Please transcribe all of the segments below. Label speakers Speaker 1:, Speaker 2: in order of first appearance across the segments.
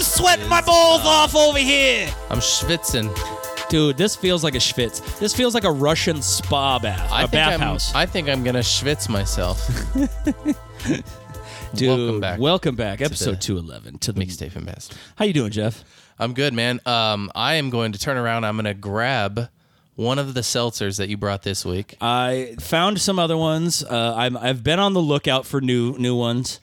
Speaker 1: sweating my balls off over here.
Speaker 2: I'm schwitzing.
Speaker 1: Dude, this feels like a schwitz. This feels like a Russian spa bath,
Speaker 2: I
Speaker 1: a
Speaker 2: think I'm-
Speaker 1: bathhouse.
Speaker 2: I think I'm gonna schwitz myself.
Speaker 1: Dude,
Speaker 2: welcome back
Speaker 1: Welcome back,
Speaker 2: the
Speaker 1: episode two eleven to the
Speaker 2: mixtape and best.
Speaker 1: How you doing, Jeff?
Speaker 2: I'm good, man. Um, I am going to turn around. I'm gonna grab one of the seltzers that you brought this week.
Speaker 1: Uh, I found some other ones. Uh, I'm, I've been on the lookout for new new ones,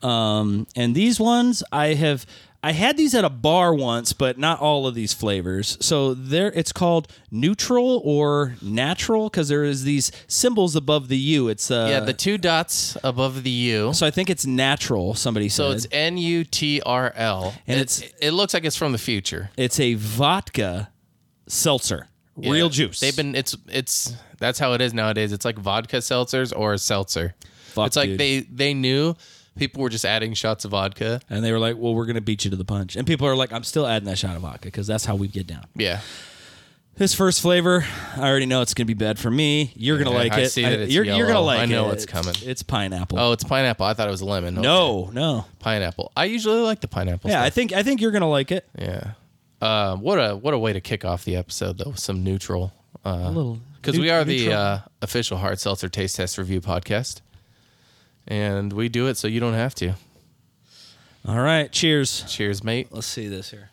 Speaker 1: um, and these ones I have. I had these at a bar once, but not all of these flavors. So there, it's called neutral or natural because there is these symbols above the U. It's uh,
Speaker 2: yeah, the two dots above the U.
Speaker 1: so I think it's natural. Somebody
Speaker 2: So
Speaker 1: said
Speaker 2: it's N U T R L,
Speaker 1: And
Speaker 2: and
Speaker 1: it's-
Speaker 2: it's it looks like it's from the future.
Speaker 1: it's a vodka seltzer,
Speaker 2: Yeah.
Speaker 1: real juice.
Speaker 2: They've been it's it's that's how it is nowadays. It's like vodka seltzers or a seltzer.
Speaker 1: Fuck,
Speaker 2: it's like
Speaker 1: dude.
Speaker 2: they they knew people were just adding shots of vodka.
Speaker 1: and they were like, "Well, we're gonna beat you to the punch." And people are like, "I'm still adding that shot of vodka because that's how we get down."
Speaker 2: Yeah.
Speaker 1: This first flavor, I already know it's gonna be bad for me. You're gonna
Speaker 2: Yeah,
Speaker 1: like
Speaker 2: I
Speaker 1: it.
Speaker 2: see that it's
Speaker 1: you're, you're gonna
Speaker 2: yellow.
Speaker 1: like it.
Speaker 2: I know what's coming.
Speaker 1: It's pineapple.
Speaker 2: Oh, it's pineapple. I thought it was lemon. Okay.
Speaker 1: no, no.
Speaker 2: pineapple. I usually like the pineapple.
Speaker 1: Yeah, I
Speaker 2: stuff.
Speaker 1: think I think you're gonna like it.
Speaker 2: yeah. Uh, what a what a way to kick off the episode though. with Some neutral. Uh,
Speaker 1: little
Speaker 2: because
Speaker 1: neut-
Speaker 2: we are the
Speaker 1: neutral.
Speaker 2: uh, official hard seltzer taste test review podcast, and we do it so you don't have to.
Speaker 1: All right, cheers.
Speaker 2: Cheers, mate.
Speaker 1: Let's see this here.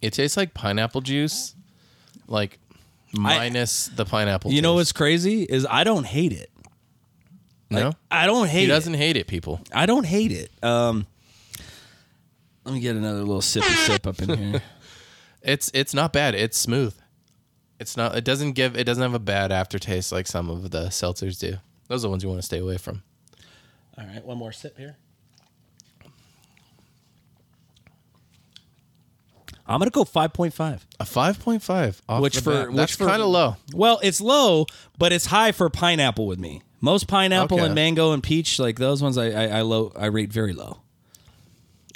Speaker 2: It tastes like pineapple juice, like minus the pineapple.
Speaker 1: You know
Speaker 2: taste.
Speaker 1: what's crazy is I don't hate it.
Speaker 2: no?
Speaker 1: I don't hate
Speaker 2: he
Speaker 1: it.
Speaker 2: doesn't hate it, people.
Speaker 1: I don't hate it. Um, let me get another little sippy sip up in here.
Speaker 2: It's it's not bad. It's smooth. It's not. It doesn't give. It doesn't have a bad aftertaste like some of the seltzers do. Those are the ones you want to stay away from.
Speaker 1: All right, one more sip here. I'm gonna go five point five.
Speaker 2: A five point five,
Speaker 1: Which for- which
Speaker 2: that's
Speaker 1: for-
Speaker 2: kind of low.
Speaker 1: Well, it's low, but it's high for pineapple with me. Most pineapple
Speaker 2: Okay.
Speaker 1: and mango and peach, like those ones, I I, I low I rate very low.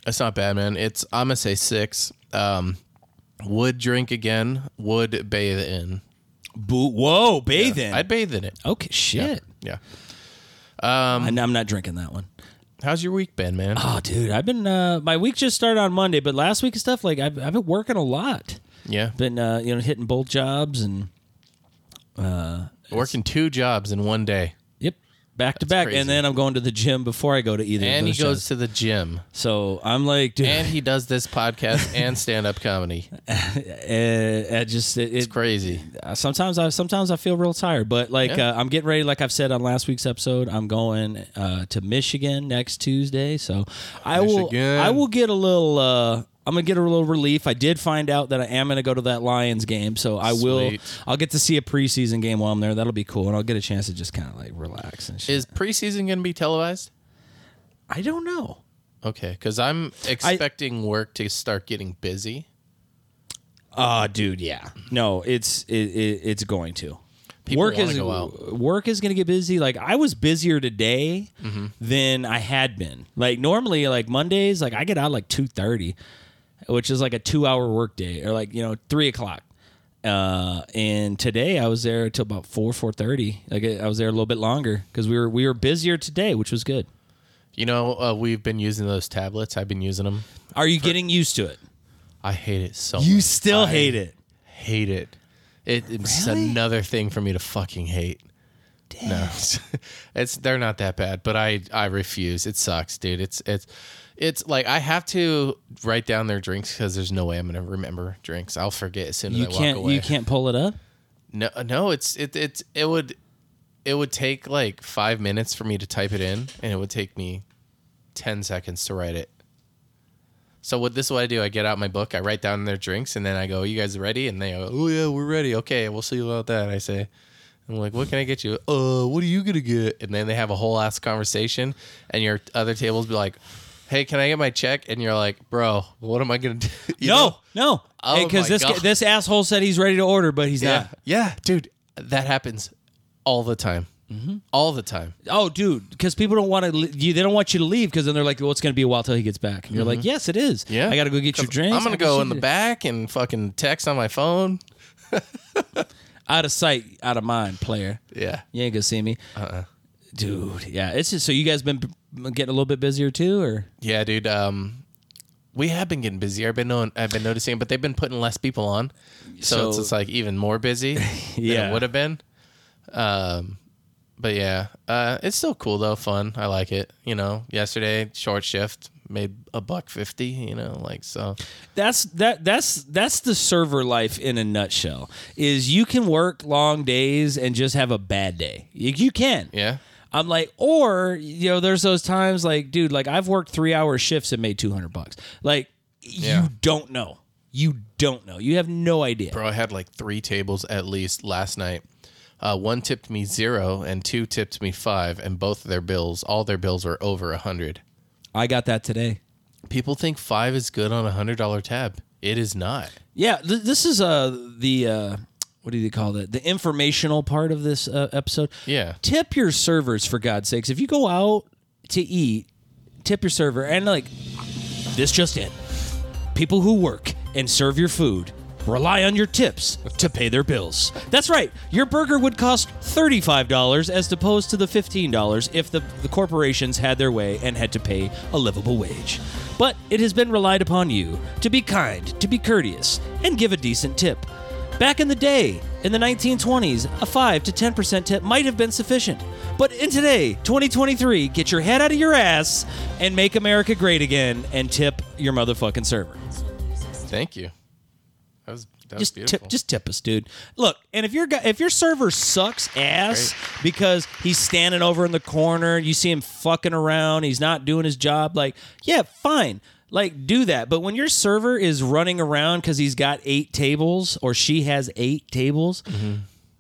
Speaker 2: It's not bad, man. It's I'm gonna say six. Um, would drink again. Would bathe in.
Speaker 1: Boo! Whoa, bathe in.
Speaker 2: I'd bathe in it.
Speaker 1: okay, shit.
Speaker 2: Yeah.
Speaker 1: And I'm not drinking that one.
Speaker 2: How's your week been, man?
Speaker 1: Oh, dude, I've been uh, my week just started on Monday, but last week and stuff like I've I've been working a lot.
Speaker 2: yeah.
Speaker 1: Been uh, you know hitting both jobs and
Speaker 2: Working two jobs in one day,
Speaker 1: yep back to back,
Speaker 2: crazy.
Speaker 1: and then I'm going to the gym before I go to either.
Speaker 2: and
Speaker 1: of
Speaker 2: he
Speaker 1: those
Speaker 2: goes
Speaker 1: jobs.
Speaker 2: to the gym,
Speaker 1: So I'm like, dude,
Speaker 2: and he does this podcast and stand up comedy.
Speaker 1: uh, I just it, it,
Speaker 2: It's crazy.
Speaker 1: Uh, sometimes I sometimes I feel real tired, but like
Speaker 2: Yeah.
Speaker 1: uh, I'm getting ready. Like I've said on last week's episode, I'm going uh, to Michigan next Tuesday, so I
Speaker 2: Michigan.
Speaker 1: will I will get a little. Uh, I'm gonna get a little relief. I did find out that I am gonna go to that Lions game, so I will.
Speaker 2: Sweet.
Speaker 1: I'll get to see a preseason game while I'm there. That'll be cool, and I'll get a chance to just kind of like relax and shit.
Speaker 2: Is preseason gonna be televised?
Speaker 1: I don't know.
Speaker 2: Okay, because I'm expecting work to start getting busy.
Speaker 1: Ah, dude, yeah. No, it's it, it, it's going to.
Speaker 2: People
Speaker 1: work
Speaker 2: wanna
Speaker 1: is
Speaker 2: go out.
Speaker 1: work is going to get busy. Like I was busier today
Speaker 2: Mm-hmm.
Speaker 1: than I had been. Like normally, like Mondays, like I get out like two thirty, which is like a two hour work day, or like you know three o'clock. Uh, and today I was there till about four four thirty. Like I was there a little bit longer because we were we were busier today, which was good.
Speaker 2: You know, uh, we've been using those tablets. I've been using them.
Speaker 1: Are you getting used to it?
Speaker 2: I hate it so.
Speaker 1: You
Speaker 2: much.
Speaker 1: still
Speaker 2: I
Speaker 1: hate it.
Speaker 2: Hate it. it it's
Speaker 1: Really?
Speaker 2: another thing for me to fucking hate. No, it's they're not that bad, but I I refuse. It sucks, dude. It's it's it's like I have to write down their drinks because there's no way I'm gonna remember drinks. I'll forget as soon as
Speaker 1: You
Speaker 2: I
Speaker 1: can't
Speaker 2: walk away.
Speaker 1: you can't pull it up.
Speaker 2: No, no, it's it it's it would it would take like five minutes for me to type it in, and it would take me ten seconds to write it. So what this is what I do: I get out my book, I write down their drinks, and then I go, "You guys ready?" And they go, "Oh yeah, we're ready. Okay, we'll see about that." I say. I'm like, what can I get you? Uh, what are you gonna get? And then they have a whole ass conversation, and your other tables be like, "Hey, can I get my check?" And you're like, "Bro, what am I gonna do?" You
Speaker 1: no,
Speaker 2: know?
Speaker 1: no.
Speaker 2: Oh
Speaker 1: Because
Speaker 2: my
Speaker 1: this
Speaker 2: God.
Speaker 1: this asshole said he's ready to order, but he's
Speaker 2: Yeah. Yeah, dude, that happens all the time. All the time.
Speaker 1: not. Oh, dude, because people don't want to. You they don't want you to leave because then they're like, "Well, it's going to be a while till he gets back." And you're like, "Yes, it is.
Speaker 2: Mm-hmm. Yeah.
Speaker 1: I got to go get your drinks.
Speaker 2: I'm going to
Speaker 1: I got
Speaker 2: go
Speaker 1: shit
Speaker 2: in the
Speaker 1: to do."
Speaker 2: back and fucking text on my phone.
Speaker 1: out of sight, out of mind, player.
Speaker 2: Yeah.
Speaker 1: You ain't gonna see me, uh-uh. dude. Yeah, it's just so you guys been b- getting a little bit busier too, or
Speaker 2: Yeah, dude. Um, we have been getting busier. I've been known, I've been noticing, but they've been putting less people on, so, it's
Speaker 1: So-
Speaker 2: just like even more busy than
Speaker 1: Yeah.
Speaker 2: it would have been. Um, but yeah, uh, it's still cool though. Fun. I like it. You know, yesterday short shift made a buck fifty. You know, like so.
Speaker 1: that's that that's that's the server life in a nutshell. Is you can work long days and just have a bad day. You, you can.
Speaker 2: Yeah.
Speaker 1: I'm like, or you know, there's those times like, dude, like I've worked three hour shifts and made two hundred bucks. Like,
Speaker 2: Yeah.
Speaker 1: you don't know. You don't know. You have no idea.
Speaker 2: Bro, I had like three tables at least last night. Uh, one tipped me zero, and two tipped me five, and both of their bills, all their bills were over a hundred.
Speaker 1: I got that today.
Speaker 2: People think five is good on a hundred dollar tab. It is not.
Speaker 1: Yeah, th- this is uh the uh what do you call that? The informational part of this uh, episode.
Speaker 2: Yeah.
Speaker 1: Tip your servers for God's sakes. If you go out to eat, tip your server and like this just in. People who work and serve your food rely on your tips to pay their bills. That's right. Your burger would cost $35 as opposed to the $15 if the, the corporations had their way and had to pay a livable wage. But it has been relied upon you to be kind, to be courteous, and give a decent tip. Back in the day, in the 1920s, a 5 to 10% tip might have been sufficient. But in today, 2023, get your head out of your ass and make America great again and tip your motherfucking server.
Speaker 2: Thank you. That was that was
Speaker 1: Just
Speaker 2: beautiful.
Speaker 1: tip just tip us, dude. Look, and if your guy, if your server sucks ass because he's standing over in the corner, you see him fucking around, he's not doing his job, like, yeah, fine. Like do that. But when your server is running around cuz he's got 8 tables or she has 8 tables,
Speaker 2: Mm-hmm.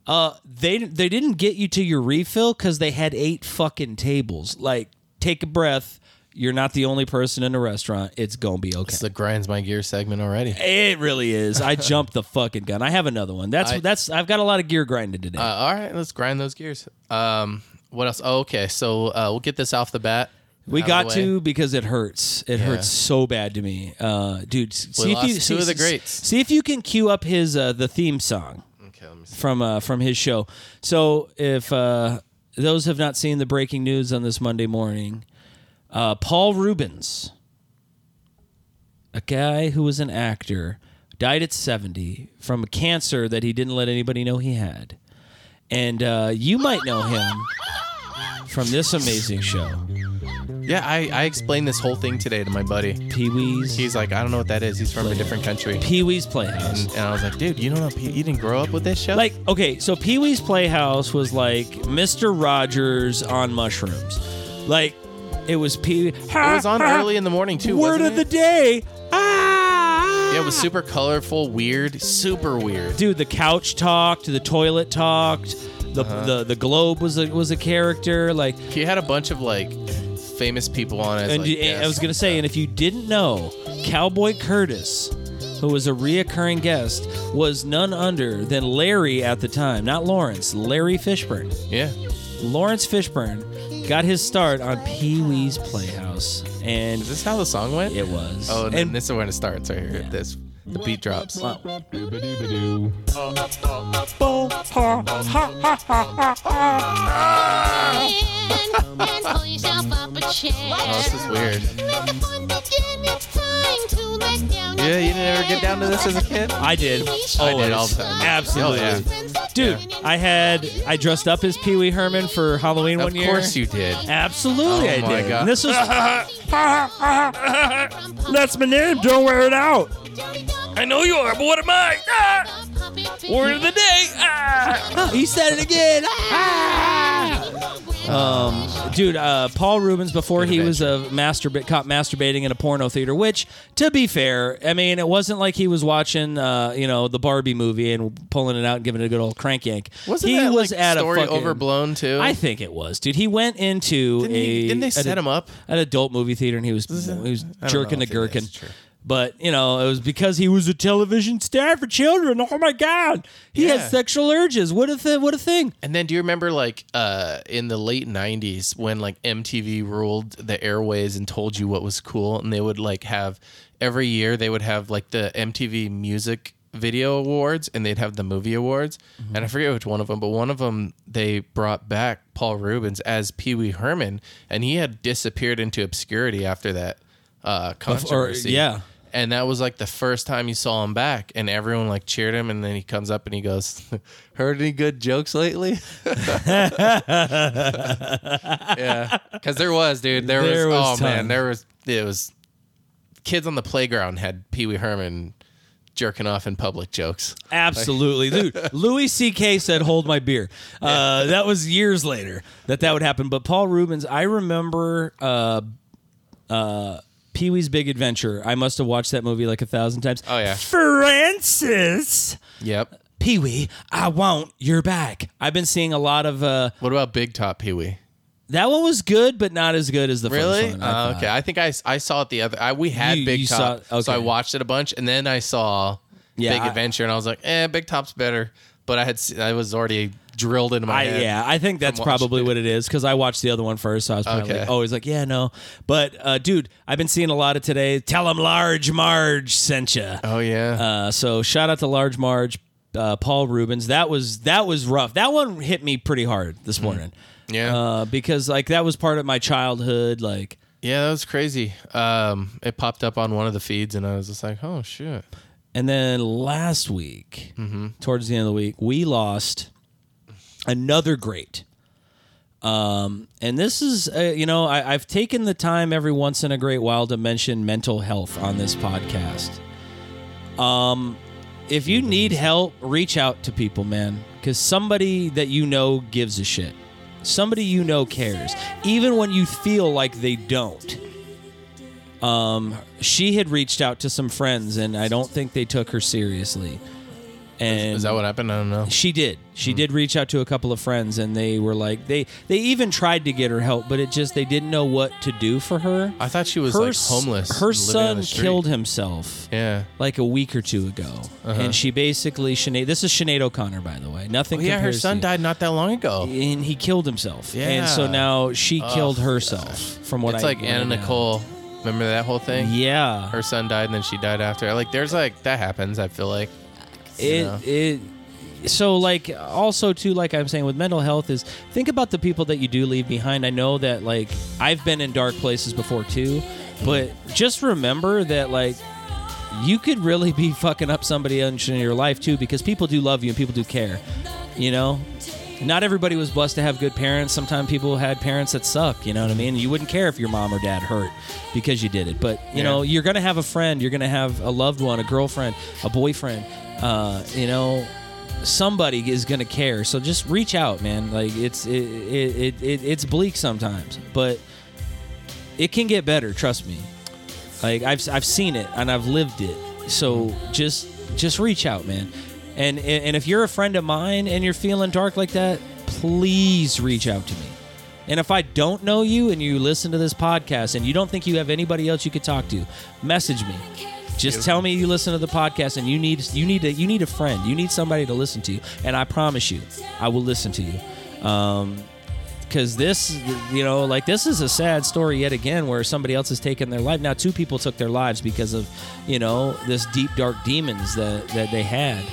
Speaker 1: uh, they they didn't get you to your refill because they had eight fucking tables. Like, take a breath. You're not the only person in the restaurant. It's gonna be okay.
Speaker 2: it's the grinds my gear segment already.
Speaker 1: It really is. I jumped the fucking gun. I have another one. That's
Speaker 2: I-
Speaker 1: that's. I've got a lot of gear grinded today.
Speaker 2: Uh, all right, let's grind those gears. Um, what else? Oh, okay, so uh, we'll get this off the bat.
Speaker 1: we
Speaker 2: out of
Speaker 1: got
Speaker 2: the way.
Speaker 1: to because it hurts. It hurts so bad to me, uh, dude. s- See if
Speaker 2: lost
Speaker 1: you
Speaker 2: two
Speaker 1: see,
Speaker 2: of the
Speaker 1: see-
Speaker 2: greats.
Speaker 1: See if you can cue up his uh, the theme song.
Speaker 2: Okay, let me see.
Speaker 1: from uh, from his show. So if uh, those have not seen the breaking news on this Monday morning, uh, Paul Rubens, a guy who was an actor, died at seventy from a cancer that he didn't let anybody know he had, and uh, you might know him from this amazing show,
Speaker 2: Yeah, I, I explained this whole thing today to my buddy.
Speaker 1: Pee Wee's
Speaker 2: He's like, I don't know what that is. He's from a different country,
Speaker 1: Pee Wee's Playhouse.
Speaker 2: and I was like, dude, you don't know, P- you didn't grow up with this show.
Speaker 1: Like, okay, so Pee Wee's Playhouse was like Mr. Rogers on mushrooms. Like, it was Pee It
Speaker 2: it was on early in the morning too.
Speaker 1: Word
Speaker 2: wasn't
Speaker 1: of the
Speaker 2: it?
Speaker 1: day. Ah!
Speaker 2: Yeah, it was super colorful, weird, super weird.
Speaker 1: Dude, the couch talked, the toilet talked, the,
Speaker 2: Uh-huh.
Speaker 1: the, the globe was a, was a character. Like,
Speaker 2: He had a bunch of like famous people on it. as,
Speaker 1: and
Speaker 2: like,
Speaker 1: you- and I was
Speaker 2: guests.
Speaker 1: gonna say, and if you didn't know, Cowboy Curtis, who was a reoccurring guest, was none under than Larry at the time, not Lawrence, Larry Fishburne.
Speaker 2: yeah,
Speaker 1: Lawrence Fishburne got his start on Pee Wee's Playhouse, and
Speaker 2: is this how the song went?
Speaker 1: it was.
Speaker 2: Oh, and,
Speaker 1: and
Speaker 2: this is when it starts right here. This the beat drops. Oh, this is weird. Yeah,
Speaker 3: Yeah,
Speaker 2: you didn't ever get down to this as a kid.
Speaker 1: I did. Always.
Speaker 3: I
Speaker 2: did all the time.
Speaker 1: Absolutely.
Speaker 2: Oh, yeah.
Speaker 1: Dude, I had I dressed up as Pee Wee Herman for Halloween
Speaker 2: Of
Speaker 1: one year.
Speaker 2: course you did.
Speaker 1: Absolutely,
Speaker 2: Oh
Speaker 1: I
Speaker 2: my
Speaker 1: did.
Speaker 2: God.
Speaker 1: And this was. That's my name. Don't wear it out. I know you are, but what am I? Ah! Word of the day. Ah! He said it again. Ah! dude uh, paul rubens before he was a masturbate caught masturbating in a porno theater which to be fair i mean it wasn't like he was watching uh, you know the barbie movie and pulling it out and giving it a good old crank yank
Speaker 2: Wasn't
Speaker 1: he
Speaker 2: that
Speaker 1: was
Speaker 2: like,
Speaker 1: at
Speaker 2: story
Speaker 1: a fucking,
Speaker 2: overblown too?
Speaker 1: i think it was dude he went into
Speaker 2: didn't,
Speaker 1: a
Speaker 2: he, didn't they
Speaker 1: an
Speaker 2: set
Speaker 1: ad-
Speaker 2: him up?
Speaker 1: an adult movie theater and he was he was
Speaker 2: I don't
Speaker 1: jerking
Speaker 2: know
Speaker 1: a
Speaker 2: if it is
Speaker 1: gherkin
Speaker 2: true.
Speaker 1: but you know it was because he was a television star for children oh my god he
Speaker 2: Yeah.
Speaker 1: had sexual urges what a thi- what a thing
Speaker 2: And then do you remember like uh in the late 90s when like MTV ruled the airways and told you what was cool and they would like have every year they would have like the MTV music video awards and they'd have the movie awards. And I forget which one of them, but one of them they brought back Paul Rubens as Pee Wee Herman, and he had disappeared into obscurity after that uh, controversy.
Speaker 1: yeah.
Speaker 2: And that was like the first time you saw him back, and everyone like cheered him. And then he comes up and he goes, "Heard any good jokes lately?" yeah, because there was, dude. There,
Speaker 1: There
Speaker 2: was,
Speaker 1: was
Speaker 2: Oh man,
Speaker 1: tons.
Speaker 2: there was. It was. Kids on the playground had Pee Wee Herman jerking off in public jokes.
Speaker 1: Absolutely, dude. Louis C.K. said, "Hold my beer." Uh, that was years later that that would happen. But Paul Rubens, I remember uh, uh, Pee Wee's Big Adventure. I must have watched that movie like a thousand times.
Speaker 2: Oh, yeah.
Speaker 1: Francis
Speaker 2: Yep.
Speaker 1: Pee Wee, I want your back. I've been seeing a lot of uh,
Speaker 2: What about Big Top Pee Wee?
Speaker 1: that one was good, but not as good as the first
Speaker 2: Really?
Speaker 1: one. I
Speaker 2: Uh,
Speaker 1: thought.
Speaker 2: okay. I think I, I saw it the other. I, we had
Speaker 1: You-
Speaker 2: Big
Speaker 1: you
Speaker 2: Top,
Speaker 1: saw-
Speaker 2: so I
Speaker 1: okay.
Speaker 2: watched it a bunch, and then I saw
Speaker 1: Yeah,
Speaker 2: Big
Speaker 1: I-
Speaker 2: Adventure, and I was like, eh, Big Top's better. But I had se- I was already drilled into my
Speaker 1: I,
Speaker 2: head.
Speaker 1: yeah, I think that's
Speaker 2: watching
Speaker 1: probably what it is because I watched the other one first, so I was probably
Speaker 2: Okay.
Speaker 1: like, always like, yeah, no. But uh, dude, I've been seeing a lot of today. Tell them Large Marge sent you.
Speaker 2: Oh yeah.
Speaker 1: Uh, so shout out to Large Marge, uh, Paul Rubens. That was that was rough. That one hit me pretty hard this morning.
Speaker 2: Mm. Yeah.
Speaker 1: uh, because like that was part of my childhood. Like
Speaker 2: yeah, that was crazy. Um, it popped up on one of the feeds, and I was just like, oh shit.
Speaker 1: And then last week,
Speaker 2: Mm-hmm.
Speaker 1: towards the end of the week, we lost another great. Um, and this is, uh, you know, I, I've taken the time every once in a great while to mention mental health on this podcast. Um, if you need help, reach out to people, man, because somebody that you know gives a shit. Somebody you know cares, even when you feel like they don't Um, she had reached out to some friends and I don't think they took her seriously. And
Speaker 2: Is that what happened? I don't know.
Speaker 1: she did. She
Speaker 2: Hmm.
Speaker 1: did reach out to a couple of friends and they were like they they even tried to get her help, but it just they didn't know what to do for her.
Speaker 2: I thought she was
Speaker 1: her
Speaker 2: like
Speaker 1: s-
Speaker 2: homeless.
Speaker 1: Her
Speaker 2: and living on
Speaker 1: son
Speaker 2: the street.
Speaker 1: killed himself
Speaker 2: Yeah.
Speaker 1: like a week or two ago.
Speaker 2: Uh-huh.
Speaker 1: And she basically Sinead this is Sinead O'Connor, by the way. Nothing
Speaker 2: Oh, Yeah, her
Speaker 1: compares
Speaker 2: son
Speaker 1: to-
Speaker 2: died not that long ago.
Speaker 1: and he killed himself. And so
Speaker 2: Yeah.
Speaker 1: now she killed herself from what
Speaker 2: It's
Speaker 1: I
Speaker 2: like Anna
Speaker 1: right now.
Speaker 2: Nicole. Remember that whole thing?
Speaker 1: Yeah.
Speaker 2: Her son died and then she died after. Like there's like that happens, I feel like.
Speaker 1: it
Speaker 2: know?
Speaker 1: it so like also too like i'm saying with mental health is think about the people that you do leave behind i know that like i've been in dark places before too but just remember that like you could really be fucking up somebody else in your life too because people do love you and people do care you know not everybody was blessed to have good parents sometimes people had parents that suck you know what i mean you wouldn't care if your mom or dad hurt because you did it but you
Speaker 2: Yeah.
Speaker 1: know you're gonna have a friend you're gonna have a loved one a girlfriend a boyfriend uh, you know somebody is gonna care so just reach out man like it's it, it, it, it it's bleak sometimes but it can get better trust me like I've I've seen it and I've lived it. So just just reach out, man. And and if you're a friend of mine and you're feeling dark like that, please reach out to me. And if I don't know you and you listen to this podcast and you don't think you have anybody else you could talk to, message me. Just tell me you listen to the podcast and you need you need a you need a friend. You need somebody to listen to you. And I promise you, I will listen to you. Um, because this you know like this is a sad story yet again where somebody else has taken their life now two people took their lives because of you know this deep dark demons that that they had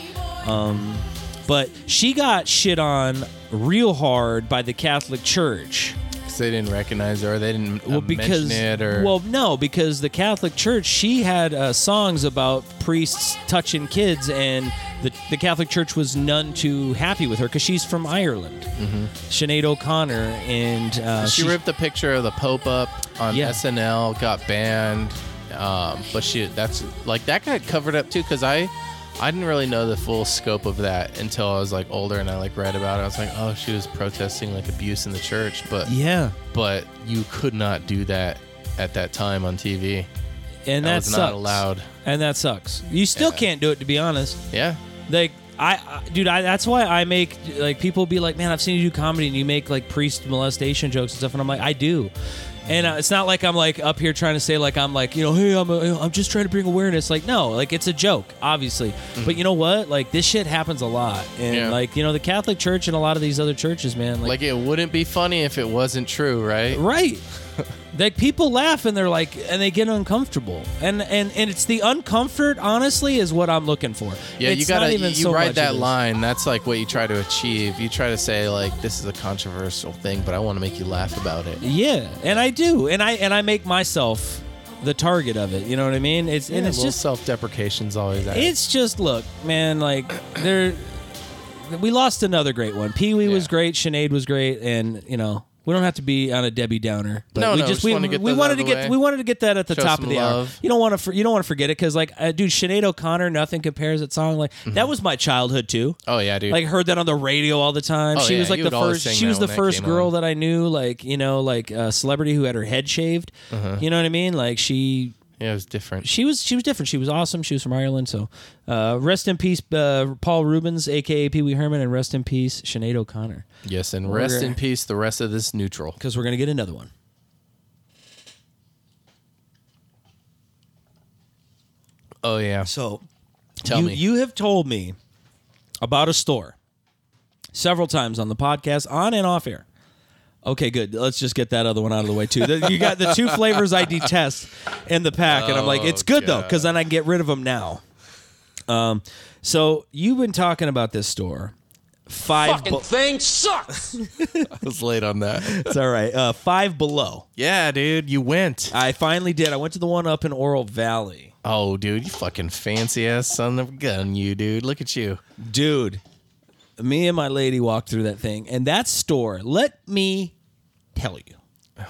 Speaker 1: um but she got shit on real hard by the catholic church
Speaker 2: 'Cause they didn't recognize her, or they didn't uh,
Speaker 1: well because
Speaker 2: mention it or
Speaker 1: well no because the catholic church she had uh, songs about priests touching kids and the, the catholic church was none too happy with her because she's from ireland Sinead o'connor and uh,
Speaker 2: Mm-hmm. she
Speaker 1: she's-
Speaker 2: ripped the picture of the Pope up on
Speaker 1: Yeah.
Speaker 2: SNL, got banned. Um, but she that's like that got covered up too because I I didn't really know the full scope of that until I was like older and I like read about it. I was like, oh, she was protesting like abuse in the church, but
Speaker 1: yeah
Speaker 2: but you could not do that at that time on TV.
Speaker 1: and
Speaker 2: That
Speaker 1: that,
Speaker 2: was not
Speaker 1: sucks.
Speaker 2: allowed.
Speaker 1: And that sucks. You still can't do it, to be honest.
Speaker 2: Yeah,
Speaker 1: Like I, I dude, I, that's why I make like people be like, man, I've seen you do comedy and you make like priest molestation jokes and stuff, and I'm like, I do. And uh, it's not like I'm like up here trying to say like I'm like you know hey I'm a, I'm just trying to bring awareness like no like it's a joke obviously but you know what like this shit happens a lot and
Speaker 2: Mm-hmm. Yeah.
Speaker 1: like you know the Catholic Church and a lot of these other churches man like
Speaker 2: like it wouldn't be funny if it wasn't true, right?
Speaker 1: Right. Like people laugh and they're like, and they get uncomfortable, and and and it's the uncomfort. Honestly, is what I'm looking for.
Speaker 2: Yeah,
Speaker 1: It's
Speaker 2: you
Speaker 1: not
Speaker 2: gotta
Speaker 1: even
Speaker 2: you
Speaker 1: so much
Speaker 2: ride
Speaker 1: of
Speaker 2: that
Speaker 1: this.
Speaker 2: line. That's like what you try to achieve. You try to say like this is a controversial thing, but I want to make you laugh about it.
Speaker 1: Yeah, and I do, and I and I make myself the target of it. You know what I mean? It's and
Speaker 2: Yeah,
Speaker 1: it's
Speaker 2: little
Speaker 1: just
Speaker 2: self-deprecation's always that.
Speaker 1: it's just look, man. Like there, we lost another great one. Pee Wee was
Speaker 2: Yeah.
Speaker 1: great, Sinead was great, and you know we don't have to be on a Debbie Downer. But
Speaker 2: No,
Speaker 1: we
Speaker 2: no, just
Speaker 1: we,
Speaker 2: wanna get
Speaker 1: we
Speaker 2: those out
Speaker 1: wanted
Speaker 2: of
Speaker 1: to
Speaker 2: the
Speaker 1: get
Speaker 2: way.
Speaker 1: we wanted to get that at the
Speaker 2: Show
Speaker 1: top of
Speaker 2: some
Speaker 1: the hour.
Speaker 2: love.
Speaker 1: You don't want to for, you don't want to forget it because like uh, dude, Sinead O'Connor, nothing compares at song like that was my childhood too.
Speaker 2: Mm-hmm. oh yeah, dude.
Speaker 1: Like heard that on the radio all the time.
Speaker 2: Oh,
Speaker 1: she
Speaker 2: yeah,
Speaker 1: was like
Speaker 2: you
Speaker 1: the
Speaker 2: would always
Speaker 1: first.
Speaker 2: sing
Speaker 1: She
Speaker 2: that
Speaker 1: was the
Speaker 2: when that
Speaker 1: first
Speaker 2: came
Speaker 1: girl
Speaker 2: on.
Speaker 1: that I knew. Like you know, like a celebrity who had her head shaved.
Speaker 2: Uh-huh.
Speaker 1: You know what I mean? Like she,
Speaker 2: yeah, it was different.
Speaker 1: she was, she was different. She was awesome. She was from Ireland. So, uh, rest in peace, uh, Paul Rubens, aka Pee Wee Herman, and rest in peace, Sinead O'Connor.
Speaker 2: Yes, and rest
Speaker 1: We're-
Speaker 2: in peace. The rest of this neutral.
Speaker 1: Because we're gonna get another one.
Speaker 2: Oh yeah.
Speaker 1: So,
Speaker 2: Tell
Speaker 1: you,
Speaker 2: me.
Speaker 1: you have told me about a store several times on the podcast, on and off air. Okay, good. Let's just get that other one out of the way too. The- you got the two flavors I detest in the pack, and I'm like, it's good though, because then I can get rid of them now. Um, so you've been talking about this store, five. Be-
Speaker 3: thing sucks.
Speaker 2: I was late on that.
Speaker 1: it's all right. Uh, five below.
Speaker 2: yeah, dude, you went.
Speaker 1: I finally did. I went to the one up in Oral Valley,
Speaker 2: Oh, dude, you fucking fancy ass son of a gun, you dude. Look at you.
Speaker 1: dude. Me and my lady walked through that thing, and that store. Let me tell you.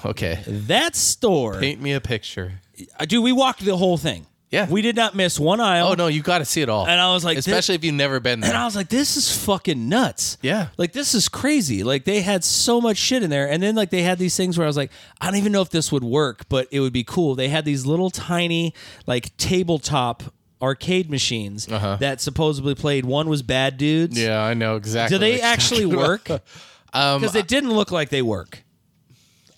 Speaker 2: Okay.
Speaker 1: That store,
Speaker 2: Paint me a picture.
Speaker 1: Uh, dude, we walked the whole thing.
Speaker 2: Yeah.
Speaker 1: we did not miss one aisle.
Speaker 2: Oh no, you got to see it all.
Speaker 1: And I was like,
Speaker 2: especially if you've never been there.
Speaker 1: And I was like, this is fucking nuts.
Speaker 2: Yeah.
Speaker 1: Like, this is crazy. Like, they had so much shit in there. And then, like, they had these things where I was like, I don't even know if this would work, but it would be cool. They had these little tiny, like, tabletop arcade machines that supposedly played. One was Bad Dudes.
Speaker 2: Uh-huh. yeah, I know exactly.
Speaker 1: Do
Speaker 2: what
Speaker 1: they
Speaker 2: you're
Speaker 1: actually
Speaker 2: talking about.
Speaker 1: work?
Speaker 2: Um,
Speaker 1: Because it didn't look like they work.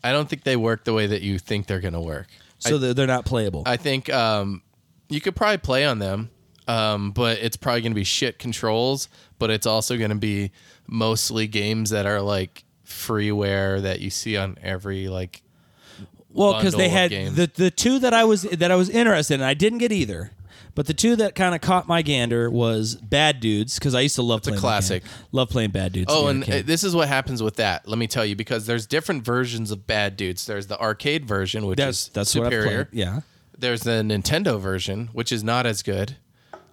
Speaker 2: I don't think they work the way that you think they're gonna work.
Speaker 1: So they're they're not playable.
Speaker 2: I think um, you could probably play on them, um, but it's probably going to be shit controls. But it's also going to be mostly games that are like freeware that you see on every like.
Speaker 1: Well, because
Speaker 2: bundle
Speaker 1: they
Speaker 2: of
Speaker 1: had
Speaker 2: games.
Speaker 1: the the two that I was that I was interested in, I didn't get either. But the two that kind of caught my gander was Bad Dudes because I used to love playing that
Speaker 2: classic.
Speaker 1: game. Love playing Bad Dudes.
Speaker 2: Oh,
Speaker 1: when
Speaker 2: and
Speaker 1: you were
Speaker 2: uh,
Speaker 1: a kid.
Speaker 2: this is what happens with that. Let me tell you because there's different versions of Bad Dudes. There's the arcade version, which
Speaker 1: that's
Speaker 2: is
Speaker 1: that's
Speaker 2: superior.
Speaker 1: what I played. Yeah,
Speaker 2: There's the Nintendo version, which is not as good.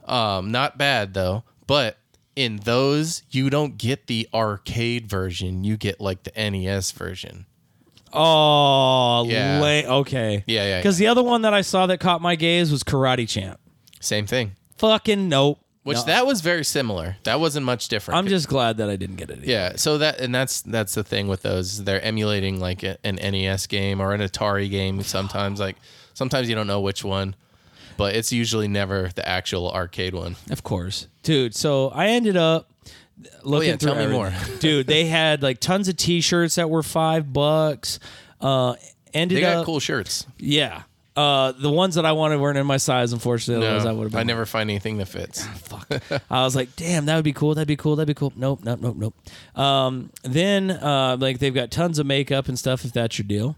Speaker 2: Um, not bad though. But in those, you don't get the arcade version. You get like the NES version.
Speaker 1: Oh,
Speaker 2: Yeah.
Speaker 1: lay- okay.
Speaker 2: Yeah, yeah,
Speaker 1: Because the other one that I saw that caught my gaze was Karate Champ.
Speaker 2: Same thing.
Speaker 1: Fucking nope.
Speaker 2: Which
Speaker 1: No,
Speaker 2: that was very similar. That wasn't much different.
Speaker 1: I'm just glad that I didn't get it.
Speaker 2: yeah. So that and that's that's the thing with those. They're emulating like a, an NES game or an Atari game. Sometimes like sometimes you don't know which one, but it's usually never the actual arcade one.
Speaker 1: Of course, dude. So I ended up looking
Speaker 2: Oh, yeah,
Speaker 1: through.
Speaker 2: tell me more.
Speaker 1: everything. dude. They had like tons of T-shirts that were five bucks. Uh, ended
Speaker 2: They got
Speaker 1: up
Speaker 2: cool shirts.
Speaker 1: Yeah. Uh, the ones that I wanted weren't in my size, unfortunately. Otherwise, I would have
Speaker 2: No,
Speaker 1: been.
Speaker 2: I never find anything that fits.
Speaker 1: Fuck. I was like, damn, that would be cool. That'd be cool. That'd be cool. Nope, nope, nope, nope. Um, then, uh, like, they've got tons of makeup and stuff if that's your deal.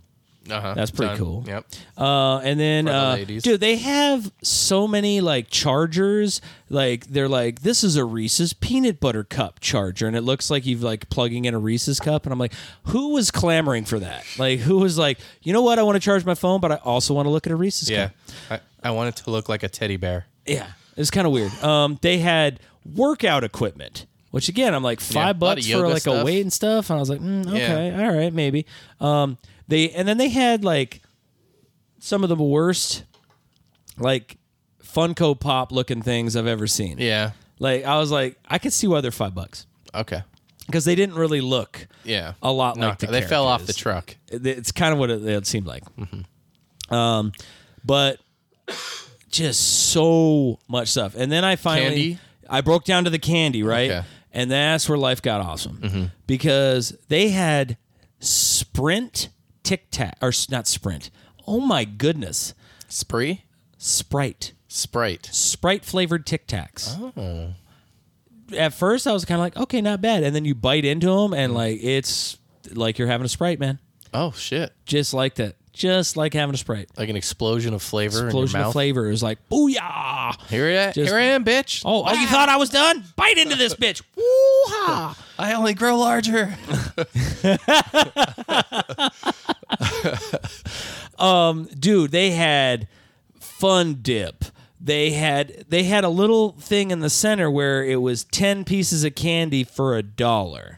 Speaker 2: Uh-huh.
Speaker 1: That's pretty
Speaker 2: Done.
Speaker 1: cool.
Speaker 2: Yep.
Speaker 1: Uh, and then,
Speaker 2: the
Speaker 1: uh,
Speaker 2: ladies.
Speaker 1: dude, they have so many like chargers. Like they're like, this is a Reese's peanut butter cup charger, and it looks like you've like plugging in a Reese's cup. And I'm like, who was clamoring for that? Like, who was like, you know what? I want to charge my phone, but I also want to look at a Reese's
Speaker 2: Yeah.
Speaker 1: cup.
Speaker 2: I, I want it to look like a teddy bear.
Speaker 1: Yeah, it's kind of weird. Um, they had workout equipment, which again, I'm like
Speaker 2: Yeah,
Speaker 1: five
Speaker 2: lot of
Speaker 1: bucks for
Speaker 2: yoga
Speaker 1: like a
Speaker 2: stuff.
Speaker 1: weight and stuff, and I was like, mm, okay, all right, maybe. Um, they and then they had like some of the worst, like Funko Pop looking things I've ever seen.
Speaker 2: Yeah.
Speaker 1: Like I was like, I could see why they're five bucks
Speaker 2: Okay.
Speaker 1: because they didn't really look.
Speaker 2: Yeah.
Speaker 1: A lot
Speaker 2: No,
Speaker 1: like the
Speaker 2: they fell off the
Speaker 1: characters.
Speaker 2: truck.
Speaker 1: It- It's kind of what it, it seemed like. Um,
Speaker 2: Mm-hmm.
Speaker 1: but just so much stuff. And then I finally
Speaker 2: Candy?
Speaker 1: I broke down to the candy, right?
Speaker 2: Okay. Mm-hmm.
Speaker 1: And that's where life got awesome because they had Sprint Tic Tac or s- not Sprint. Oh my goodness,
Speaker 2: Spree?
Speaker 1: Sprite.
Speaker 2: Sprite.
Speaker 1: Sprite flavored Tic Tacs.
Speaker 2: Oh.
Speaker 1: At first, I was kind of like, okay, not bad. And then you bite into them, and like it's like you're having a Sprite, man
Speaker 2: Oh shit.
Speaker 1: just like that. just like having a Sprite.
Speaker 2: Like an explosion of flavor in
Speaker 1: Explosion
Speaker 2: your mouth.
Speaker 1: of flavor is like booyah.
Speaker 2: Here, it,
Speaker 1: Just-
Speaker 2: here I am, bitch.
Speaker 1: Oh, oh, you thought I was done? Bite into this bitch. Woo-ha.
Speaker 2: I only grow larger.
Speaker 1: dude they had fun dip they had they had a little thing in the center where it was 10 pieces of candy for a dollar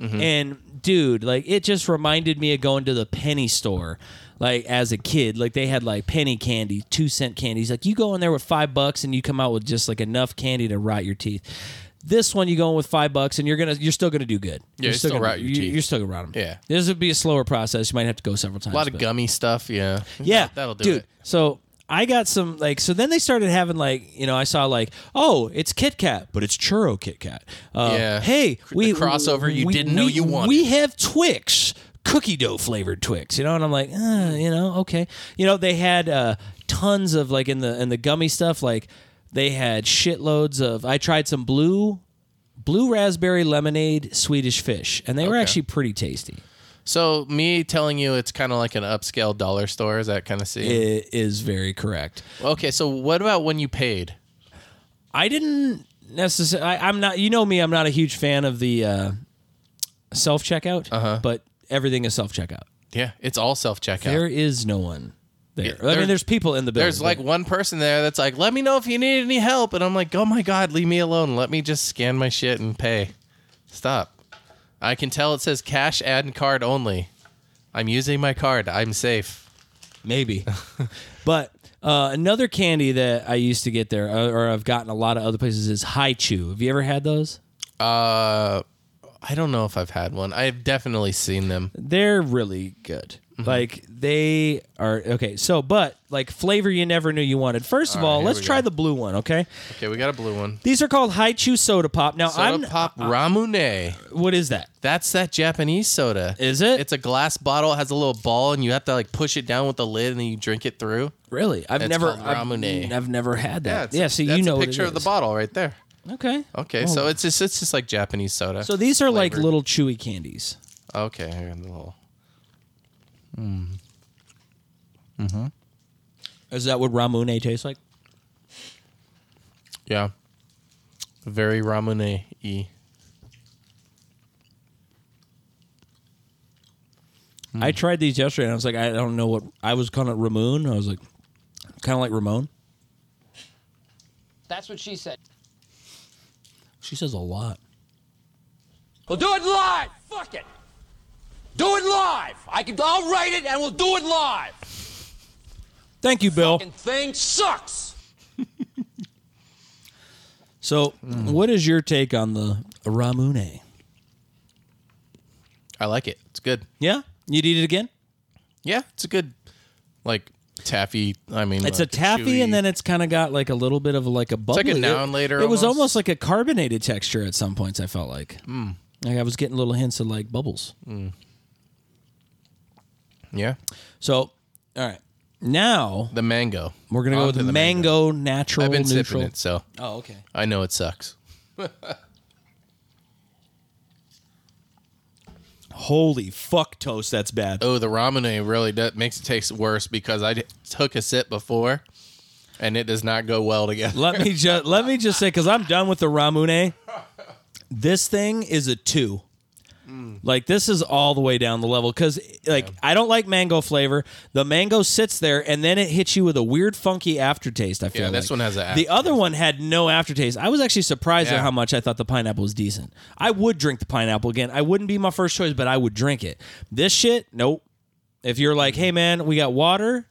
Speaker 2: Mm-hmm.
Speaker 1: and dude like it just reminded me of going to the penny store like as a kid like they had like penny candy two cent candies like you go in there with five bucks and you come out with just like enough candy to rot your teeth this one you go in with five bucks and you're gonna you're still gonna do good
Speaker 2: Yeah,
Speaker 1: you're
Speaker 2: you still
Speaker 1: gonna
Speaker 2: rot your
Speaker 1: you-
Speaker 2: teeth.
Speaker 1: you're still gonna rot them
Speaker 2: Yeah.
Speaker 1: this would be a slower process you might have to go several times
Speaker 2: A lot of
Speaker 1: but-
Speaker 2: gummy stuff. Yeah.
Speaker 1: yeah,
Speaker 2: That'll do
Speaker 1: dude,
Speaker 2: it.
Speaker 1: So I got some like so then they started having like you know I saw like oh it's Kit Kat but it's churro Kit Kat. Uh,
Speaker 2: Yeah.
Speaker 1: Hey,
Speaker 2: The
Speaker 1: we
Speaker 2: crossover you didn't know you wanted.
Speaker 1: We have Twix cookie dough flavored Twix. You know, and I'm like, uh, you know, okay. You know, they had uh, tons of like in the in the gummy stuff like they had shitloads of. I tried some blue. Blue raspberry lemonade Swedish fish, and they were
Speaker 2: Okay.
Speaker 1: actually pretty tasty.
Speaker 2: So me telling you it's kind of like an upscale dollar store is that kind of scene?
Speaker 1: It is very correct.
Speaker 2: Okay, so what about when you paid?
Speaker 1: I didn't necessarily. I'm not. You know me. I'm not a huge fan of the uh, self checkout. Uh-huh. But everything is self checkout.
Speaker 2: Yeah, it's all self checkout.
Speaker 1: There is no one there.
Speaker 2: Yeah,
Speaker 1: I
Speaker 2: there-
Speaker 1: mean, there's people in the building.
Speaker 2: There's like one person there that's like, "Let me know if you need any help," and I'm like, "Oh my god, leave me alone. Let me just scan my shit and pay. Stop. I can tell it says cash, add, and card only. I'm using my card. I'm safe.
Speaker 1: maybe. but uh, another candy that I used to get there, uh, or, or I've gotten a lot of other places, is Hi Chew. Have you ever had those?
Speaker 2: Uh, I don't know if I've had one. I've definitely seen them.
Speaker 1: They're really good.
Speaker 2: Mm-hmm.
Speaker 1: Like they are okay. So, but like flavor you never knew you wanted. First of all,
Speaker 2: here
Speaker 1: let's
Speaker 2: we
Speaker 1: try
Speaker 2: go.
Speaker 1: the blue one. Okay,
Speaker 2: Okay, we got a blue one.
Speaker 1: these are called Hi Chew Soda Pop. Now,
Speaker 2: Soda
Speaker 1: I'm uh,
Speaker 2: pop ramune.
Speaker 1: what is that?
Speaker 2: That's that Japanese soda.
Speaker 1: Is it?
Speaker 2: It's a glass bottle, it has a little ball, and you have to like push it down with the lid, and then you drink it through.
Speaker 1: Really, I've
Speaker 2: It's
Speaker 1: never
Speaker 2: called
Speaker 1: I've,
Speaker 2: Ramune.
Speaker 1: I've never had
Speaker 2: Yeah,
Speaker 1: that.
Speaker 2: it's-
Speaker 1: Yeah, see,
Speaker 2: that's
Speaker 1: you know
Speaker 2: a
Speaker 1: what
Speaker 2: picture
Speaker 1: it
Speaker 2: of the
Speaker 1: is.
Speaker 2: bottle right there.
Speaker 1: Okay,
Speaker 2: Okay, so it's just it's just like Japanese soda.
Speaker 1: so these are like
Speaker 2: Flavored.
Speaker 1: little chewy candies.
Speaker 2: okay, I got a little.
Speaker 1: Is that what ramune tastes like?
Speaker 2: Yeah, very ramune y.
Speaker 1: I tried these yesterday, and I was like, I don't know what I was calling it Ramune. I was like, kind of like Ramon.
Speaker 3: That's what she said.
Speaker 1: She says a lot.
Speaker 3: We'll do it live. Fuck it. Do it live. I can. I'll write it, and we'll do it live.
Speaker 1: Thank you, Bill.
Speaker 3: And thing sucks.
Speaker 1: So, what is your take on the ramune?
Speaker 2: I like it. It's good.
Speaker 1: Yeah, you'd eat it again.
Speaker 2: Yeah, it's a good like taffy. I mean,
Speaker 1: It's
Speaker 2: like
Speaker 1: a taffy,
Speaker 2: chewy-
Speaker 1: and then it's kind of got like a little bit of like a bubbly.
Speaker 2: like a noun later
Speaker 1: It
Speaker 2: almost.
Speaker 1: was
Speaker 2: Hmm.
Speaker 1: almost like a carbonated texture at some points. I felt like, like I was getting little hints of like bubbles.
Speaker 2: yeah,
Speaker 1: So, all right, now
Speaker 2: the mango.
Speaker 1: we're gonna go
Speaker 2: Onto
Speaker 1: with
Speaker 2: the
Speaker 1: mango, natural,
Speaker 2: I've been sipping
Speaker 1: neutral.
Speaker 2: it, so
Speaker 1: Oh, okay.
Speaker 2: I know it sucks.
Speaker 1: Holy fuck, toast! That's bad.
Speaker 2: oh, the ramen really does, makes it taste worse because I d- took a sip before, and it does not go well together.
Speaker 1: Let me just let me just say because I'm done with the ramune. This thing is a two. Like this is all the way down the level because like I don't like mango flavor. The mango sits there and then it hits you with a weird, funky aftertaste. I feel
Speaker 2: Yeah,
Speaker 1: like.
Speaker 2: this one has a
Speaker 1: the other one had no aftertaste. I was actually surprised
Speaker 2: Yeah.
Speaker 1: at how much I thought the pineapple was decent. I would drink the pineapple again. I wouldn't be my first choice, but I would drink it. This shit, nope. If you're like, hey man, we got water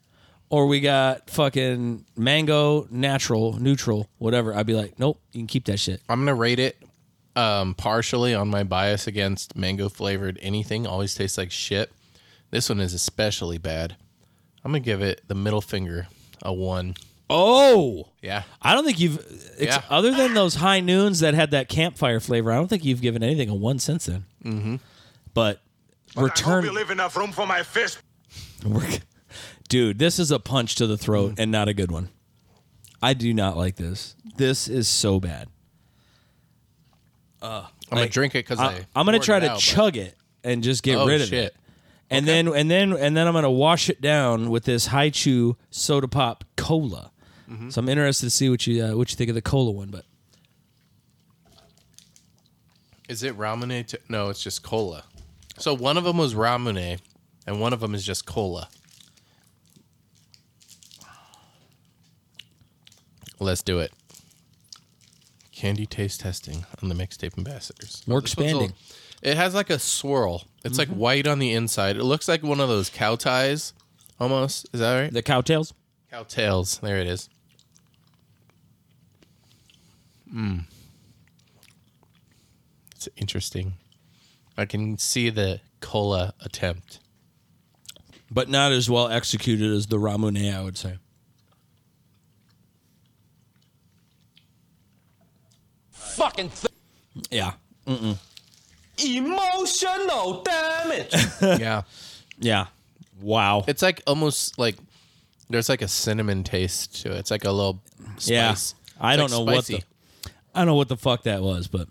Speaker 1: or we got fucking mango, natural, neutral, whatever, I'd be like, nope, you can keep that shit.
Speaker 2: I'm gonna rate it um, partially on my bias against mango flavored anything. Always tastes like shit. This one is especially bad. I'm gonna give it the middle finger a one.
Speaker 1: Oh.
Speaker 2: Yeah,
Speaker 1: I don't think you've, it's,
Speaker 2: Yeah.
Speaker 1: other than those high noons that had that campfire flavor. I don't think you've given anything a one since then. Mm-hmm. But
Speaker 4: I hope
Speaker 1: return,
Speaker 4: you leave enough room for my fist.
Speaker 1: dude, this is a punch to the throat and not a good one. I do not like this. This is so bad.
Speaker 2: I'm gonna drink it because I.
Speaker 1: I, am gonna
Speaker 2: poured
Speaker 1: try
Speaker 2: it
Speaker 1: to
Speaker 2: out, but-
Speaker 1: chug it and just get
Speaker 2: Oh
Speaker 1: rid of
Speaker 2: shit!
Speaker 1: it. And then and then and then I'm gonna wash it down with this Haichu soda pop cola.
Speaker 2: Mm-hmm.
Speaker 1: So I'm interested to see what you uh, what you think of the cola one, but
Speaker 2: Is it ramen? To, no, it's just cola. So one of them was ramen, and one of them is just cola. Let's do it. Candy taste testing on the mixtape ambassadors.
Speaker 1: We're
Speaker 2: This one's a-
Speaker 1: expanding.
Speaker 2: It has like a swirl. It's like white on the inside. It looks like one of those cow ties, almost. Is that right?
Speaker 1: the cow tails.
Speaker 2: Cow tails. There it is. Mm. Hmm. It's interesting. I can see the cola attempt.
Speaker 1: But not as well executed as the Ramune, I would say.
Speaker 3: Fucking th-
Speaker 1: Yeah.
Speaker 3: emotional damage.
Speaker 2: yeah.
Speaker 1: Yeah. Wow.
Speaker 2: It's like almost like there's like a cinnamon taste to it. It's like a little spice.
Speaker 1: Yeah.
Speaker 2: It's
Speaker 1: I don't
Speaker 2: like
Speaker 1: know what
Speaker 2: spicy.
Speaker 1: the I don't know what the fuck that was, but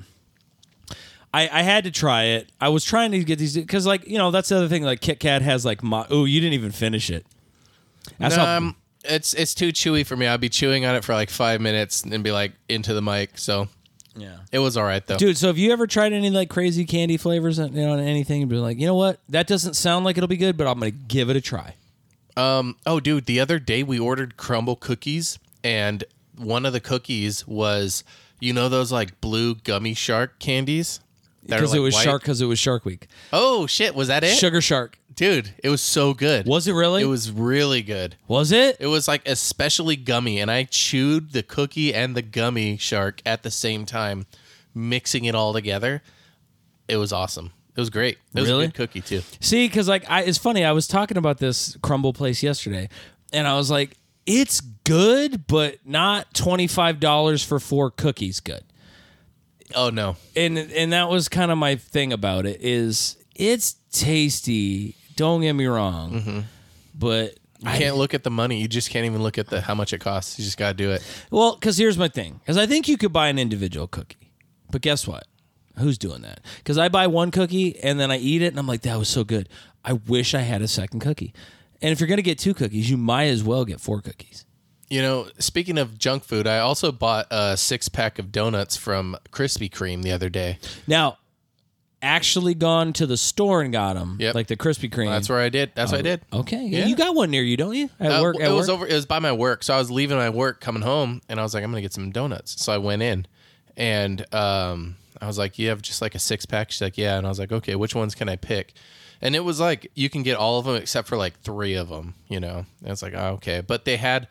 Speaker 1: I, I had to try it. I was trying to get these because, like, you know, that's the other thing. Like, Kit Kat has like my. Oh, you didn't even finish it. That's how-
Speaker 2: um it's it's too chewy for me. I'd be chewing on it for like five minutes and be like into the mic. So
Speaker 1: yeah,
Speaker 2: it was all right though.
Speaker 1: dude. So, have you ever tried any like crazy candy flavors on you know, on anything? And been like, you know what? That doesn't sound like it'll be good, but I'm gonna give it a try.
Speaker 2: Um, oh, dude, the other day we ordered crumble cookies, and one of the cookies was, you know, those like blue gummy shark candies. That are,
Speaker 1: Because it
Speaker 2: like,
Speaker 1: was
Speaker 2: white?
Speaker 1: shark. Because it was Shark Week.
Speaker 2: Oh shit, was that it,
Speaker 1: Sugar Shark.
Speaker 2: dude? It was so good.
Speaker 1: Was it really?
Speaker 2: It was really good.
Speaker 1: Was it?
Speaker 2: It was like especially gummy, and I chewed the cookie and the gummy shark at the same time, mixing it all together. It was awesome. It was great. It was
Speaker 1: Really?
Speaker 2: a good cookie too.
Speaker 1: See, because like I, it's funny. I was talking about this crumble place yesterday, and I was like, "It's good, but not twenty five dollars for four cookies." Good,
Speaker 2: Oh no,
Speaker 1: and and that was kind of my thing about it. Is it's tasty? Don't get me wrong, but
Speaker 2: you can't look at the money. You just can't even look at the how much it costs. You just gotta do it.
Speaker 1: Well, because here's my thing. Because I think you could buy an individual cookie, but guess what? Who's doing that? Because I buy one cookie and then I eat it and I'm like, that was so good. I wish I had a second cookie. And if you're gonna get two cookies, you might as well get four cookies.
Speaker 2: You know, speaking of junk food, I also bought a six pack of donuts from Krispy Kreme the other day.
Speaker 1: Now, actually gone to the store and got them,
Speaker 2: Yep.
Speaker 1: like the Krispy Kreme.
Speaker 2: That's where I did. That's what I did.
Speaker 1: Okay,
Speaker 2: Yeah.
Speaker 1: you got one near you, don't you? At
Speaker 2: Uh,
Speaker 1: work,
Speaker 2: it
Speaker 1: at
Speaker 2: was
Speaker 1: work?
Speaker 2: over. It was by my work, so I was leaving my work, coming home, and I was like, I'm gonna get some donuts. So I went in, and um, I was like, You have just like a six pack? She's like, Yeah. And I was like, Okay, which ones can I pick? And it was like you can get all of them except for like three of them. You know, and it's like oh, okay, but they had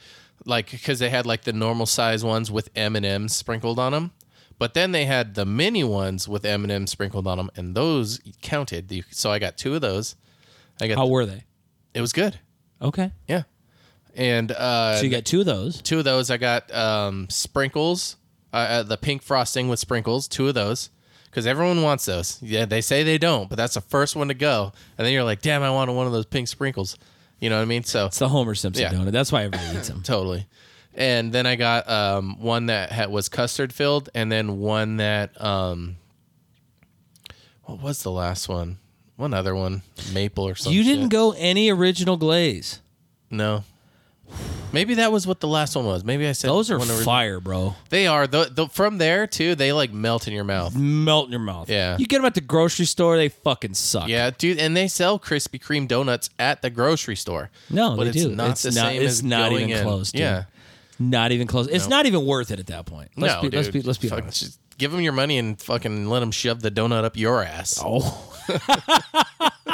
Speaker 2: like because they had like the normal size ones with M and M's sprinkled on them. But then they had the mini ones with M and M's sprinkled on them, and those counted. You- So I got two of those. I got
Speaker 1: How were they?
Speaker 2: it was good,
Speaker 1: Okay,
Speaker 2: yeah. And uh,
Speaker 1: so you got two of those.
Speaker 2: two of those. I got um, sprinkles, uh, uh, the pink frosting with sprinkles. Two of those because everyone wants those. Yeah, they say they don't, but that's the first one to go. And then you're like, damn, I wanted one of those pink sprinkles. You know what I mean? So
Speaker 1: It's the Homer Simpson
Speaker 2: Yeah.
Speaker 1: donut. That's why everybody eats them.
Speaker 2: totally. And then I got um, one that had, was custard filled, and then one that um, what was the last one? One other one, maple or something.
Speaker 1: You didn't go any original glaze.
Speaker 2: No. Maybe that was what the last one was. Maybe I said
Speaker 1: Those are
Speaker 2: one orig-
Speaker 1: fire, bro.
Speaker 2: They are the, the from there too. They like melt in your mouth.
Speaker 1: melt in your mouth.
Speaker 2: Yeah.
Speaker 1: You get them at the grocery store, they fucking suck.
Speaker 2: Yeah, dude, and they sell Krispy Kreme donuts at the grocery store.
Speaker 1: No,
Speaker 2: but
Speaker 1: they
Speaker 2: it's
Speaker 1: do.
Speaker 2: not
Speaker 1: It's
Speaker 2: the
Speaker 1: not-
Speaker 2: same
Speaker 1: it's
Speaker 2: as
Speaker 1: not
Speaker 2: going
Speaker 1: even
Speaker 2: in.
Speaker 1: close, dude.
Speaker 2: Yeah,
Speaker 1: Not even close. It's not even worth it at that point. Let's
Speaker 2: no,
Speaker 1: be,
Speaker 2: dude.
Speaker 1: let's be let's be
Speaker 2: Fuck,
Speaker 1: honest.
Speaker 2: just give them your money and fucking let them shove the donut up your ass.
Speaker 1: Oh.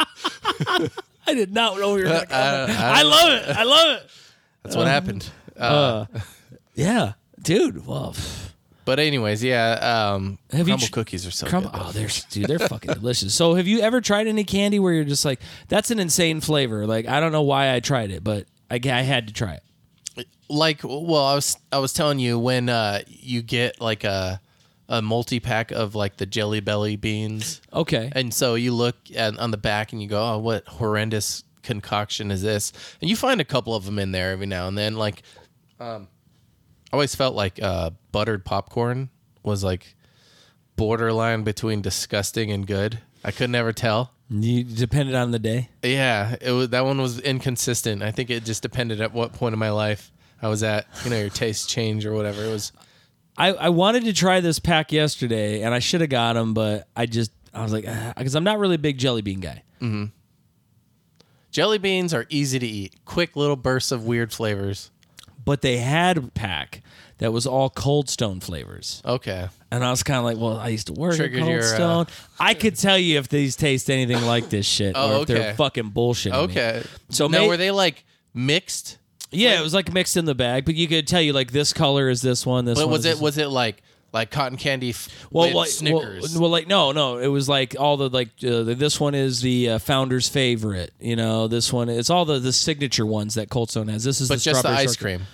Speaker 1: I did not know you were going to
Speaker 2: I- Uh, I-
Speaker 1: I love it. I love it.
Speaker 2: That's what happened. Uh,
Speaker 1: Yeah. Dude, well, pff.
Speaker 2: but anyways, yeah. Um,
Speaker 1: Have you
Speaker 2: crumble
Speaker 1: tr-
Speaker 2: cookies are so
Speaker 1: crumb-
Speaker 2: good. though.
Speaker 1: oh, they're dude, they're fucking delicious. So, have you ever tried any candy where you're just like, that's an insane flavor? Like, I don't know why I tried it, but I, I had to try it.
Speaker 2: like well i was i was telling you when uh you get like a a multi-pack of like the jelly belly beans
Speaker 1: Okay.
Speaker 2: and so you look at, on the back and you go oh what horrendous concoction is this and you find a couple of them in there every now and then like um i always felt like uh buttered popcorn was like borderline between disgusting and good i could never tell
Speaker 1: You depended on the day.
Speaker 2: Yeah, it was, that one was inconsistent. I think it just depended at what point in my life I was at. You know, your taste change or whatever. It was
Speaker 1: I, I wanted to try this pack yesterday, and I should have got them, but I just I was like, because I'm not really a big jelly bean guy.
Speaker 2: jelly beans are easy to eat. Quick little bursts of weird flavors.
Speaker 1: But they had a pack that was all Cold Stone flavors,
Speaker 2: Okay,
Speaker 1: and I was kind of like, well, I used to work at
Speaker 2: Triggered
Speaker 1: Cold
Speaker 2: your, uh,
Speaker 1: Stone. I could tell you if these taste anything like this shit,
Speaker 2: Oh,
Speaker 1: or if they're
Speaker 2: okay.
Speaker 1: fucking bullshit.
Speaker 2: okay.
Speaker 1: So
Speaker 2: now
Speaker 1: may-
Speaker 2: were they like mixed?
Speaker 1: Yeah, it was like mixed in the bag, but you could tell you like this color is this one. This
Speaker 2: But
Speaker 1: one
Speaker 2: was
Speaker 1: is
Speaker 2: it
Speaker 1: this
Speaker 2: was it like like cotton candy f-
Speaker 1: well,
Speaker 2: with
Speaker 1: like,
Speaker 2: Snickers?
Speaker 1: Well, well, like no, no, it was like all the like uh, the, this one is the uh, founder's favorite. You know, this one it's all the the signature ones that Cold Stone has. This is
Speaker 2: but
Speaker 1: the
Speaker 2: just the
Speaker 1: strawberry
Speaker 2: ice
Speaker 1: shortcake.
Speaker 2: cream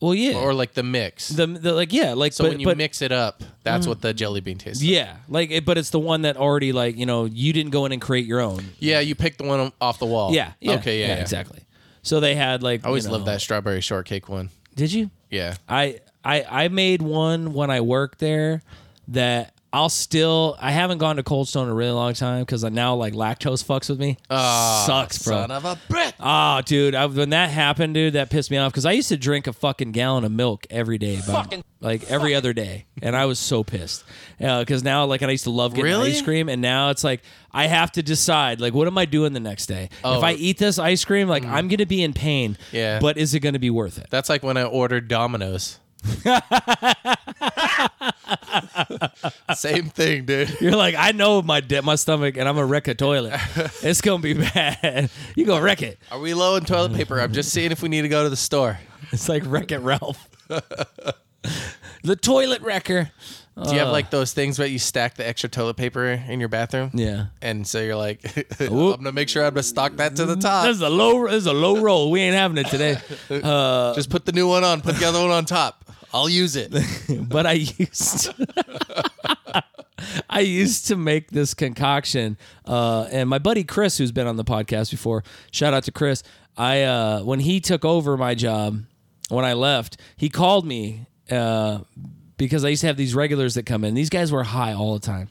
Speaker 1: Well, yeah,
Speaker 2: or like the mix.
Speaker 1: the, the like yeah, like
Speaker 2: so
Speaker 1: but,
Speaker 2: when you
Speaker 1: but- Mm.
Speaker 2: mix it up, that's what the jelly bean tastes. like.
Speaker 1: yeah, like it, but it's the one that already like you know you didn't go in and create your own.
Speaker 2: Yeah, you pick the one off the wall.
Speaker 1: Yeah, yeah
Speaker 2: Oh, okay. Yeah. yeah.
Speaker 1: exactly. So they had like
Speaker 2: I always
Speaker 1: you
Speaker 2: loved
Speaker 1: know-
Speaker 2: that strawberry shortcake one.
Speaker 1: Did you?
Speaker 2: Yeah.
Speaker 1: I I I made one when I worked there that I'll still I haven't gone to Cold Stone in a really long time because now like lactose fucks with me. Sucks, bro.
Speaker 2: Ah, Son of a brick.
Speaker 1: Oh, dude, I, when that happened, dude, that pissed me off because I used to drink a fucking gallon of milk every day, but-
Speaker 3: Fucking-
Speaker 1: like every other day, and I was so pissed because now, like, I used to love getting
Speaker 2: Really?
Speaker 1: ice cream, and now it's like I have to decide, like, what am I doing the next day? If
Speaker 2: Oh. Mm.
Speaker 1: I eat this ice cream, like, I'm gonna be in pain,
Speaker 2: Yeah.
Speaker 1: but is it gonna be worth it?
Speaker 2: That's like when I ordered Domino's. Same thing, dude.
Speaker 1: You're like, I know my de- my stomach, and I'm gonna wreck a toilet. it's gonna be bad. you gonna wreck it.
Speaker 2: Are we low in toilet paper? I'm just seeing if we need to go to the store.
Speaker 1: It's like Wreck It Ralph. the toilet wrecker.
Speaker 2: Do you
Speaker 1: Uh.
Speaker 2: have like those things where you stack the extra toilet paper in your bathroom?
Speaker 1: Yeah.
Speaker 2: And so you're like, I'm gonna make sure I'm gonna stock that to the
Speaker 1: This
Speaker 2: top.
Speaker 1: is a low. This is a low roll. We ain't having it today.
Speaker 2: Just put the new one on. Put the other one on top. I'll use it.
Speaker 1: But I used, I used to make this concoction, uh, and my buddy Chris, who's been on the podcast before, shout out to Chris. I uh, when he took over my job, when I left, he called me uh, because I used to have these regulars that come in. These guys were high all the time.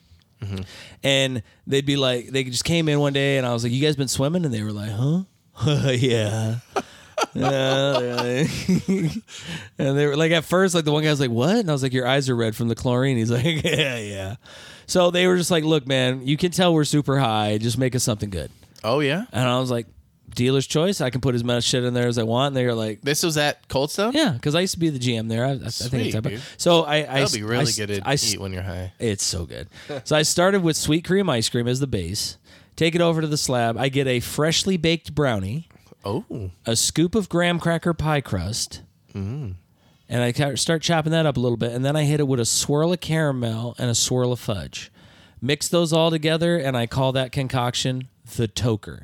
Speaker 1: and they'd be like, they just came in one day, and I was like, "You guys been swimming?" And they were like, "Huh? yeah." Yeah. and they were like, at first, like the one guy was like, "What?" And I was like, "Your eyes are red from the chlorine." He's like, "Yeah, yeah." So they were just like, "Look, man, you can tell we're super high. Just make us something good."
Speaker 2: Oh yeah.
Speaker 1: And I was like, "Dealer's choice. I can put as much shit in there as I want." And they were like,
Speaker 2: This was at Coldstone.
Speaker 1: "Yeah," because I used to be the GM there. I, I, I think
Speaker 2: Sweet,
Speaker 1: it's happened.
Speaker 2: dude.
Speaker 1: So I, I
Speaker 2: That'll be really
Speaker 1: I,
Speaker 2: good to
Speaker 1: I,
Speaker 2: eat when you're high.
Speaker 1: it's so good. so I started with sweet cream ice cream as the base. Take it over to the slab. I get a freshly baked brownie,
Speaker 2: Oh.
Speaker 1: a scoop of graham cracker pie crust, and I ca- start chopping that up a little bit. And then I hit it with a swirl of caramel and a swirl of fudge. Mix those all together, and I call that concoction the toker.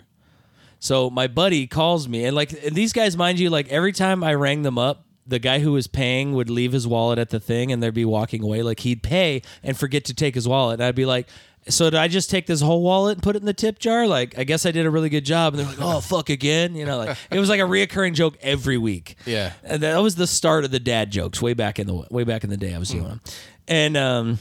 Speaker 1: So my buddy calls me, and like and these guys, mind you, like every time I rang them up, the guy who was paying would leave his wallet at the thing, and they'd be walking away. Like he'd pay and forget to take his wallet, and I'd be like. So did I just take this whole wallet and put it in the tip jar? Like, I guess I did a really good job. And they're like, "Oh fuck again," you know. Like, it was like a reoccurring joke every week.
Speaker 2: Yeah.
Speaker 1: and that was the start of the dad jokes way back in the way back in the day. I was doing them, and um,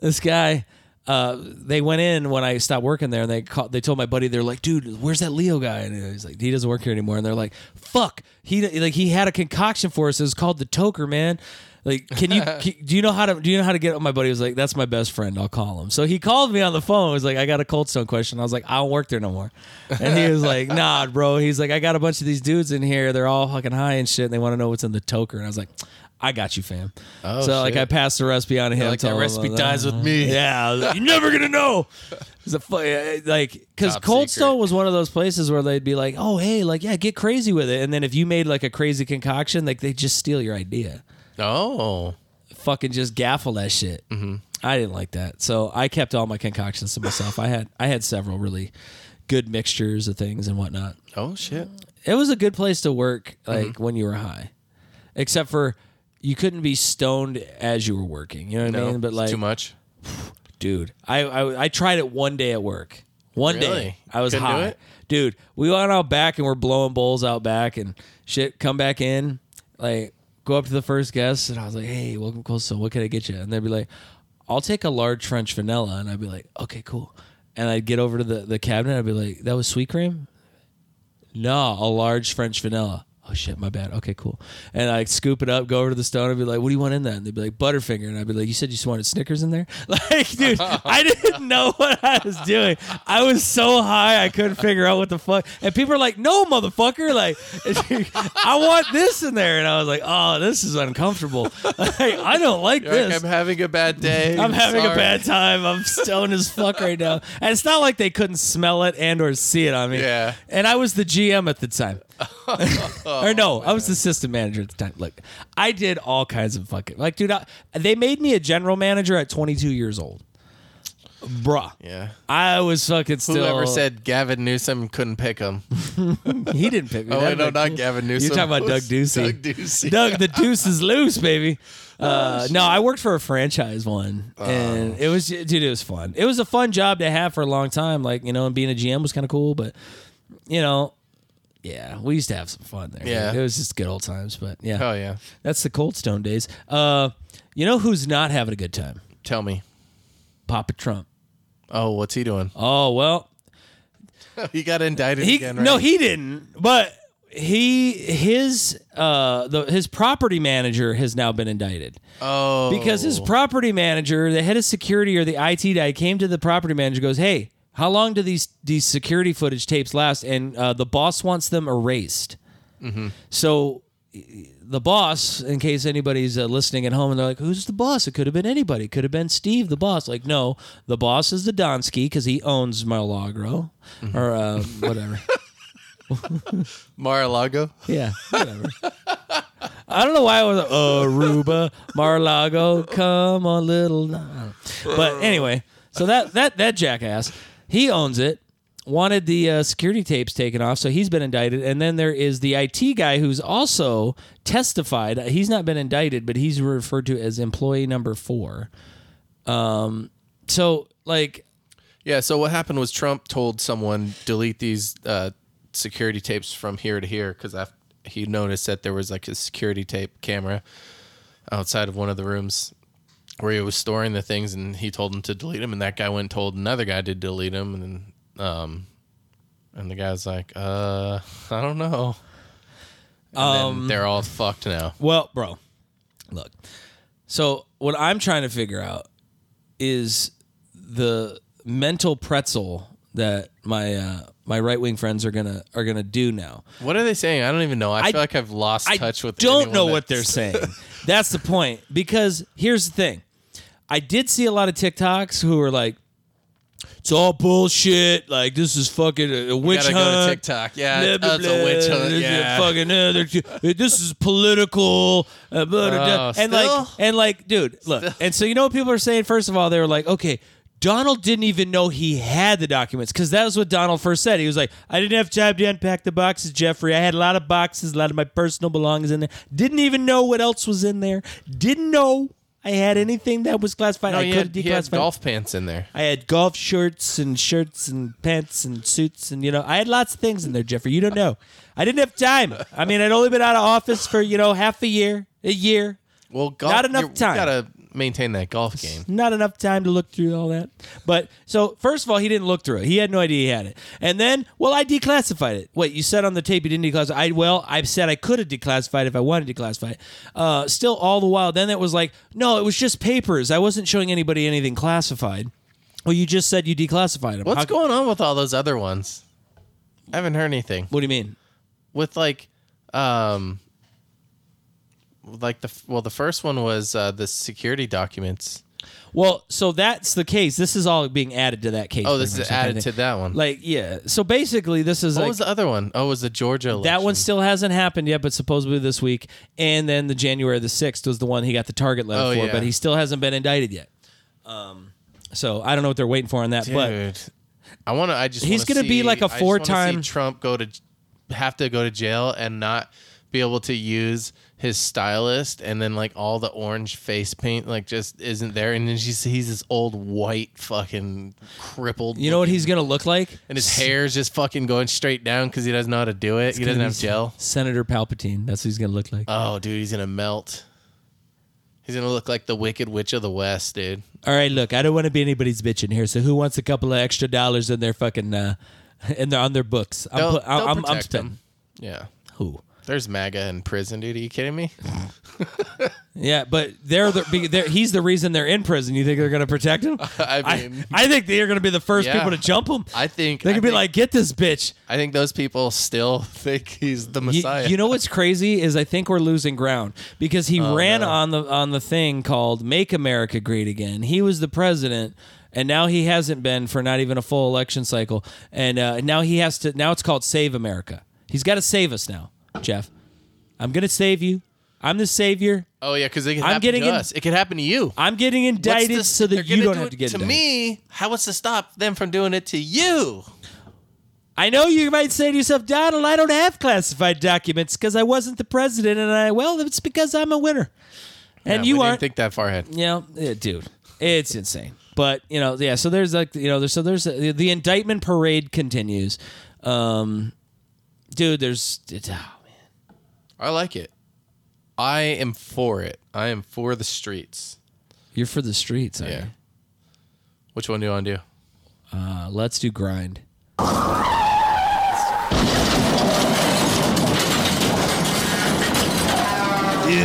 Speaker 1: this guy uh, they went in when I stopped working there, and they called, they told my buddy they're like, "Dude, where's that Leo guy?" And he's like, "He doesn't work here anymore." And they're like, "Fuck, he like he had a concoction for us. It was called the Toker, man. Like, can you can, do you know how to do you know how to get?" My buddy was like, "That's my best friend. I'll call him." So he called me on the phone. He was like, "I got a Cold Stone question." I was like, "I don't work there no more," and he was like, "Nah, bro." He's like, "I got a bunch of these dudes in here. They're all fucking high and shit. And they want to know what's in the Toker." And I was like. I got you, fam.
Speaker 2: Oh,
Speaker 1: so like
Speaker 2: shit.
Speaker 1: I passed the recipe on to him.
Speaker 2: Like that
Speaker 1: told him,
Speaker 2: recipe
Speaker 1: uh,
Speaker 2: dies with me.
Speaker 1: yeah, I was like, you're never gonna know. It's a fu- uh, like because
Speaker 2: Top
Speaker 1: Cold
Speaker 2: secret.
Speaker 1: Stone was one of those places where they'd be like, "Oh, hey, like yeah, get crazy with it," and then if you made like a crazy concoction, like they just steal your idea,
Speaker 2: Oh.
Speaker 1: fucking just gaffle that shit. Mm-hmm. I didn't like that, so I kept all my concoctions to myself. I had I had several really good mixtures of things and whatnot.
Speaker 2: Oh shit.
Speaker 1: It was a good place to work, like when you were high, except for you couldn't be stoned as you were working. You know what I mean? But
Speaker 2: it's
Speaker 1: like
Speaker 2: too much.
Speaker 1: dude. I, I I tried it one day at work. One day
Speaker 2: Really?
Speaker 1: I was
Speaker 2: Couldn't do
Speaker 1: high,
Speaker 2: it?
Speaker 1: dude. We went out back and we're blowing bowls out back and shit. Come back in, like go up to the first guest and I was like, "Hey, welcome, Cold Stone. What can I get you?" And they'd be like, I'll take a large French vanilla, and I'd be like, okay, cool. And I'd get over to the, the cabinet, I'd be like, that was sweet cream? No, a large French vanilla. Oh shit, my bad. Okay, cool. And I'd scoop it up, go over to the stone, and be like, what do you want in that? And they'd be like, Butterfinger. And I'd be like, you said you just wanted Snickers in there? Like, dude, I didn't know what I was doing. I was so high, I couldn't figure out what the fuck. And people are like, no, motherfucker. Like, I want this in there. And I was like, oh, this is uncomfortable. Like, I don't like
Speaker 2: You're
Speaker 1: this.
Speaker 2: like, I'm having a bad day.
Speaker 1: I'm having a
Speaker 2: sorry."
Speaker 1: bad time. I'm stoned as fuck right now. And it's not like they couldn't smell it and or see it on me.
Speaker 2: Yeah.
Speaker 1: And I was the GM at the time. or
Speaker 2: Oh,
Speaker 1: no, I was the system manager at the time. Look, I did all kinds of fucking like, dude. I, they made me a general manager at 22 years old, bruh.
Speaker 2: Yeah.
Speaker 1: I was fucking still.
Speaker 2: Whoever said Gavin Newsom couldn't pick him.
Speaker 1: he didn't pick me?
Speaker 2: Oh, wait,
Speaker 1: That'd
Speaker 2: no,
Speaker 1: be
Speaker 2: not
Speaker 1: cool.
Speaker 2: Gavin Newsom.
Speaker 1: You're talking about Doug Ducey.
Speaker 2: Doug Ducey. Oh,
Speaker 1: Doug, the deuce is loose, baby. Uh, no, I worked for a franchise one, and it was dude, it was fun. It was a fun job to have for a long time. Like you know, and being a GM was kind of cool, but you know, yeah, we used to have some fun there.
Speaker 2: Yeah.
Speaker 1: it was just good old times. But yeah,
Speaker 2: Oh, yeah.
Speaker 1: that's the Cold Stone days. Uh, you know who's not having a good time?
Speaker 2: Tell me.
Speaker 1: Papa Trump.
Speaker 2: Oh, what's he doing?
Speaker 1: Oh well,
Speaker 2: He got indicted
Speaker 1: he
Speaker 2: again, right?
Speaker 1: no he didn't but he his uh the his property manager has now been indicted
Speaker 2: oh,
Speaker 1: because his property manager the head of security or the IT guy came to the property manager and goes hey how long do these these security footage tapes last and uh, the boss wants them erased
Speaker 2: Mm-hmm.
Speaker 1: so the boss, in case anybody's uh, listening at home and they're like, who's the boss? It could have been anybody. It could have been Steve, the boss. Like, no, the boss is the Donsky because he owns Malagro
Speaker 2: Mm-hmm.
Speaker 1: or uh, whatever.
Speaker 2: Mar-a-Lago.
Speaker 1: Yeah, whatever. I don't know why I was Aruba, Mar-a-Lago, come on, little. I don't know. But anyway, so that that that jackass, he owns it. Wanted the uh, security tapes taken off, so he's been indicted. And then there is the IT guy who's also testified. uh, He's not been indicted, but he's referred to as employee number four. Um, so like
Speaker 2: Yeah. So what happened was Trump told someone delete these uh, security tapes from here to here because he noticed that there was like a security tape camera outside of one of the rooms where he was storing the things, and he told him to delete them, and that guy went and told another guy to delete them, and then um, and the guy was like, uh, I don't know. And
Speaker 1: Um,
Speaker 2: then they're all fucked now.
Speaker 1: Well, bro, look. So what I'm trying to figure out is the mental pretzel that my uh, my right wing friends are gonna are gonna do now.
Speaker 2: What are they saying? I don't even know. I,
Speaker 1: I-
Speaker 2: feel like I've lost
Speaker 1: I
Speaker 2: touch with.
Speaker 1: don't
Speaker 2: anyone
Speaker 1: know what
Speaker 2: that's-
Speaker 1: they're saying. That's the point. Because here's the thing. I did see a lot of TikToks who were like, "It's all bullshit. Like this is fucking a, a
Speaker 2: You
Speaker 1: witch
Speaker 2: gotta
Speaker 1: hunt."
Speaker 2: go to TikTok. Yeah,
Speaker 1: Blah, blah,
Speaker 2: that's a witch
Speaker 1: blah.
Speaker 2: hunt.
Speaker 1: This is
Speaker 2: Yeah.
Speaker 1: fucking, uh, they're ju- this is political. uh, blah, blah, blah.
Speaker 2: Oh,
Speaker 1: and like,
Speaker 2: still?
Speaker 1: and like, dude, look. And so you know what people are saying? First of all, they were like, okay. Donald didn't even know he had the documents because that was what Donald first said. He was like, I didn't have time to unpack the boxes, Jeffrey. I had a lot of boxes, a lot of my personal belongings in there. Didn't even know what else was in there. Didn't know I had anything that was classified.
Speaker 2: No,
Speaker 1: I
Speaker 2: he,
Speaker 1: could
Speaker 2: had, he had
Speaker 1: declassify.
Speaker 2: golf pants in there.
Speaker 1: I had golf shirts and shirts and pants and suits and you know I had lots of things in there, Jeffrey. You don't know. I didn't have time. I mean, I'd only been out of office for you know half a year, a year.
Speaker 2: Well, golf,
Speaker 1: Not enough
Speaker 2: you're-
Speaker 1: time.
Speaker 2: You gotta maintain that golf game.
Speaker 1: Not enough time to look through all that. But so first of all, he didn't look through it. He had no idea he had it. And then, well, I declassified it. Wait, you said on the tape you didn't declassify. I well, I said I could have declassified if I wanted to declassify it. Uh, still, all the while, then it was like, no, it was just papers. I wasn't showing anybody anything classified. Well, you just said you declassified them.
Speaker 2: What's
Speaker 1: How-
Speaker 2: going on with all those other ones? I haven't heard anything
Speaker 1: What do you mean?
Speaker 2: with like, um, like the f- well, the first one was uh, the security documents.
Speaker 1: Well, so that's the case. This is all being added to that case.
Speaker 2: Oh, this
Speaker 1: pretty
Speaker 2: is
Speaker 1: much, I
Speaker 2: added
Speaker 1: think.
Speaker 2: to that one.
Speaker 1: Like, yeah. So basically, this is
Speaker 2: what
Speaker 1: like,
Speaker 2: was the other one? Oh, it was the Georgia election.
Speaker 1: that one still hasn't happened yet, but supposedly this week. And then the January the sixth was the one he got the target letter
Speaker 2: Oh,
Speaker 1: for,
Speaker 2: yeah.
Speaker 1: but he still hasn't been indicted yet. Um, so I don't know what they're waiting for on that, but
Speaker 2: Dude, I want to. I just
Speaker 1: He's
Speaker 2: wanna
Speaker 1: gonna be
Speaker 2: see-
Speaker 1: like a
Speaker 2: I just wanna see
Speaker 1: four-time-
Speaker 2: Trump go to have to go to jail and not be able to use his stylist, and then like all the orange face paint like just isn't there, and then she he's this old white fucking crippled.
Speaker 1: you know what he's gonna look like?
Speaker 2: and his hair's just fucking going straight down because he doesn't know how to do it. He doesn't have Uh. gel.
Speaker 1: Senator Palpatine. That's what he's gonna look like.
Speaker 2: Oh, dude, he's gonna melt. He's gonna look like the Wicked Witch of the West, dude.
Speaker 1: All right, look, I don't want to be anybody's bitch in here. So who wants a couple of extra dollars in their fucking uh, in their on their books? I'm
Speaker 2: They'll,
Speaker 1: put- I'm,
Speaker 2: they'll
Speaker 1: I'm, I'm
Speaker 2: protect
Speaker 1: spitting.
Speaker 2: him. Yeah.
Speaker 1: Who?
Speaker 2: There's MAGA in prison, dude. Are you kidding me?
Speaker 1: Yeah, but they're the be- they're, he's the reason they're in prison. You think they're going to protect him?
Speaker 2: I mean-
Speaker 1: I, think they're going to be the first
Speaker 2: Yeah.
Speaker 1: people to jump him.
Speaker 2: I think
Speaker 1: They're
Speaker 2: I
Speaker 1: going to be
Speaker 2: think-
Speaker 1: like, "Get this bitch."
Speaker 2: I think those people still think he's the
Speaker 1: You,
Speaker 2: Messiah. Oh,
Speaker 1: you know what's crazy is I think we're losing ground because he ran on the on the thing called "Make America Great Again." He was the president, and now he hasn't been for not even a full election cycle, and uh, now he has to. Now it's called "Save America." He's got to save us now, Jeff. I'm going to save you. I'm the savior.
Speaker 2: oh yeah, because it could
Speaker 1: I'm
Speaker 2: happen
Speaker 1: getting
Speaker 2: to
Speaker 1: in-
Speaker 2: us. It could happen to you.
Speaker 1: I'm getting
Speaker 2: What's
Speaker 1: indicted
Speaker 2: this-
Speaker 1: so
Speaker 2: they're
Speaker 1: that you
Speaker 2: gonna
Speaker 1: don't
Speaker 2: do
Speaker 1: have
Speaker 2: it
Speaker 1: to get
Speaker 2: to
Speaker 1: indicted.
Speaker 2: me. How what's to stop them from doing it to you?
Speaker 1: I know you might say to yourself, Donald, I don't have classified documents because I wasn't the president, and I well, it's because I'm a winner, and
Speaker 2: Yeah, we
Speaker 1: you
Speaker 2: didn't
Speaker 1: aren't.
Speaker 2: think that far ahead.
Speaker 1: you know, yeah, dude, it's insane. But you know, yeah. So there's like you know, there's so there's uh, the, the indictment parade continues. Um, dude, there's it's, oh, man.
Speaker 2: I like it. I am for it. I am for the streets.
Speaker 1: you're for the streets. Aren't
Speaker 2: Yeah. Which one do you want to do?
Speaker 1: you? Uh, let's do grind.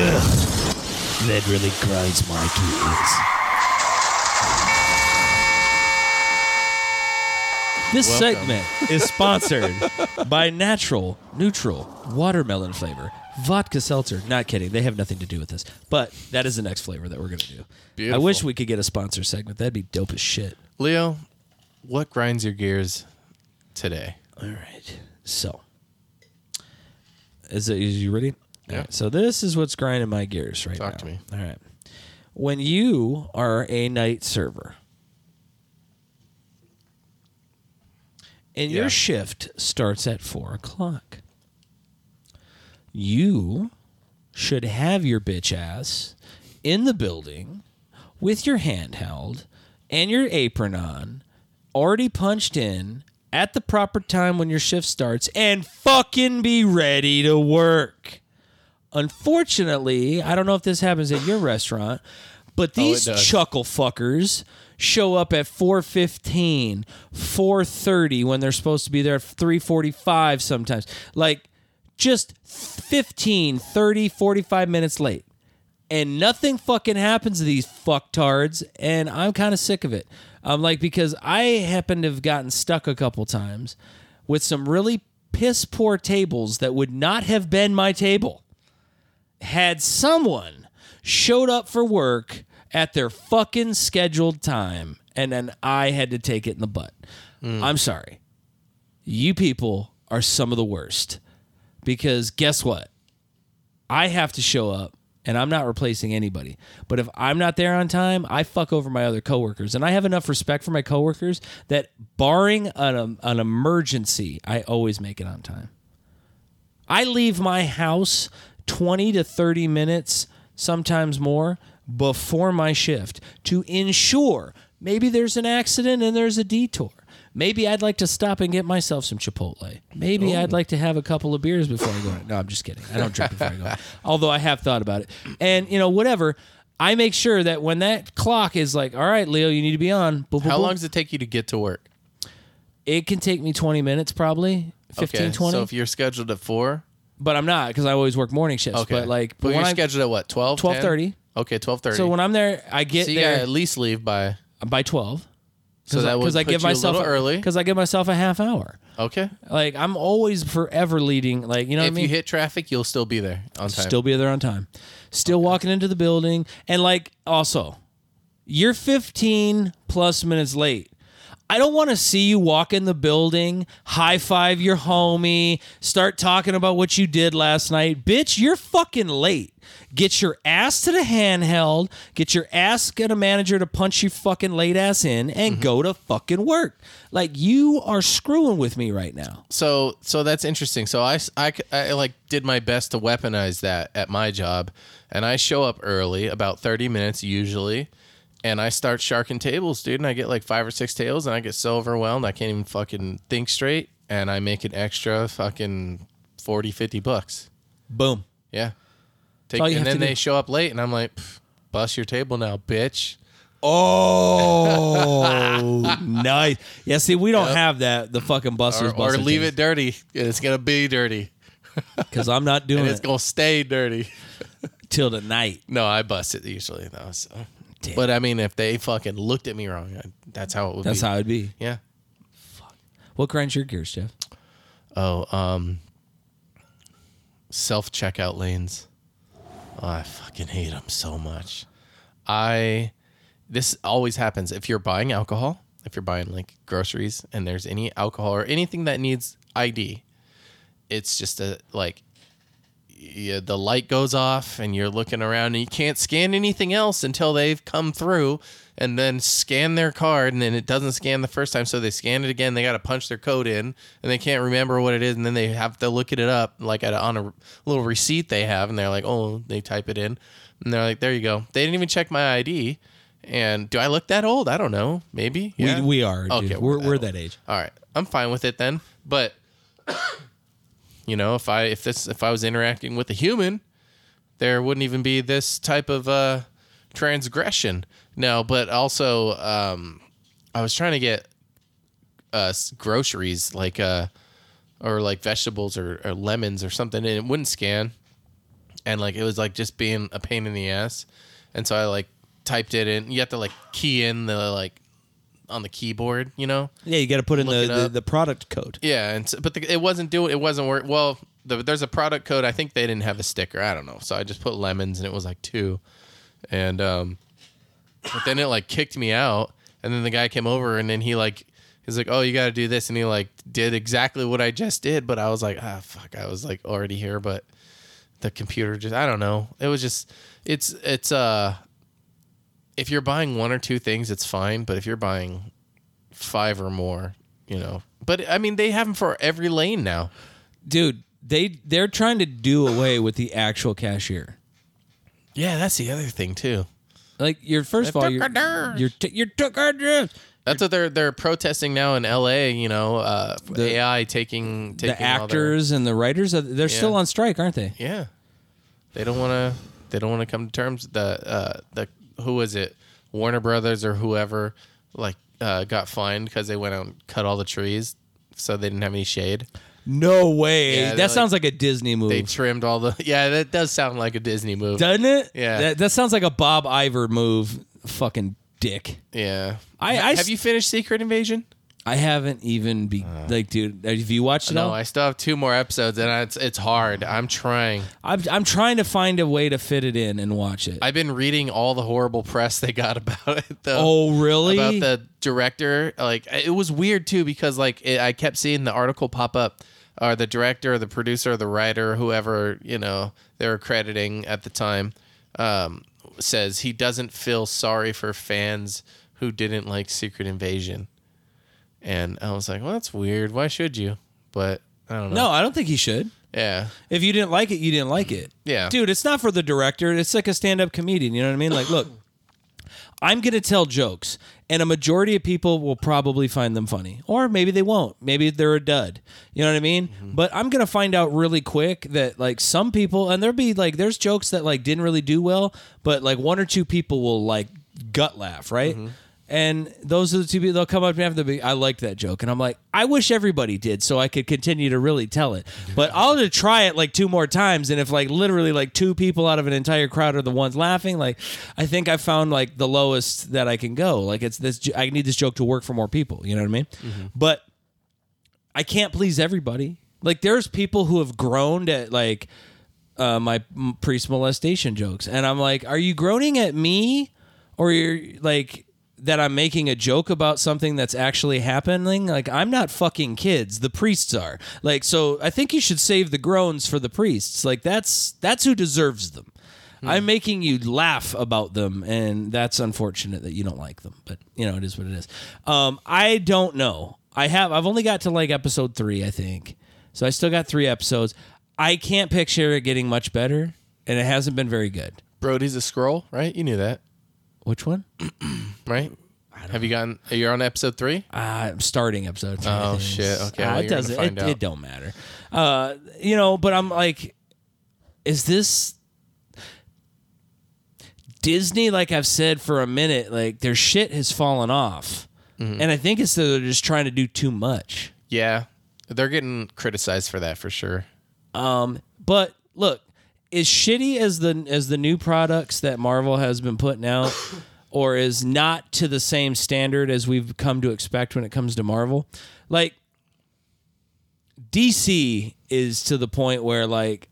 Speaker 1: That really grinds my gears. This
Speaker 2: Welcome.
Speaker 1: segment is sponsored by natural, neutral watermelon flavor, vodka seltzer. Not kidding, they have nothing to do with this, but that is the next flavor that we're going to do. I
Speaker 2: Beautiful.
Speaker 1: wish we could get a sponsor segment. That'd be dope as shit.
Speaker 2: Leo, what grinds your gears today?
Speaker 1: All right. So, is it? Is you ready?
Speaker 2: Yeah.
Speaker 1: All right, so this is what's grinding my gears right now.
Speaker 2: Talk to me.
Speaker 1: All right. When you are a night server, and
Speaker 2: Yeah.
Speaker 1: your shift starts at four o'clock, you should have your bitch ass in the building with your hand held and your apron on, already punched in at the proper time when your shift starts, and fucking be ready to work. Unfortunately, I don't know if this happens at your restaurant, but these
Speaker 2: does.
Speaker 1: chuckle fuckers show up at 4.15 4.30 when they're supposed to be there at 3.45 sometimes like just 15 30 45 minutes late and nothing fucking happens to these fucktards and i'm kind of sick of it i'm like because i happen to have gotten stuck a couple times with some really piss poor tables that would not have been my table had someone showed up for work at their fucking scheduled time and then i had to take it in the butt i'm sorry you people are some of the worst because guess what I have to show up and I'm not replacing anybody. But if I'm not there on time, I fuck over my other coworkers. And I have enough respect for my coworkers that barring an, um, an emergency, I always make it on time. I leave my house 20 to 30 minutes, sometimes more, before my shift to ensure maybe there's an accident and there's a detour. Maybe I'd like to stop and get myself some Chipotle. Maybe
Speaker 2: Oh.
Speaker 1: I'd like to have a couple of beers before I go. No, I'm just kidding. I don't drink before I go. Although I have thought about it. And, you know, whatever. I make sure that when that clock is like, all right, Leo, you need to be on. Boop, boop,
Speaker 2: How
Speaker 1: boop.
Speaker 2: long does it take you to get to work?
Speaker 1: It can take me 20 minutes, probably 15, 20.
Speaker 2: So if you're scheduled at four,
Speaker 1: but I'm not because I always work morning shifts.
Speaker 2: okay.
Speaker 1: But like,
Speaker 2: but
Speaker 1: when
Speaker 2: you're
Speaker 1: I'm-
Speaker 2: scheduled at what? 12?
Speaker 1: 12:30.
Speaker 2: Okay, twelve thirty.
Speaker 1: So when I'm there, I get
Speaker 2: so you
Speaker 1: there
Speaker 2: gotta at least leave by.
Speaker 1: by twelve.
Speaker 2: So that would
Speaker 1: I
Speaker 2: put
Speaker 1: give
Speaker 2: you
Speaker 1: myself
Speaker 2: a little early.
Speaker 1: because I give myself a half hour.
Speaker 2: Okay.
Speaker 1: Like I'm always forever leading. Like you know what I
Speaker 2: If
Speaker 1: mean.
Speaker 2: you hit traffic, you'll still be there on time.
Speaker 1: Still be there on time. Still walking into the building and like also, you're 15 plus minutes late. I don't want to see you walk in the building, high five your homie, start talking about what you did last night. Bitch, you're fucking late. Get your ass to the handheld, get your ass get a manager to punch your fucking late ass in and go to fucking work. Like you are screwing with me right now.
Speaker 2: so so that's interesting so I, s- I c- I, like did my best to weaponize that at my job and i show up early about 30 minutes usually and i start sharking tables dude and i get like five or six tables and i get so overwhelmed i can't even fucking think straight and i make an extra fucking 40 50 bucks
Speaker 1: Boom.
Speaker 2: yeah Take,
Speaker 1: all you
Speaker 2: and
Speaker 1: have
Speaker 2: then
Speaker 1: to
Speaker 2: they
Speaker 1: do.
Speaker 2: show up late and i'm like "Pff, bust your table now, bitch.
Speaker 1: Oh, nice. Yeah, see, we don't have that. The fucking busters,
Speaker 2: Or, or leave it dirty. And it's gonna be dirty.
Speaker 1: because I'm not doing
Speaker 2: And it's
Speaker 1: it
Speaker 2: gonna stay dirty.
Speaker 1: till tonight.
Speaker 2: No, I bust it usually though. So. But I mean, if they fucking looked at me wrong, I, that's how it would
Speaker 1: That's
Speaker 2: be.
Speaker 1: how it'd be.
Speaker 2: Yeah.
Speaker 1: What grinds your gears, Jeff?
Speaker 2: Oh, um, self checkout lanes. Oh, I fucking hate them so much. I, this always happens. If you're buying alcohol, if you're buying like groceries and there's any alcohol or anything that needs ID, it's just a like, yeah, the light goes off and you're looking around and you can't scan anything else until they've come through and then scan their card and then it doesn't scan the first time so they scan it again they got to punch their code in and they can't remember what it is and then they have to look it up like at a, on a little receipt they have and they're like oh they type it in and they're like there you go they didn't even check my ID and do I look that old I don't know maybe Yeah.
Speaker 1: We, we are. Dude.
Speaker 2: Okay,
Speaker 1: we're, we're
Speaker 2: well.
Speaker 1: that age.
Speaker 2: All right, I'm fine with it then. But you know, if I if this if I was interacting with a human, there wouldn't even be this type of uh, transgression. No, but also, um, I was trying to get uh, s- groceries like uh, or like vegetables or, or lemons or something, and it wouldn't scan, and like it was like just being a pain in the ass, and so I like typed it in. You have to like key in the like on the keyboard, you know.
Speaker 1: Yeah, you got to put in
Speaker 2: Look
Speaker 1: the,
Speaker 2: it
Speaker 1: the,
Speaker 2: up.
Speaker 1: the product code.
Speaker 2: Yeah, and so, but the, it wasn't doing. It wasn't work. Well, the, there's a product code. I think they didn't have a sticker. I don't know. So I just put lemons, and it was like two, and um, but then it like kicked me out, and then the guy came over, and then he like. He's like, oh, you got to do this, and he like did exactly what I just did, but I was like, ah, fuck, I was like already here, but the computer just, I don't know, it was just, it's, it's, uh, if you're buying one or two things, it's fine, but if you're buying five or more, you know. But I mean, they have them for every lane now.
Speaker 1: Dude, they they're trying to do away with the actual cashier.
Speaker 2: Yeah, that's the other thing too.
Speaker 1: Like you're first of all,
Speaker 2: took
Speaker 1: you're
Speaker 2: our doors.
Speaker 1: you're, t- you're took our dress.
Speaker 2: That's what they're they're protesting now in L.A. You know, uh, AI taking taking
Speaker 1: The
Speaker 2: all their-
Speaker 1: actors and the writers, are, they're still on strike, aren't they?
Speaker 2: yeah, they don't want to they don't want to come to terms. The uh, the who was it Warner Brothers or whoever like uh, got fined because they went out and cut all the trees, so they didn't have any shade.
Speaker 1: No way.
Speaker 2: Yeah,
Speaker 1: that
Speaker 2: they're like-
Speaker 1: sounds like a Disney
Speaker 2: They
Speaker 1: movie.
Speaker 2: trimmed all the yeah. That does sound like a Disney movie.
Speaker 1: Doesn't it?
Speaker 2: Yeah.
Speaker 1: That, that sounds like a Bob Iver move. Fucking dick.
Speaker 2: yeah,
Speaker 1: I-
Speaker 2: Ha-
Speaker 1: I
Speaker 2: have
Speaker 1: s-
Speaker 2: you finished Secret Invasion?
Speaker 1: I haven't even be like, dude. Have you watched it
Speaker 2: Uh. No,
Speaker 1: all?
Speaker 2: I still have two more episodes, and I- it's it's hard. I'm trying.
Speaker 1: I'm I'm trying to find a way to fit it in and watch it.
Speaker 2: I've been reading all the horrible press they got about it. Though,
Speaker 1: oh, really?
Speaker 2: About the director, like it was weird too because like it, I kept seeing the article pop up, or the director, or the producer, or the writer, whoever you know they were crediting at the time, um, says he doesn't feel sorry for fans who didn't like Secret Invasion, and I was like, well, that's weird. Why should you? But I don't know.
Speaker 1: no, I don't think he should.
Speaker 2: Yeah.
Speaker 1: If you didn't like it, you didn't like it.
Speaker 2: Yeah.
Speaker 1: Dude, it's not for the director. It's like a stand up comedian. You know what I mean? Like, look, I'm going to tell jokes, and a majority of people will probably find them funny. Or maybe they won't. Maybe they're a dud. You know what I mean? But I'm going to find out really quick that, like, some people, and there'll be like, there's jokes that, like, didn't really do well, but, like, one or two people will, like, gut laugh, right? And those are the two people they'll come up to me after the I liked that joke. And I'm like, I wish everybody did so I could continue to really tell it. But I'll just try it like two more times. And if like literally like two people out of an entire crowd are the ones laughing, like I think I found like the lowest that I can go. Like it's this, jo- I need this joke to work for more people. You know what I mean? But I can't please everybody. Like there's people who have groaned at like uh, my m- priest molestation jokes, and I'm like, are you groaning at me, or you're like that I'm making a joke about something that's actually happening? Like I'm not fucking kids. The priests are like, so I think you should save the groans for the priests. Like that's that's who deserves them. I'm making you laugh about them, and that's unfortunate that you don't like them. But you know, it is what it is. Um, I don't know. I have. I've only got to like episode three, I think. So I still got three episodes. I can't picture it getting much better, and it hasn't been very good.
Speaker 2: Brody's a scroll, right? You knew that,
Speaker 1: Which one?
Speaker 2: right? Have you gotten? You're on episode three.
Speaker 1: I'm Uh, starting episode. Three,
Speaker 2: Oh,
Speaker 1: I think.
Speaker 2: shit. Okay,
Speaker 1: Ah,
Speaker 2: well,
Speaker 1: it
Speaker 2: you're gonna
Speaker 1: doesn't.
Speaker 2: find
Speaker 1: It,
Speaker 2: out.
Speaker 1: it don't matter. Uh, you know, but I'm like, is this? Disney, like I've said for a minute, like their shit has fallen off,
Speaker 2: Mm-hmm.
Speaker 1: and I think it's that they're just trying to do too much.
Speaker 2: Yeah, they're getting criticized for that for sure.
Speaker 1: But look, as shitty as the as the new products that Marvel has been putting out, or is not to the same standard as we've come to expect when it comes to Marvel, like DC is to the point where like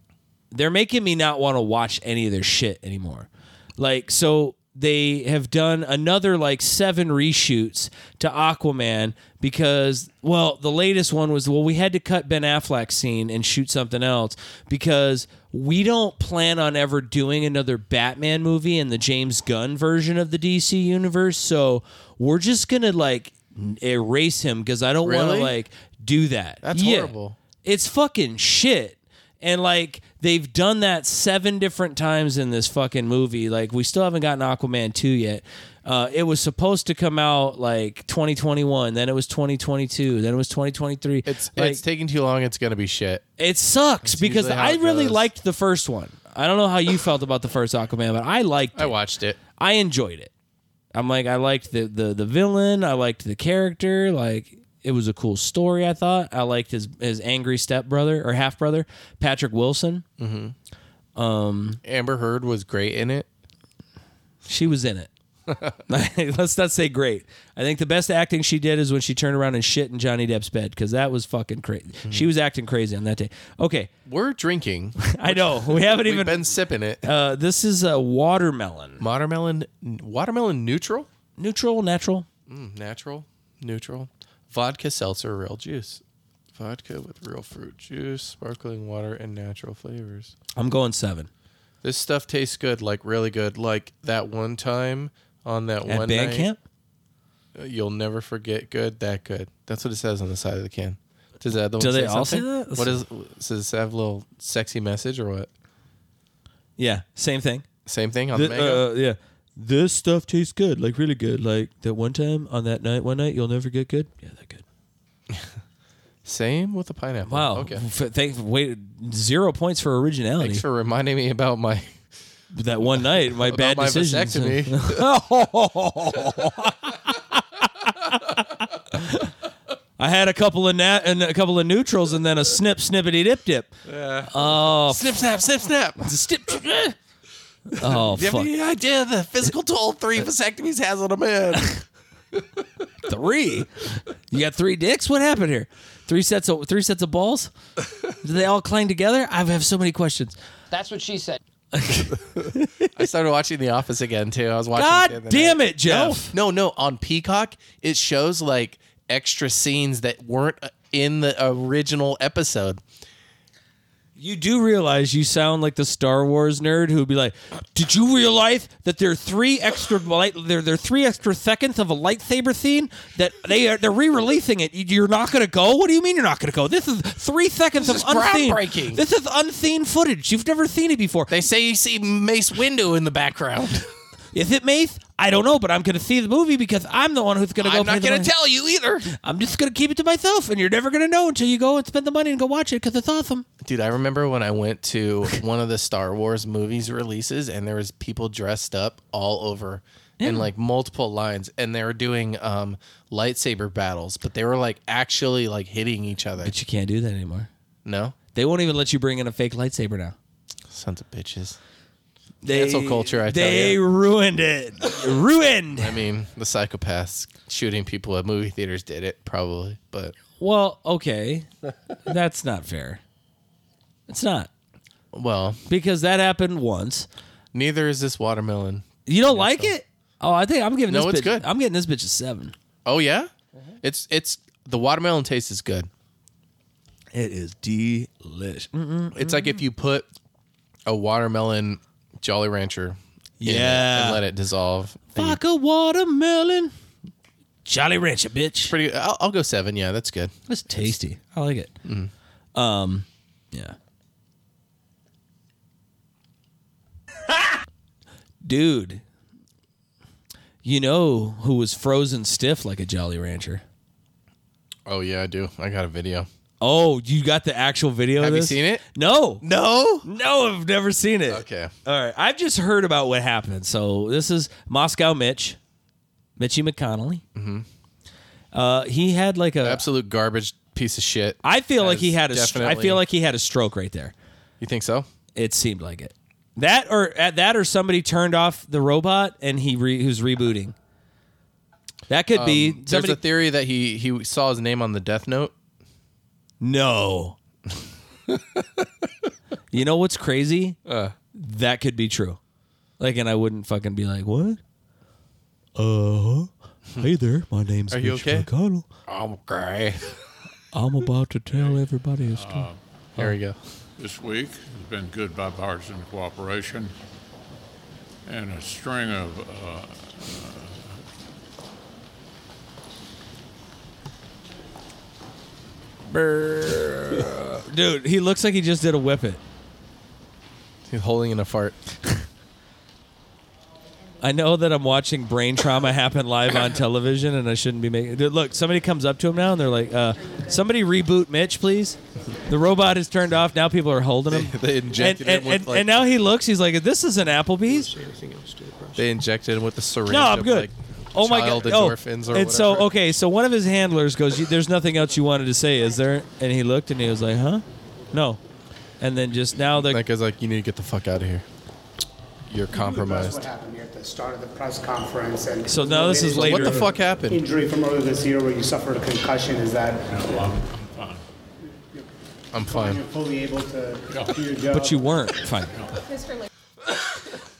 Speaker 1: they're making me not want to watch any of their shit anymore. Like so they have done another like seven reshoots to Aquaman because well the latest one was well we had to cut Ben Affleck's scene and shoot something else because we don't plan on ever doing another Batman movie in the James Gunn version of the DC universe so we're just going to like n- erase him because I don't want
Speaker 2: Really?
Speaker 1: to like do that.
Speaker 2: That's horrible.
Speaker 1: It's fucking shit. And like they've done that seven different times in this fucking movie. Like we still haven't gotten Aquaman 2 yet. Uh, it was supposed to come out like 2021, then it was 2022, then it was 2023.
Speaker 2: It's
Speaker 1: like,
Speaker 2: it's taking too long. It's gonna be shit.
Speaker 1: it sucks because
Speaker 2: usually how
Speaker 1: I
Speaker 2: it
Speaker 1: really
Speaker 2: goes.
Speaker 1: liked the first one. I don't know how you felt about the first Aquaman, but I liked
Speaker 2: I
Speaker 1: it.
Speaker 2: watched it.
Speaker 1: I enjoyed it. I'm like I liked the the the villain, I liked the character, like it was a cool story. I thought I liked his his angry stepbrother or half brother, Patrick Wilson.
Speaker 2: Amber Heard was great in it.
Speaker 1: She was in it. Like, Let's not say great. I think the best acting she did is when she turned around and shit in Johnny Depp's bed because that was fucking crazy.
Speaker 2: Mm-hmm.
Speaker 1: She was acting crazy on that day. Okay,
Speaker 2: We're drinking.
Speaker 1: I know we haven't
Speaker 2: We've
Speaker 1: even.
Speaker 2: been sipping it.
Speaker 1: uh, this is a watermelon,
Speaker 2: Watermelon, watermelon neutral,
Speaker 1: neutral, natural.
Speaker 2: mm, natural, neutral. Vodka seltzer, real juice. Vodka with real fruit juice, sparkling water, and natural flavors.
Speaker 1: I'm going seven.
Speaker 2: This stuff tastes good, like really good. Like that one time on that
Speaker 1: At
Speaker 2: one
Speaker 1: band
Speaker 2: night,
Speaker 1: camp,
Speaker 2: you'll never forget. Good, that good. That's what it says on the side of the can. Does that? other
Speaker 1: Do
Speaker 2: one
Speaker 1: they
Speaker 2: say
Speaker 1: all say
Speaker 2: something?
Speaker 1: that?
Speaker 2: What is? Does this have a little sexy message or what?
Speaker 1: yeah, same thing.
Speaker 2: Same thing on the,
Speaker 1: Th-
Speaker 2: mango.
Speaker 1: uh, yeah. This stuff tastes good, like really good. Like that one time on that night, one night you'll never get good. Yeah, that good.
Speaker 2: Same with the pineapple.
Speaker 1: Wow.
Speaker 2: Okay.
Speaker 1: F- thank, wait, zero points for originality.
Speaker 2: Thanks for reminding me about my
Speaker 1: that one night, my
Speaker 2: about
Speaker 1: bad
Speaker 2: my
Speaker 1: decisions.
Speaker 2: vasectomy.
Speaker 1: I had a couple of nat and a couple of neutrals, and then a snip, snippity dip, dip. Oh, f-
Speaker 2: snip, snap, snip, snap.
Speaker 1: snip. oh
Speaker 2: You have
Speaker 1: fuck!
Speaker 2: any idea the physical toll three vasectomies has on a man?
Speaker 1: Three. You got three dicks. What happened here? Three sets of three sets of balls. Do they all clang together? I have so many questions.
Speaker 3: That's what she said.
Speaker 2: I started watching The Office again too. I was watching. the
Speaker 1: God
Speaker 2: other
Speaker 1: damn
Speaker 2: night.
Speaker 1: it, Jeff!
Speaker 2: No, no. On Peacock, it shows like extra scenes that weren't uh, in the original episode.
Speaker 1: You do realize you sound like the Star Wars nerd who'd be like, "Did you realize that there are three extra light? There, there are three extra seconds of a lightsaber scene that they are they're re-releasing it. You- You're not going to go? What do you mean you're not going to go? This is three seconds
Speaker 2: is
Speaker 1: of unseen.
Speaker 2: groundbreaking.
Speaker 1: This is unseen footage. You've never seen it before.
Speaker 2: They say you see Mace Windu in the background.
Speaker 1: Is it Mace? I don't know, but I'm going to see the movie because I'm the one who's going to go.
Speaker 2: I'm
Speaker 1: pay
Speaker 2: not
Speaker 1: the
Speaker 2: going
Speaker 1: money.
Speaker 2: to tell you either.
Speaker 1: I'm just going to keep it to myself, and you're never going to know until you go and spend the money and go watch it because it's awesome.
Speaker 2: Dude, I remember when I went to one of the Star Wars movies releases and there was people dressed up all over in like multiple lines and they were doing um lightsaber battles, but they were like actually like hitting each other.
Speaker 1: But you can't do that anymore.
Speaker 2: No?
Speaker 1: They won't even let you bring in a fake lightsaber now.
Speaker 2: Sons of bitches.
Speaker 1: They,
Speaker 2: Cancel culture, I tell
Speaker 1: They
Speaker 2: ya.
Speaker 1: ruined it. ruined.
Speaker 2: I mean, the psychopaths shooting people at movie theaters did it probably, but
Speaker 1: Well, okay, that's not fair. It's not
Speaker 2: well,
Speaker 1: because that happened once.
Speaker 2: neither is this watermelon.
Speaker 1: You don't like it? Oh, I think I'm giving
Speaker 2: No,
Speaker 1: this.
Speaker 2: it's
Speaker 1: bitch,
Speaker 2: good.
Speaker 1: I'm getting this bitch a seven.
Speaker 2: Oh yeah? It's it's the watermelon taste is good.
Speaker 1: It is delish. Mm-mm.
Speaker 2: It's like if you put a watermelon Jolly Rancher in it
Speaker 1: Yeah.
Speaker 2: and let it dissolve. And you-
Speaker 1: Fuck a watermelon. Jolly Rancher, bitch.
Speaker 2: Pretty. I'll, I'll go seven. Yeah, that's good.
Speaker 1: It's tasty. I like it.
Speaker 2: Mm.
Speaker 1: Um, yeah. Dude, you know who was frozen stiff like a Jolly Rancher?
Speaker 2: Oh yeah, I do. I got a video.
Speaker 1: Oh, you got the actual video. of
Speaker 2: Have you
Speaker 1: this?
Speaker 2: seen it?
Speaker 1: No,
Speaker 2: No.
Speaker 1: no, I've never seen it.
Speaker 2: Okay.
Speaker 1: All right. I've just heard about what happened. So this is Moscow Mitch, Mitchy McConnelly. Mm-hmm. Uh, he had like a.
Speaker 2: Absolute garbage piece of shit.
Speaker 1: I feel like he
Speaker 2: Has
Speaker 1: had a. str- I
Speaker 2: definitely-
Speaker 1: feel like he had a stroke right there.
Speaker 2: You think so?
Speaker 1: It seemed like it. That or at that or somebody turned off the robot and he re, who's rebooting. That could be
Speaker 2: Um, There's
Speaker 1: somebody.
Speaker 2: a theory that he he saw his name on the death note.
Speaker 1: no. you know what's crazy?
Speaker 2: Uh.
Speaker 1: that could be true. Like, and I wouldn't fucking be like, what? Uh huh. Hey there, my name's
Speaker 2: you
Speaker 1: Mitch
Speaker 2: okay?
Speaker 1: McConnell.
Speaker 2: Oh, okay.
Speaker 1: I'm about to tell everybody a
Speaker 2: Um,
Speaker 1: story.
Speaker 2: There we go.
Speaker 4: This week has been good bipartisan cooperation and a string of uh, uh,
Speaker 1: Dude, he looks like he just did a whip it.
Speaker 2: He's holding in a fart.
Speaker 1: I know that I'm watching brain trauma happen live on television, and I shouldn't be making. Dude, look, somebody comes up to him now, and they're like, uh, "Somebody reboot Mitch, please." The robot is turned off. Now people are holding him.
Speaker 2: They
Speaker 1: And,
Speaker 2: injected
Speaker 1: and,
Speaker 2: him with
Speaker 1: and,
Speaker 2: like
Speaker 1: and now he looks. He's like, "This is an Applebee's."
Speaker 2: they injected him with the syringe.
Speaker 1: No, I'm
Speaker 2: of,
Speaker 1: good.
Speaker 2: Like,
Speaker 1: oh my
Speaker 2: child
Speaker 1: god!
Speaker 2: Endorphins
Speaker 1: oh,
Speaker 2: or
Speaker 1: and so
Speaker 2: whatever.
Speaker 1: okay, so one of his handlers goes, "You- "There's nothing else you wanted to say, is there?" And he looked, and he was like, "Huh? No." And then just now, the
Speaker 2: That guy's like, you need to get the fuck out of here. You're
Speaker 5: That's what
Speaker 2: compromised.
Speaker 5: happened here at the start of the press conference. And
Speaker 1: So now this is later.
Speaker 2: What the fuck happened?
Speaker 5: Injury from earlier this year where you suffered a concussion is that
Speaker 2: I'm
Speaker 5: you're
Speaker 2: fine.
Speaker 5: fully able to do your job.
Speaker 1: but you weren't fine.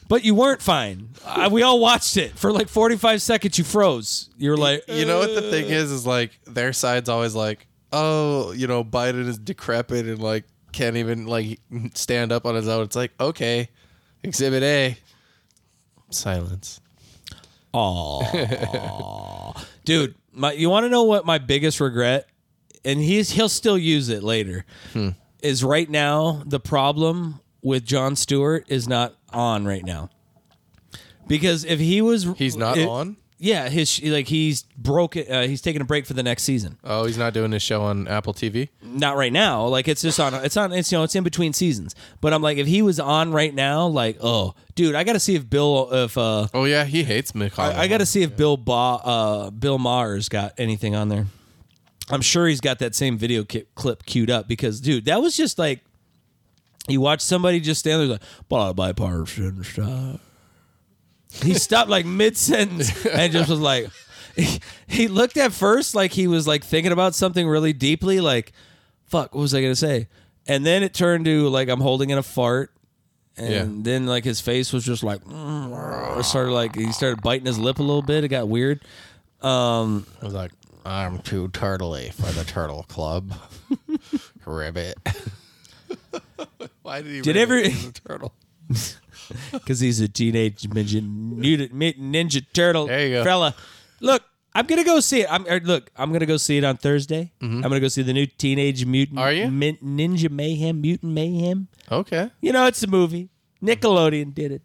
Speaker 1: But you weren't fine. I, we all watched it for like 45 seconds. You froze. You were like,
Speaker 2: You know what the thing is? Is like their side's always like, oh, you know, Biden is decrepit and like can't even like stand up on his own. It's like, okay, Exhibit A. Silence.
Speaker 1: oh, dude. My, you want to know what my biggest regret? And he's he'll still use it later.
Speaker 2: Hmm.
Speaker 1: Is right now the problem with John Stewart is not on right now. Because if he was,
Speaker 2: He's not
Speaker 1: it-
Speaker 2: on.
Speaker 1: Yeah, his like he's broken. Uh, he's taking a break for the next season.
Speaker 2: Oh, he's not doing his show on Apple TV.
Speaker 1: not right now. Like it's just on. It's on. It's you know. It's in between seasons. But I'm like, if he was on right now, like, oh, dude, I got to see if Bill, if uh,
Speaker 2: Oh yeah, he hates McConnell.
Speaker 1: I got to see if Bill ba, uh, Bill Maher's got anything on there. I'm sure he's got that same video ki- clip queued up because, dude, that was just like, you watch somebody just stand there like, blah, bipartisan stuff. He stopped like mid sentence and just was like, he, he looked at first like he was like thinking about something really deeply, like, fuck, what was I going to say? And then it turned to like, I'm holding in a fart. And
Speaker 2: Yeah.
Speaker 1: then like his face was just like, it started like he started biting his lip a little bit. It got weird.
Speaker 2: I was like, I'm too turtly for the turtle club. Ribbit. Why did he? rib
Speaker 1: Did
Speaker 2: it?
Speaker 1: every-
Speaker 2: He's a turtle?
Speaker 1: because he's a teenage ninja, mutant, mutant ninja turtle
Speaker 2: There you go.
Speaker 1: fella. Look, I'm gonna go see it. I'm or look, I'm gonna go see it on Thursday. I'm gonna go see the new Teenage Mutant.
Speaker 2: Mm-hmm. Are you?
Speaker 1: Min- ninja Mayhem? Mutant Mayhem.
Speaker 2: Okay.
Speaker 1: You know, it's a movie. Nickelodeon did it.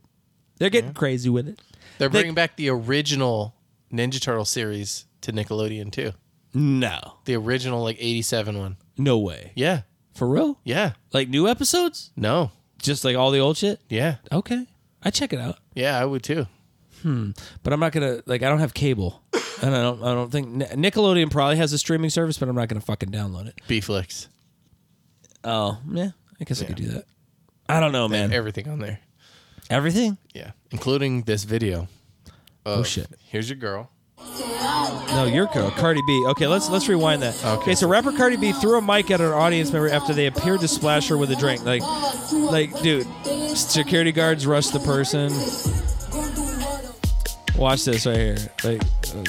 Speaker 1: They're getting crazy with it.
Speaker 2: They're bringing back the original Ninja Turtle series to Nickelodeon too.
Speaker 1: No,
Speaker 2: The original like '87 one.
Speaker 1: no way.
Speaker 2: Yeah.
Speaker 1: For real?
Speaker 2: Yeah.
Speaker 1: Like new episodes?
Speaker 2: No.
Speaker 1: Just like all the old shit?
Speaker 2: Yeah.
Speaker 1: Okay, I check it out.
Speaker 2: Yeah, I would too.
Speaker 1: but I'm not gonna like I don't have cable, and I don't I don't think Nickelodeon probably has a streaming service, but I'm not gonna fucking download it.
Speaker 2: Beeflix.
Speaker 1: Oh yeah, I guess I could do that. I don't know, man.
Speaker 2: Everything on there.
Speaker 1: Everything?
Speaker 2: Yeah, including this video.
Speaker 1: oh shit!
Speaker 2: Here's your girl.
Speaker 1: No, your girl, Cardi B. Okay, let's let's rewind that. Okay. so rapper Cardi B threw a mic at an audience member after they appeared to splash her with a drink. Like, like, dude, security guards rushed the person. Watch this right here. Like, uh,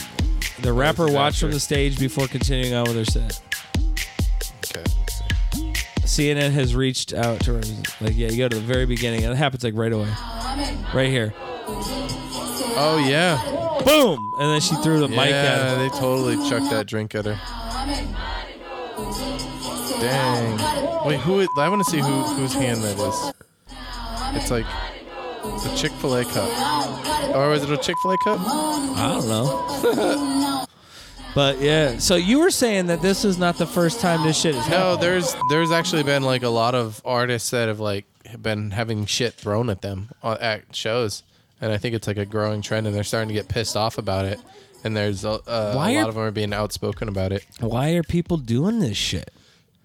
Speaker 1: the rapper watched from the stage before continuing on with her set.
Speaker 2: Okay.
Speaker 1: CNN has reached out to like yeah, you go to the very beginning and it happens like right away, right here,
Speaker 2: Oh yeah.
Speaker 1: boom, and then she threw the mic
Speaker 2: yeah,
Speaker 1: at him.
Speaker 2: they totally chucked that drink at her. Dang. Wait, who? Is, I want to see who whose hand that is. It's like a Chick Fil A cup, or was it a Chick Fil A cup?
Speaker 1: I don't know. But yeah, so you were saying that this is not the first time this shit has happened.
Speaker 2: No, there's there's actually been like a lot of artists that have like been having shit thrown at them on- at shows, and I think it's like a growing trend, and they're starting to get pissed off about it. And there's a, a, a
Speaker 1: Why are-
Speaker 2: lot of them are being outspoken about it
Speaker 1: Why are people doing this shit?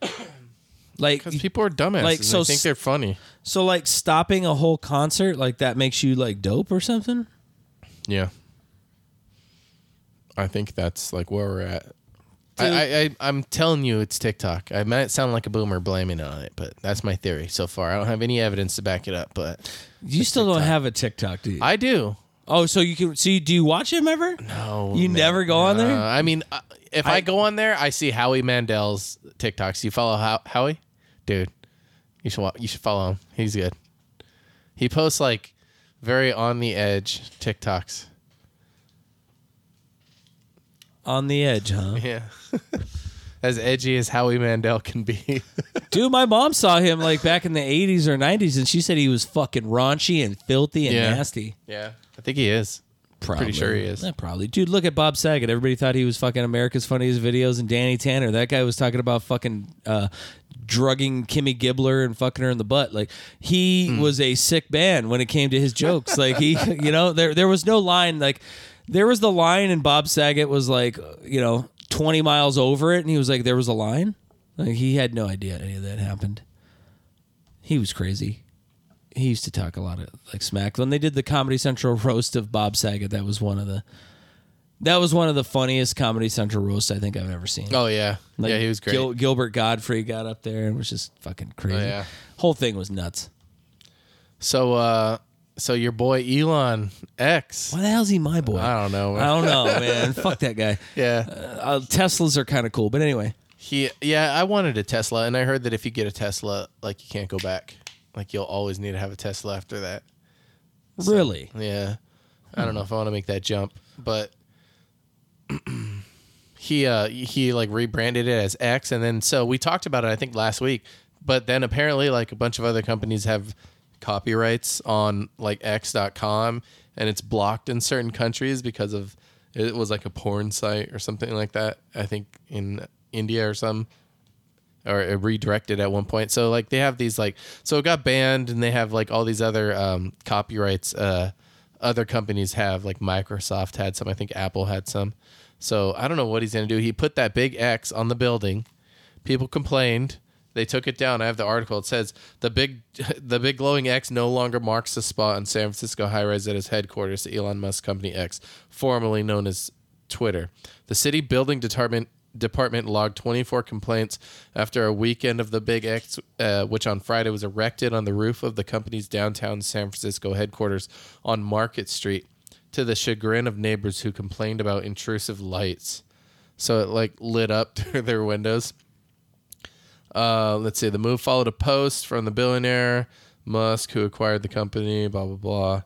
Speaker 1: Like,
Speaker 2: because people are dumbasses.
Speaker 1: Like,
Speaker 2: and
Speaker 1: so
Speaker 2: they think
Speaker 1: s-
Speaker 2: they're funny.
Speaker 1: so like stopping a whole concert like that makes you like dope or something?
Speaker 2: Yeah, I think that's like where we're at. I, I, I I'm telling you, it's TikTok. I might sound like a boomer blaming it on it, but that's my theory so far. I don't have any evidence to back it up, but
Speaker 1: You still don't have a TikTok, do you?
Speaker 2: I do.
Speaker 1: oh, so you can. So you, do you watch him ever?
Speaker 2: Oh,
Speaker 1: You
Speaker 2: man.
Speaker 1: never go on there?
Speaker 2: Uh, I mean, uh, if I, go on there, I see Howie Mandel's TikToks. You follow How- Howie, dude? You should wa- you should follow him. He's good. He posts like very on the edge TikToks.
Speaker 1: On the edge, huh?
Speaker 2: Yeah, as edgy as Howie Mandel can be.
Speaker 1: Dude, my mom saw him like back in the 80s or 90s and she said he was fucking raunchy and filthy and
Speaker 2: Yeah.
Speaker 1: nasty.
Speaker 2: yeah, I think he is.
Speaker 1: Probably.
Speaker 2: sure he is.
Speaker 1: Yeah, probably. Dude, look at Bob Saget. Everybody thought he was fucking America's Funniest Videos and Danny Tanner. That guy was talking about fucking uh, drugging Kimmy Gibbler and fucking her in the butt. Like he
Speaker 2: Hmm.
Speaker 1: was a sick man when it came to his jokes. like he, you know, there there was no line. Like there was the line, and Bob Saget was like, you know, twenty miles over it, and he was like, there was a line. Like he had no idea any of that happened. He was crazy he used to talk a lot of like smack. When they did the Comedy Central roast of Bob Saget, that was one of the that was one of the funniest Comedy Central roasts I think I've ever seen.
Speaker 2: Oh yeah,
Speaker 1: Like,
Speaker 2: yeah, he was great.
Speaker 1: Gil- Gilbert Godfrey got up there and was just fucking crazy.
Speaker 2: Oh, yeah.
Speaker 1: Whole thing was nuts.
Speaker 2: so uh, so your boy Elon X.
Speaker 1: Why the hell's he my boy?
Speaker 2: I don't know.
Speaker 1: I don't know, man. Fuck that guy.
Speaker 2: yeah.
Speaker 1: Uh, Teslas are kind of cool, but anyway,
Speaker 2: He yeah, I wanted a Tesla, and I heard that if you get a Tesla, like you can't go back. Like you'll always need to have a Tesla after that.
Speaker 1: really,
Speaker 2: Yeah, I don't know if I want to make that jump, but he uh he like rebranded it as X, and then so we talked about it I think last week, but then apparently like a bunch of other companies have copyrights on like X.com, and it's blocked in certain countries because of it was like a porn site or something like that. I think in India or some or it redirected at one point. So like they have these like so it got banned and they have like all these other um, copyrights uh, other companies have like Microsoft had some, I think Apple had some. So I don't know what he's gonna do. He put that big X on the building. People complained. They took it down. I have the article. It says the big the big glowing X no longer marks the spot in San Francisco high rise at its headquarters, the Elon Musk company X, formerly known as Twitter. The city building department department logged 24 complaints after a weekend of the Big X, uh, which on Friday was erected on the roof of the company's downtown San Francisco headquarters on Market Street, to the chagrin of neighbors who complained about intrusive lights. So it like lit up through their windows. Uh, let's see. The move followed a post from the billionaire Musk, who acquired the company. Blah blah blah.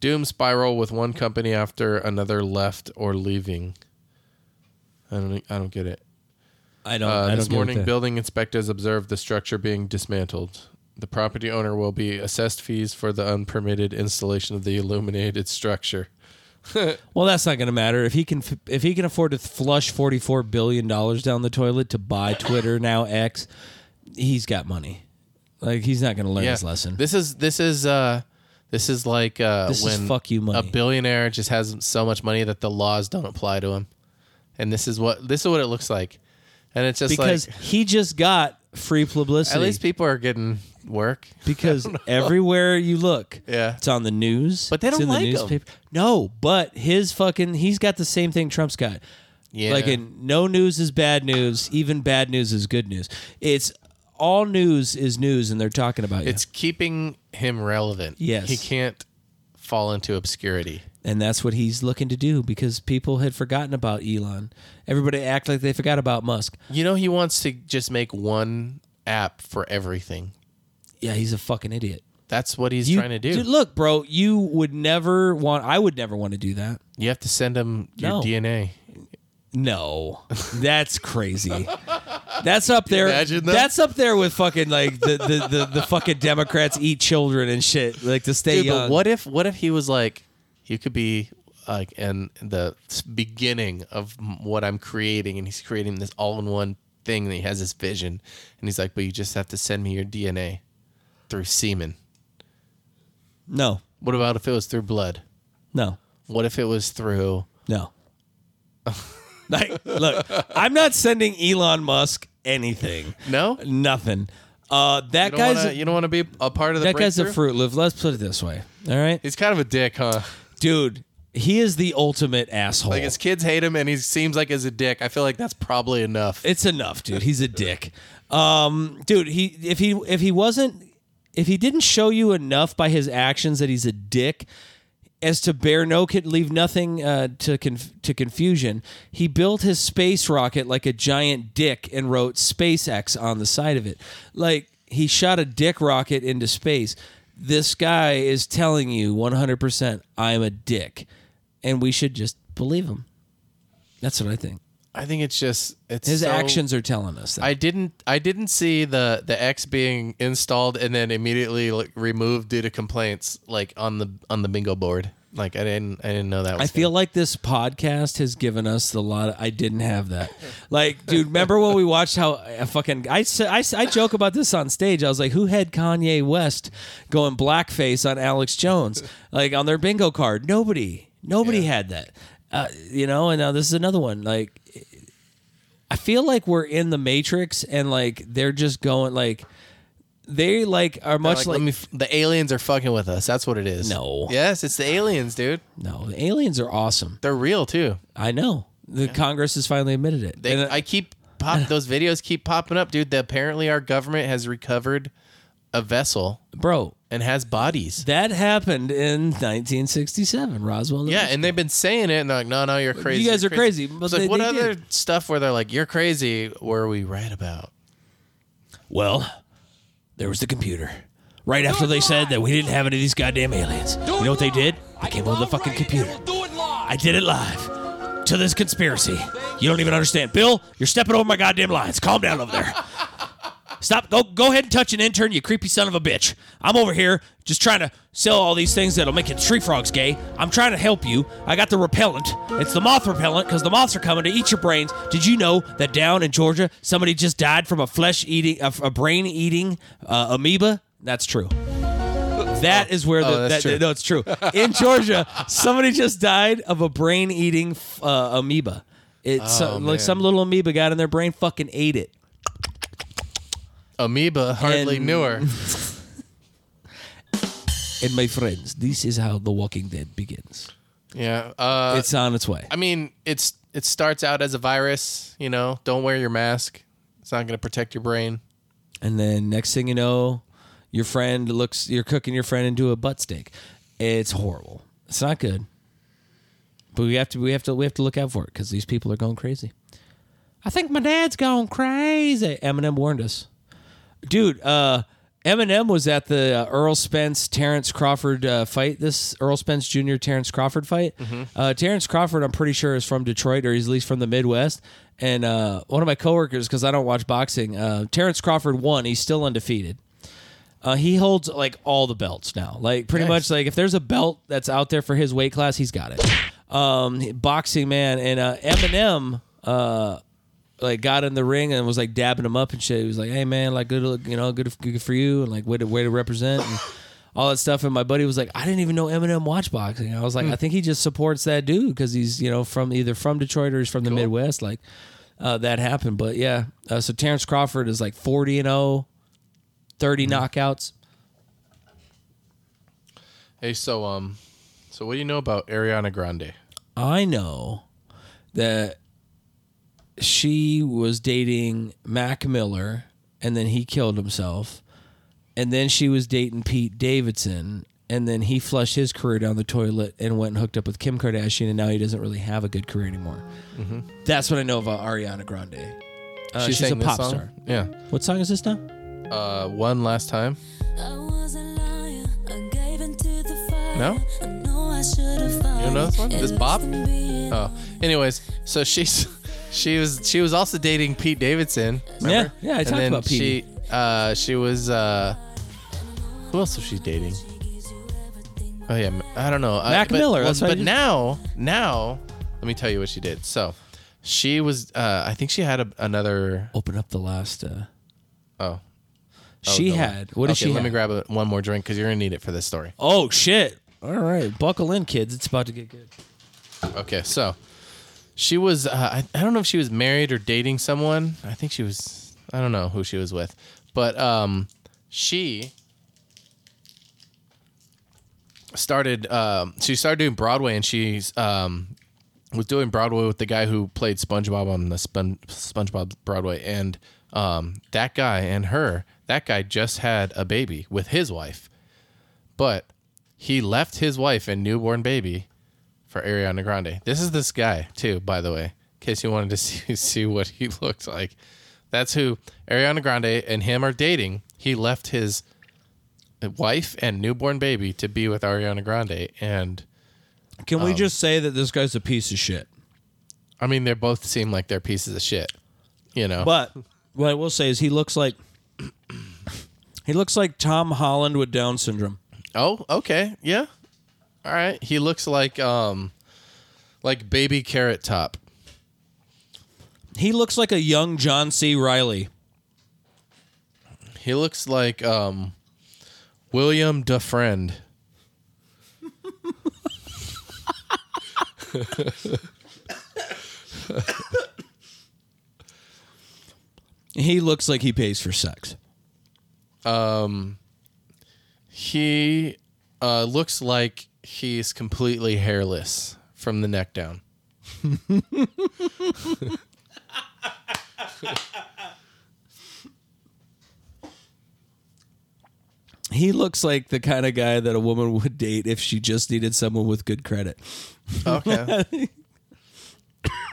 Speaker 2: Doom spiral with one company after another left or leaving. I don't. I don't get it.
Speaker 1: I don't.
Speaker 2: Uh,
Speaker 1: I don't
Speaker 2: this
Speaker 1: get
Speaker 2: morning,
Speaker 1: that.
Speaker 2: building inspectors observed the structure being dismantled. The property owner will be assessed fees for the unpermitted installation of the illuminated structure.
Speaker 1: Well, that's not going to matter if he can f- if he can afford to flush forty four billion dollars down the toilet to buy Twitter now X, he's got money. Like he's not going to learn his lesson.
Speaker 2: This is this is uh this is like uh
Speaker 1: This is
Speaker 2: when
Speaker 1: fuck you money.
Speaker 2: a billionaire just has so much money that the laws don't apply to him. And this is what this is what it looks like. And it's just
Speaker 1: because
Speaker 2: like
Speaker 1: he just got free publicity.
Speaker 2: at least people are getting work.
Speaker 1: because everywhere you look,
Speaker 2: Yeah.
Speaker 1: it's on the news.
Speaker 2: But they
Speaker 1: it's
Speaker 2: don't
Speaker 1: in the
Speaker 2: like 'em.
Speaker 1: newspaper. No, but his fucking he's got the same thing Trump's got.
Speaker 2: Yeah.
Speaker 1: Like in no news is bad news, even bad news is good news. It's all news is news and they're talking about you.
Speaker 2: It's keeping him relevant.
Speaker 1: Yes.
Speaker 2: He can't fall into obscurity.
Speaker 1: And that's what he's looking to do because people had forgotten about Elon. Everybody act like they forgot about Musk.
Speaker 2: You know he wants to just make one app for everything.
Speaker 1: Yeah, he's a fucking idiot.
Speaker 2: That's what he's
Speaker 1: You-
Speaker 2: trying to do.
Speaker 1: Dude, look, bro, you would never want I would never want to do that.
Speaker 2: you have to send him
Speaker 1: No.
Speaker 2: your DNA.
Speaker 1: No, that's crazy. That's up there.
Speaker 2: imagine that?
Speaker 1: That's up there with fucking like the, the, the, the fucking Democrats eat children and shit like to stay
Speaker 2: Dude,
Speaker 1: young.
Speaker 2: but what if what if he was like, you could be like and the beginning of m- what I'm creating, and he's creating this all-in-one thing. And he has this vision, and he's like, "But you just have to send me your DNA through semen.
Speaker 1: No,
Speaker 2: What about if it was through blood?
Speaker 1: no,
Speaker 2: What if it was through?"
Speaker 1: no. like, look, I'm not sending Elon Musk anything.
Speaker 2: No, you
Speaker 1: Nothing. Uh, that
Speaker 2: don't
Speaker 1: guy's
Speaker 2: wanna- you don't want to be a part of the
Speaker 1: that guy's a
Speaker 2: breakthrough?
Speaker 1: Fruit Loop. Let's put it this way. All right,
Speaker 2: He's kind of a dick, huh?
Speaker 1: dude. He is the ultimate asshole.
Speaker 2: Like his kids hate him, and he seems like he's a dick. I feel like that's probably enough.
Speaker 1: It's enough, dude. He's a dick. Um, dude, he if he if he wasn't if he didn't show you enough by his actions that he's a dick as to bear no could leave nothing uh, to conf- to confusion. He built his space rocket like a giant dick and wrote SpaceX on the side of it. Like he shot a dick rocket into space. This guy is telling you 100% I'm a dick and we should just believe him. That's what I think.
Speaker 2: I think it's just it's
Speaker 1: His
Speaker 2: so-
Speaker 1: actions are telling us that.
Speaker 2: I didn't I didn't see the the X being installed and then immediately like removed due to complaints like on the on the bingo board. Like I didn't I didn't know that.
Speaker 1: I
Speaker 2: Was
Speaker 1: feel like this podcast has given us the lot. Of, I didn't have that. Like, dude, remember when we watched how uh, fucking I, s- I s- I joke about this on stage. I was like, who had Kanye West going blackface on Alex Jones like on their bingo card? Nobody, nobody had that. Uh, you know, and now this is another one. Like, I feel like we're in the Matrix, and like they're just going like they like are
Speaker 2: They're
Speaker 1: much
Speaker 2: like,
Speaker 1: like,
Speaker 2: let me f- the aliens are fucking with us. That's what it is.
Speaker 1: No.
Speaker 2: Yes, it's the aliens, dude.
Speaker 1: no, the aliens are awesome.
Speaker 2: They're real too.
Speaker 1: I know. The Congress has finally admitted it.
Speaker 2: They,
Speaker 1: And uh,
Speaker 2: I keep pop those videos keep popping up, dude. That apparently our government has recovered a vessel
Speaker 1: bro
Speaker 2: and has bodies.
Speaker 1: that happened in 1967 roswell
Speaker 2: Yeah, and they've been saying it, and they're like, "No, no, you're crazy.
Speaker 1: you guys
Speaker 2: you're
Speaker 1: are crazy, but
Speaker 2: It's like,
Speaker 1: they-
Speaker 2: what
Speaker 1: they
Speaker 2: other stuff where they're like, "You're crazy"? Were we right about?
Speaker 1: well there was the computer right after they said that we didn't have any of these goddamn aliens you know what they did they came over the fucking computer
Speaker 3: do it live.
Speaker 1: i did it live to this conspiracy you don't even understand bill you're stepping over my goddamn lines calm down over there Stop! Go go ahead and touch an intern, you creepy son of a bitch. I'm over here just trying to sell all these things that'll make your tree frogs gay. I'm trying to help you. I got the repellent. It's the moth repellent because the moths are coming to eat your brains. Did you know that down in Georgia somebody just died from a flesh eating, a, a brain eating uh, amoeba? That's true. That is where the
Speaker 2: Oh, that's
Speaker 1: that,
Speaker 2: true.
Speaker 1: no, it's true. In Georgia, somebody just died of a brain eating uh, amoeba.
Speaker 2: Oh,
Speaker 1: It's uh, like some little amoeba got in their brain, fucking ate it.
Speaker 2: Amoeba hardly
Speaker 1: And-
Speaker 2: knew her.
Speaker 1: And my friends, this is how The Walking Dead begins.
Speaker 2: yeah. Uh,
Speaker 1: it's on its way.
Speaker 2: I mean, it's it starts out as a virus. You know, don't wear your mask. It's not going to protect your brain.
Speaker 1: And then next thing you know, your friend looks, you're cooking your friend into a butt steak. It's horrible. It's not good. But we have to, we have to, we have to look out for it because these people are going crazy. I think my dad's gone crazy. Eminem warned us, dude. Uh, Eminem was at the uh, Earl Spence Terrence Crawford uh, fight. This Earl Spence Jr. Terrence Crawford fight. Uh, Terrence Crawford, I'm pretty sure, is from Detroit or he's at least from the Midwest. And uh, one of my coworkers, because I don't watch boxing, uh, Terrence Crawford won. He's still undefeated. Uh, he holds like all the belts now. Like pretty much like if there's a belt that's out there for his weight class, he's got it. Um, boxing man and uh, Eminem uh, like got in the ring and was like dabbing him up and shit. He was like, "Hey man, like good, you know, good, good for you," and like way to way to represent and all that stuff. And my buddy was like, "I didn't even know Eminem watched boxing." I was like, "I think he just supports that dude because he's you know from either from Detroit or he's from the Midwest." Like uh, that happened, but yeah. Uh, so Terrence Crawford is like forty and 0, 30 knockouts.
Speaker 2: Hey, so um, so what do you know about Ariana Grande?
Speaker 1: I know that she was dating Mac Miller and then he killed himself. And then she was dating Pete Davidson and then he flushed his career down the toilet and went and hooked up with Kim Kardashian and now he doesn't really have a good career anymore. That's what I know about Ariana Grande. Uh, she's a
Speaker 2: Mm-hmm. sang this
Speaker 1: pop
Speaker 2: song?
Speaker 1: star.
Speaker 2: Yeah.
Speaker 1: What song is this now?
Speaker 2: Uh, one last time.
Speaker 6: I was a liar. I gave into the fire.
Speaker 2: No?
Speaker 6: I know I should have You
Speaker 2: know this one? This bop? Oh, anyways, so she's she was she was also dating Pete Davidson. remember?
Speaker 1: Yeah, yeah, I
Speaker 2: and
Speaker 1: talked
Speaker 2: then
Speaker 1: about
Speaker 2: She
Speaker 1: Pete.
Speaker 2: uh, she was uh, who else was she dating? Oh yeah, I don't know.
Speaker 1: Mac
Speaker 2: I, but,
Speaker 1: Miller,
Speaker 2: well,
Speaker 1: that's what I
Speaker 2: but
Speaker 1: just-
Speaker 2: now, now, let me tell you what she did. So, she was. Uh, I think she had a, another.
Speaker 1: Open up the last. Uh,
Speaker 2: Oh, oh,
Speaker 1: she
Speaker 2: no.
Speaker 1: had. What did
Speaker 2: Okay,
Speaker 1: she?
Speaker 2: Let
Speaker 1: have?
Speaker 2: me grab a, one more drink because you're gonna need it for this story.
Speaker 1: Oh shit! All right, buckle in, kids. It's about to get good.
Speaker 2: Okay, so she was. Uh, I, I don't know if she was married or dating someone. I think she was. I don't know who she was with, but um, she started. Um, she started doing Broadway, and she's um was doing Broadway with the guy who played SpongeBob on the Spon- SpongeBob Broadway, and um, that guy and her, that guy just had a baby with his wife, but he left his wife and newborn baby for Ariana Grande. This is this guy too, by the way, in case you wanted to see see what he looked like. That's who Ariana Grande and him are dating. He left his wife and newborn baby to be with Ariana Grande, and
Speaker 1: Can
Speaker 2: Um,
Speaker 1: we just say that this guy's a piece of shit?
Speaker 2: I mean, they both seem like they're pieces of shit, you know.
Speaker 1: But what I will say is he looks like he looks like Tom Holland with Down syndrome.
Speaker 2: oh, okay, yeah, all right. He looks like um, like baby carrot top.
Speaker 1: He looks like a young John C. Riley.
Speaker 2: He looks like um, William DeFriend.
Speaker 1: He looks like he pays for sex.
Speaker 2: He uh, looks like he's completely hairless from the neck down.
Speaker 1: He looks like the kind of guy that a woman would date if she just needed someone with good credit.
Speaker 2: Okay.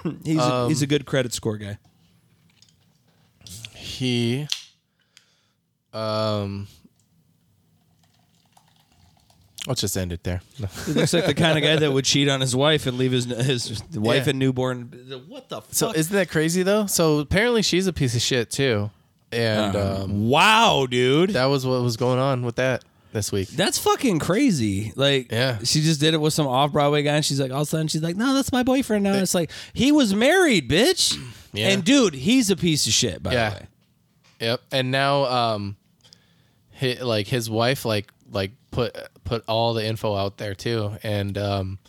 Speaker 2: Um,
Speaker 1: He's a, he's a good credit score guy.
Speaker 2: he um Let's just end it there.
Speaker 1: He looks like the kind of guy that would cheat on his wife and leave his his wife
Speaker 2: Yeah.
Speaker 1: and newborn. What the fuck?
Speaker 2: So isn't that crazy though? So apparently she's a piece of shit too. And um,
Speaker 1: wow, dude.
Speaker 2: that was what was going on with that this week.
Speaker 1: That's fucking crazy. Like,
Speaker 2: Yeah.
Speaker 1: she just did it with some off Broadway guy, and she's like, all of a sudden, she's like, no, that's my boyfriend now. it's like he was married, bitch.
Speaker 2: Yeah.
Speaker 1: And dude, he's a piece of shit. By
Speaker 2: Yeah.
Speaker 1: the way,
Speaker 2: Yep. And now um hi like his wife like like put put all the info out there too and um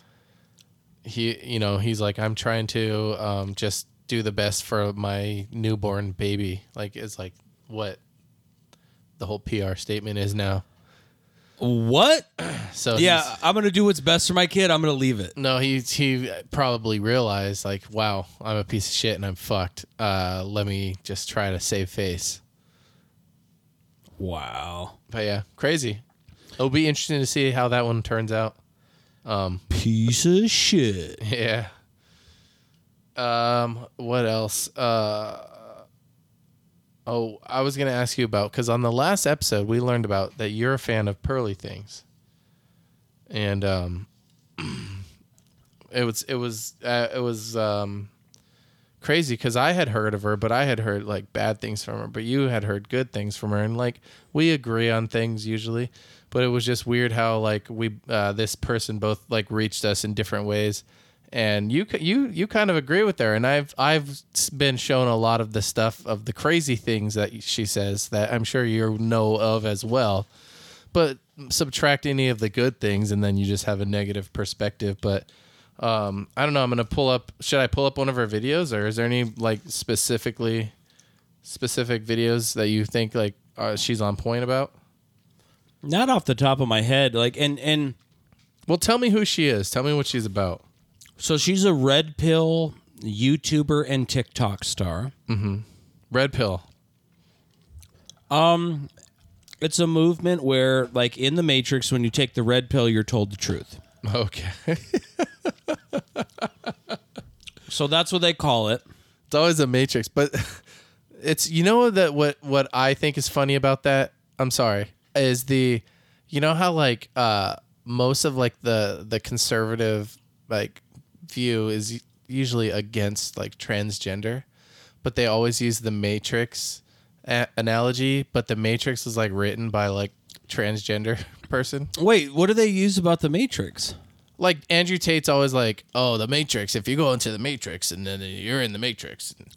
Speaker 2: he you know he's like I'm trying to um just do the best for my newborn baby. Like it's like what the whole PR statement is now.
Speaker 1: what?
Speaker 2: So
Speaker 1: Yeah,
Speaker 2: he's-
Speaker 1: I'm gonna do what's best for my kid. I'm gonna leave it.
Speaker 2: No, he he probably realized like, wow, I'm a piece of shit and I'm fucked. Uh, let me just try to save face.
Speaker 1: Wow.
Speaker 2: But yeah, crazy. It'll be interesting to see how that one turns out.
Speaker 1: Piece of shit.
Speaker 2: Yeah. Um. What else? Uh. Oh, I was gonna ask you about because on the last episode we learned about that you're a fan of pearly things. And um, it was it was uh, it was um, crazy because I had heard of her, but I had heard like bad things from her, but you had heard good things from her, and like we agree on things usually, but it was just weird how like we uh, this person both like reached us in different ways, and you c- you you kind of agree with her, and I've I've s- been shown a lot of the stuff of the crazy things that she says that I'm sure you know of as well, but subtract any of the good things, and then you just have a negative perspective, but. Um, I don't know. I'm gonna pull up. Should I pull up one of her videos, or is there any like specifically specific videos that you think like uh, she's on point about?
Speaker 1: Not off the top of my head. Like, and and
Speaker 2: Well, tell me who she is. Tell me what she's about.
Speaker 1: so she's a red pill YouTuber and TikTok star.
Speaker 2: Red pill.
Speaker 1: It's a movement where, like in the Matrix, when you take the red pill, you're told the truth.
Speaker 2: Okay. it's
Speaker 1: So that's what they call it.
Speaker 2: always a matrix, but it's you know that what what I think is funny about that. I'm sorry. Is the you know how like uh most of like the the conservative like view is usually against like transgender. but they always use the Matrix a- analogy. But the Matrix was like written by like transgender person.
Speaker 1: Wait, what do they use about the Matrix?
Speaker 2: Like Andrew Tate's always like, "Oh, the Matrix. If you go into the Matrix, and then you're in the Matrix." And,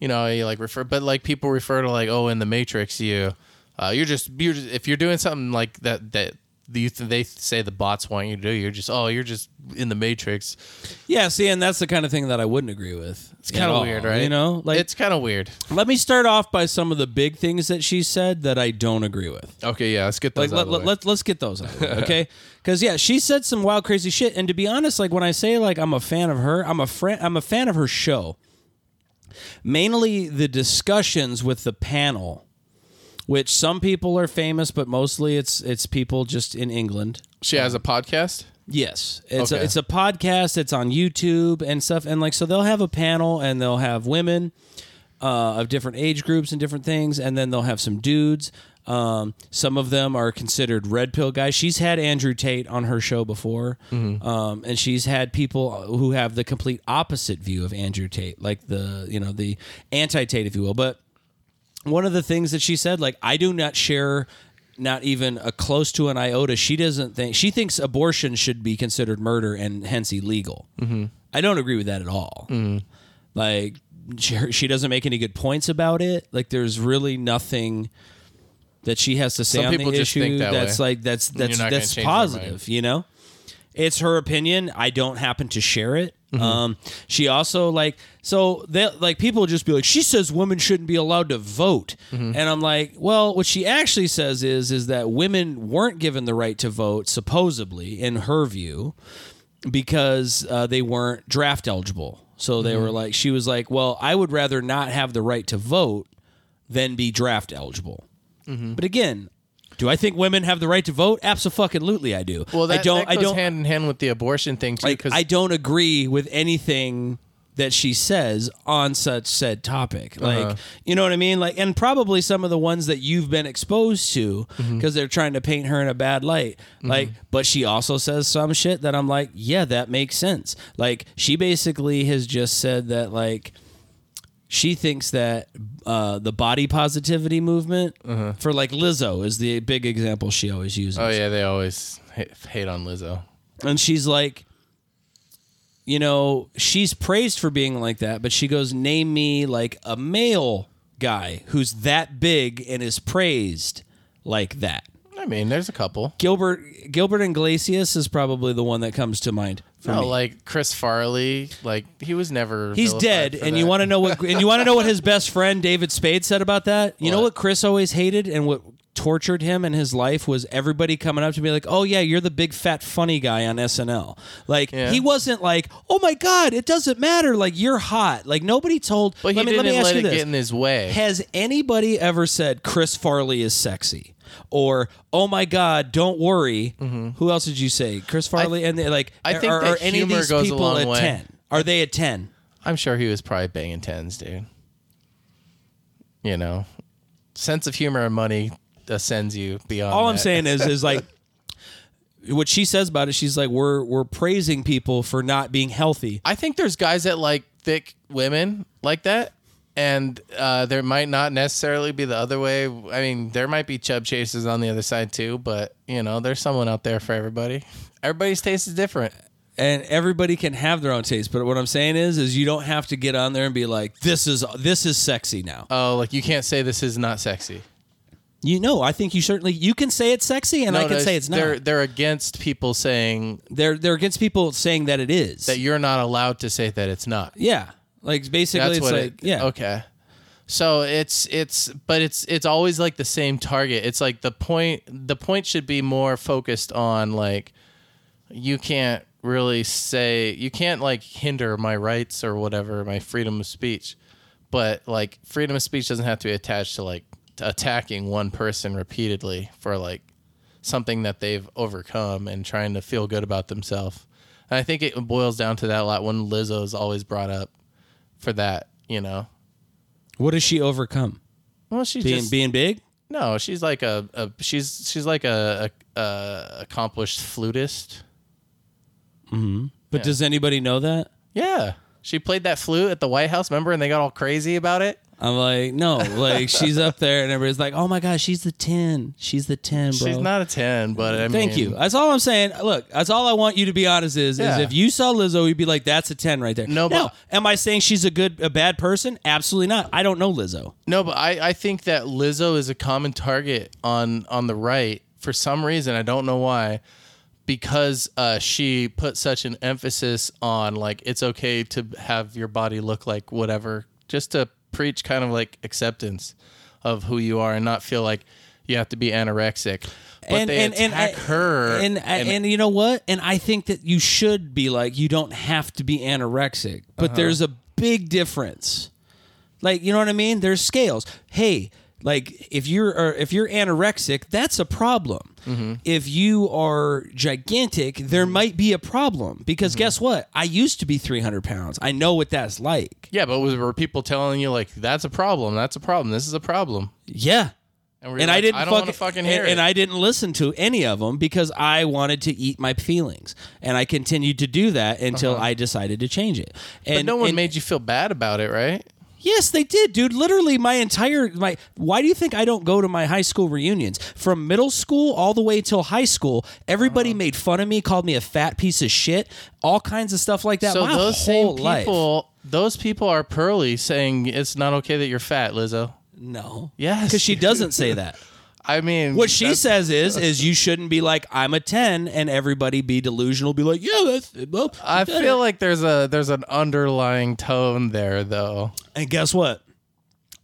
Speaker 2: you know, you like refer, but like people refer to like, "Oh, in the Matrix, you, uh, you're just you're just, if you're doing something like that that." You th- they say the bots want you to do. You're just oh, you're just in the matrix.
Speaker 1: Yeah, see, and that's the kind of thing that I wouldn't agree with.
Speaker 2: It's kind of weird, right?
Speaker 1: You know, like
Speaker 2: it's kind of weird.
Speaker 1: let me start off by some of the big things that she said that I don't agree with.
Speaker 2: Okay, yeah, let's get those.
Speaker 1: Like
Speaker 2: Like,
Speaker 1: let, let, let's let's get those out, of the way, okay? Because yeah, she said some wild, crazy shit. And to be honest, like when I say like I'm a fan of her, I'm a friend, I'm a fan of her show. Mainly the discussions with the panel, which some people are famous, but mostly it's it's people just in England.
Speaker 2: she has a podcast.
Speaker 1: Yes, it's a,
Speaker 2: Okay.
Speaker 1: it's a podcast. It's on YouTube and stuff, and like so they'll have a panel and they'll have women uh, of different age groups and different things, and then they'll have some dudes. Um, some of them are considered red pill guys. She's had Andrew Tate on her show before, um, and she's had people who have the complete opposite view of Andrew Tate, like the you know the anti Tate, if you will, but one of the things that she said, like, I do not share not even a close to an iota. She doesn't think she thinks abortion should be considered murder and hence illegal. Mm-hmm. I don't agree with that at all. Like she, she doesn't make any good points about it. Like there's really nothing that she has to say
Speaker 2: Some
Speaker 1: on
Speaker 2: people
Speaker 1: the
Speaker 2: just
Speaker 1: issue
Speaker 2: think that
Speaker 1: that's
Speaker 2: way.
Speaker 1: like that's
Speaker 2: And you're
Speaker 1: that's
Speaker 2: not gonna
Speaker 1: that's
Speaker 2: change their mind.
Speaker 1: positive. You know, it's her opinion. I don't happen to share it. Um, she also like so they like people will just be like she says women shouldn't be allowed to vote, and I'm like, well, what she actually says is is that women weren't given the right to vote supposedly in her view because uh, they weren't draft eligible. So
Speaker 2: Mm-hmm.
Speaker 1: they were like, she was like, well, I would rather not have the right to vote than be draft eligible.
Speaker 2: Mm-hmm.
Speaker 1: But again. Do I think women have the right to vote? Absolutely, I do.
Speaker 2: Well, that,
Speaker 1: I don't.
Speaker 2: that
Speaker 1: I
Speaker 2: goes
Speaker 1: don't.
Speaker 2: hand in hand with the abortion thing too.
Speaker 1: Like,
Speaker 2: Because
Speaker 1: I don't agree with anything that she says on such said topic. Like,
Speaker 2: Uh-huh.
Speaker 1: you know what I mean? Like, and probably some of the ones that you've been exposed to because
Speaker 2: Mm-hmm.
Speaker 1: they're trying to paint her in a bad light. Like, but she also says some shit that I'm like, yeah, that makes sense. Like, she basically has just said that, like, she thinks that uh, the body positivity movement for like Lizzo is the big example she always uses.
Speaker 2: Uh-huh. oh yeah, they always hate, hate on Lizzo.
Speaker 1: And she's like, you know, she's praised for being like that, but she goes, name me like a male guy who's that big and is praised like that.
Speaker 2: I mean, there's a couple.
Speaker 1: Gilbert Gilbert Iglesias is probably the one that comes to mind for
Speaker 2: No,
Speaker 1: me.
Speaker 2: like Chris Farley, like he was never.
Speaker 1: He's
Speaker 2: vilified
Speaker 1: dead,
Speaker 2: for
Speaker 1: and
Speaker 2: that.
Speaker 1: you want to know what? And you want to know what his best friend David Spade said about that? You know
Speaker 2: What?
Speaker 1: what Chris always hated and what tortured him in his life was everybody coming up to me like, "Oh yeah, you're the big fat funny guy on SNL." Like
Speaker 2: Yeah.
Speaker 1: he wasn't like, "Oh my god, it doesn't matter. Like you're hot." Like nobody told.
Speaker 2: But he
Speaker 1: let me
Speaker 2: didn't
Speaker 1: let me ask
Speaker 2: let
Speaker 1: you
Speaker 2: it
Speaker 1: this:
Speaker 2: get in his way.
Speaker 1: Has anybody ever said Chris Farley is sexy? Or oh my God, don't worry. Who else did you say? Chris Farley and they, like
Speaker 2: Mm-hmm. I think
Speaker 1: are,
Speaker 2: that
Speaker 1: are any of
Speaker 2: humor
Speaker 1: these
Speaker 2: goes a
Speaker 1: people
Speaker 2: long
Speaker 1: at
Speaker 2: way.
Speaker 1: ten? Are they at ten?
Speaker 2: I'm sure he was probably banging tens, dude. You know, sense of humor and money ascends you beyond.
Speaker 1: all I'm
Speaker 2: that.
Speaker 1: saying is is like what she says about it. She's like, we're we're praising people for not being healthy.
Speaker 2: I think there's guys that like thick women like that, and uh, there might not necessarily be the other way. I mean, there might be chub chases on the other side too, but you know, there's someone out there for everybody. Everybody's taste is different.
Speaker 1: and everybody can have their own taste. But what I'm saying is is you don't have to get on there and be like, this is this is sexy now.
Speaker 2: Oh, like you can't say this is not sexy.
Speaker 1: you know, I think you certainly you can say it's sexy, and I
Speaker 2: No,
Speaker 1: can
Speaker 2: no,
Speaker 1: say it's not.
Speaker 2: They're
Speaker 1: They're,
Speaker 2: they're against people saying
Speaker 1: they're against people saying that it is.
Speaker 2: that you're not allowed to say that it's not.
Speaker 1: yeah, like basically,
Speaker 2: That's
Speaker 1: it's
Speaker 2: what
Speaker 1: like
Speaker 2: it,
Speaker 1: yeah.
Speaker 2: Okay. So it's it's but it's it's always like the same target. It's like the point the point should be more focused on like you can't really say you can't like hinder my rights or whatever, my freedom of speech. But like freedom of speech doesn't have to be attached to like to attacking one person repeatedly for like something that they've overcome and trying to feel good about themselves. And I think it boils down to that a lot when Lizzo's always brought up for that, you know.
Speaker 1: What does she overcome?
Speaker 2: Well, she's
Speaker 1: Being
Speaker 2: just
Speaker 1: being big.
Speaker 2: no, she's like a, a she's she's like a, a, a accomplished flutist.
Speaker 1: But does anybody know that?
Speaker 2: Yeah, she played that flute at the White House, remember? And they got all crazy about it.
Speaker 1: I'm like, no, like she's up there, and everybody's like, oh my god, she's the ten, she's the ten, bro.
Speaker 2: She's not a ten, but I
Speaker 1: Thank
Speaker 2: mean,
Speaker 1: you. That's all I'm saying. Look, that's all I want you to be honest is
Speaker 2: Yeah.
Speaker 1: is if you saw Lizzo, you'd be like, that's a ten right there.
Speaker 2: No, but-
Speaker 1: no. Am I saying she's a good, a bad person? Absolutely not. I don't know Lizzo.
Speaker 2: No, but I, I think that Lizzo is a common target on on the right for some reason. I don't know why. Because uh, she put such an emphasis on like it's okay to have your body look like whatever, just to preach kind of like acceptance of who you are and not feel like you have to be anorexic. But they attack
Speaker 1: I-
Speaker 2: her
Speaker 1: and, and you know what? And I think that you should be like you don't have to be anorexic, but
Speaker 2: Uh-huh.
Speaker 1: there's a big difference. Like you know what I mean? There's scales. Hey, like if you're or if you're anorexic, that's a problem.
Speaker 2: Mm-hmm.
Speaker 1: If you are gigantic, there might be a problem because
Speaker 2: Mm-hmm.
Speaker 1: guess what? I used to be 300 pounds. I know what that's like.
Speaker 2: yeah, but was, were people telling you like that's a problem, that's a problem, this is a problem,
Speaker 1: Yeah.
Speaker 2: were you
Speaker 1: and I
Speaker 2: like,
Speaker 1: didn't
Speaker 2: I don't
Speaker 1: fucking,
Speaker 2: wanna fucking
Speaker 1: and-
Speaker 2: hear
Speaker 1: and,
Speaker 2: it.
Speaker 1: I didn't listen to any of them because I wanted to eat my feelings, and I continued to do that until I decided to change it. And
Speaker 2: Uh-huh. but no one
Speaker 1: and-
Speaker 2: made you feel bad about it, right?
Speaker 1: Yes, they did, dude. Literally, my entire my. Why do you think I don't go to my high school reunions? From middle school all the way till high school, everybody
Speaker 2: Uh-huh.
Speaker 1: made fun of me, called me a fat piece of shit, all kinds of stuff like that.
Speaker 2: So
Speaker 1: my
Speaker 2: those same
Speaker 1: whole
Speaker 2: people,
Speaker 1: life.
Speaker 2: those people are pearly saying it's not okay that you're fat, Lizzo.
Speaker 1: No.
Speaker 2: Yes.
Speaker 1: Because she doesn't say that.
Speaker 2: I mean,
Speaker 1: What she
Speaker 2: that's-
Speaker 1: says is, is you shouldn't be like I'm a ten, and everybody be delusional, be like, yeah, that's well.
Speaker 2: I feel like there's a there's an underlying tone there, though.
Speaker 1: and guess what?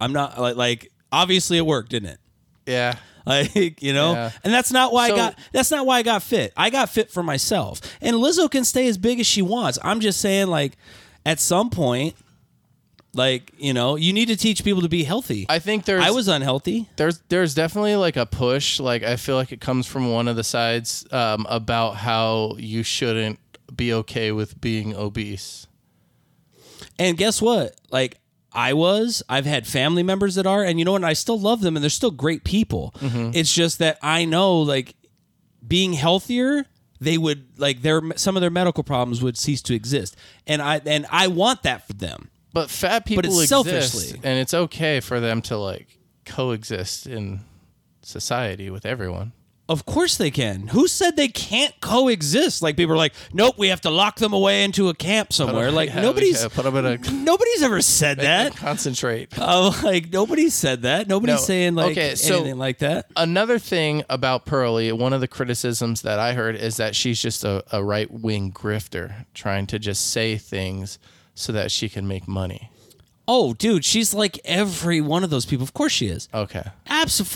Speaker 1: I'm not like, like obviously it worked, didn't it?
Speaker 2: Yeah.
Speaker 1: Like you know,
Speaker 2: Yeah.
Speaker 1: and that's not why
Speaker 2: So-
Speaker 1: I got. That's not why I got fit. I got fit for myself, and Lizzo can stay as big as she wants. I'm just saying, like, at some point, like you know, you need to teach people to be healthy.
Speaker 2: I think there's
Speaker 1: I was unhealthy.
Speaker 2: there's there's definitely like a push. Like I feel like it comes from one of the sides um, about how you shouldn't be okay with being obese.
Speaker 1: And guess what? Like I was, I've had family members that are, and you know, what? I still love them, and they're still great people.
Speaker 2: Mm-hmm.
Speaker 1: It's just that I know, like, being healthier, they would like their some of their medical problems would cease to exist, and I and I want that for them.
Speaker 2: But fat people
Speaker 1: it's
Speaker 2: exist,
Speaker 1: selfishly.
Speaker 2: and it's okay for them to like coexist in society with everyone.
Speaker 1: Of course they can. Who said they can't coexist? Like people are like, nope, we have to lock them away into a camp somewhere. Like
Speaker 2: yeah, we
Speaker 1: nobody's
Speaker 2: gotta put 'em in a-
Speaker 1: nobody's ever said that.
Speaker 2: Concentrate.
Speaker 1: Uh, like nobody said that. Nobody's
Speaker 2: No.
Speaker 1: saying like
Speaker 2: Okay, so-
Speaker 1: anything like that.
Speaker 2: Another thing about Pearly, one of the criticisms that I heard is that she's just a, a right wing grifter trying to just say things so that she can make money.
Speaker 1: Oh, dude, she's like every one of those people. Of course she is.
Speaker 2: Okay.
Speaker 1: Mm-hmm.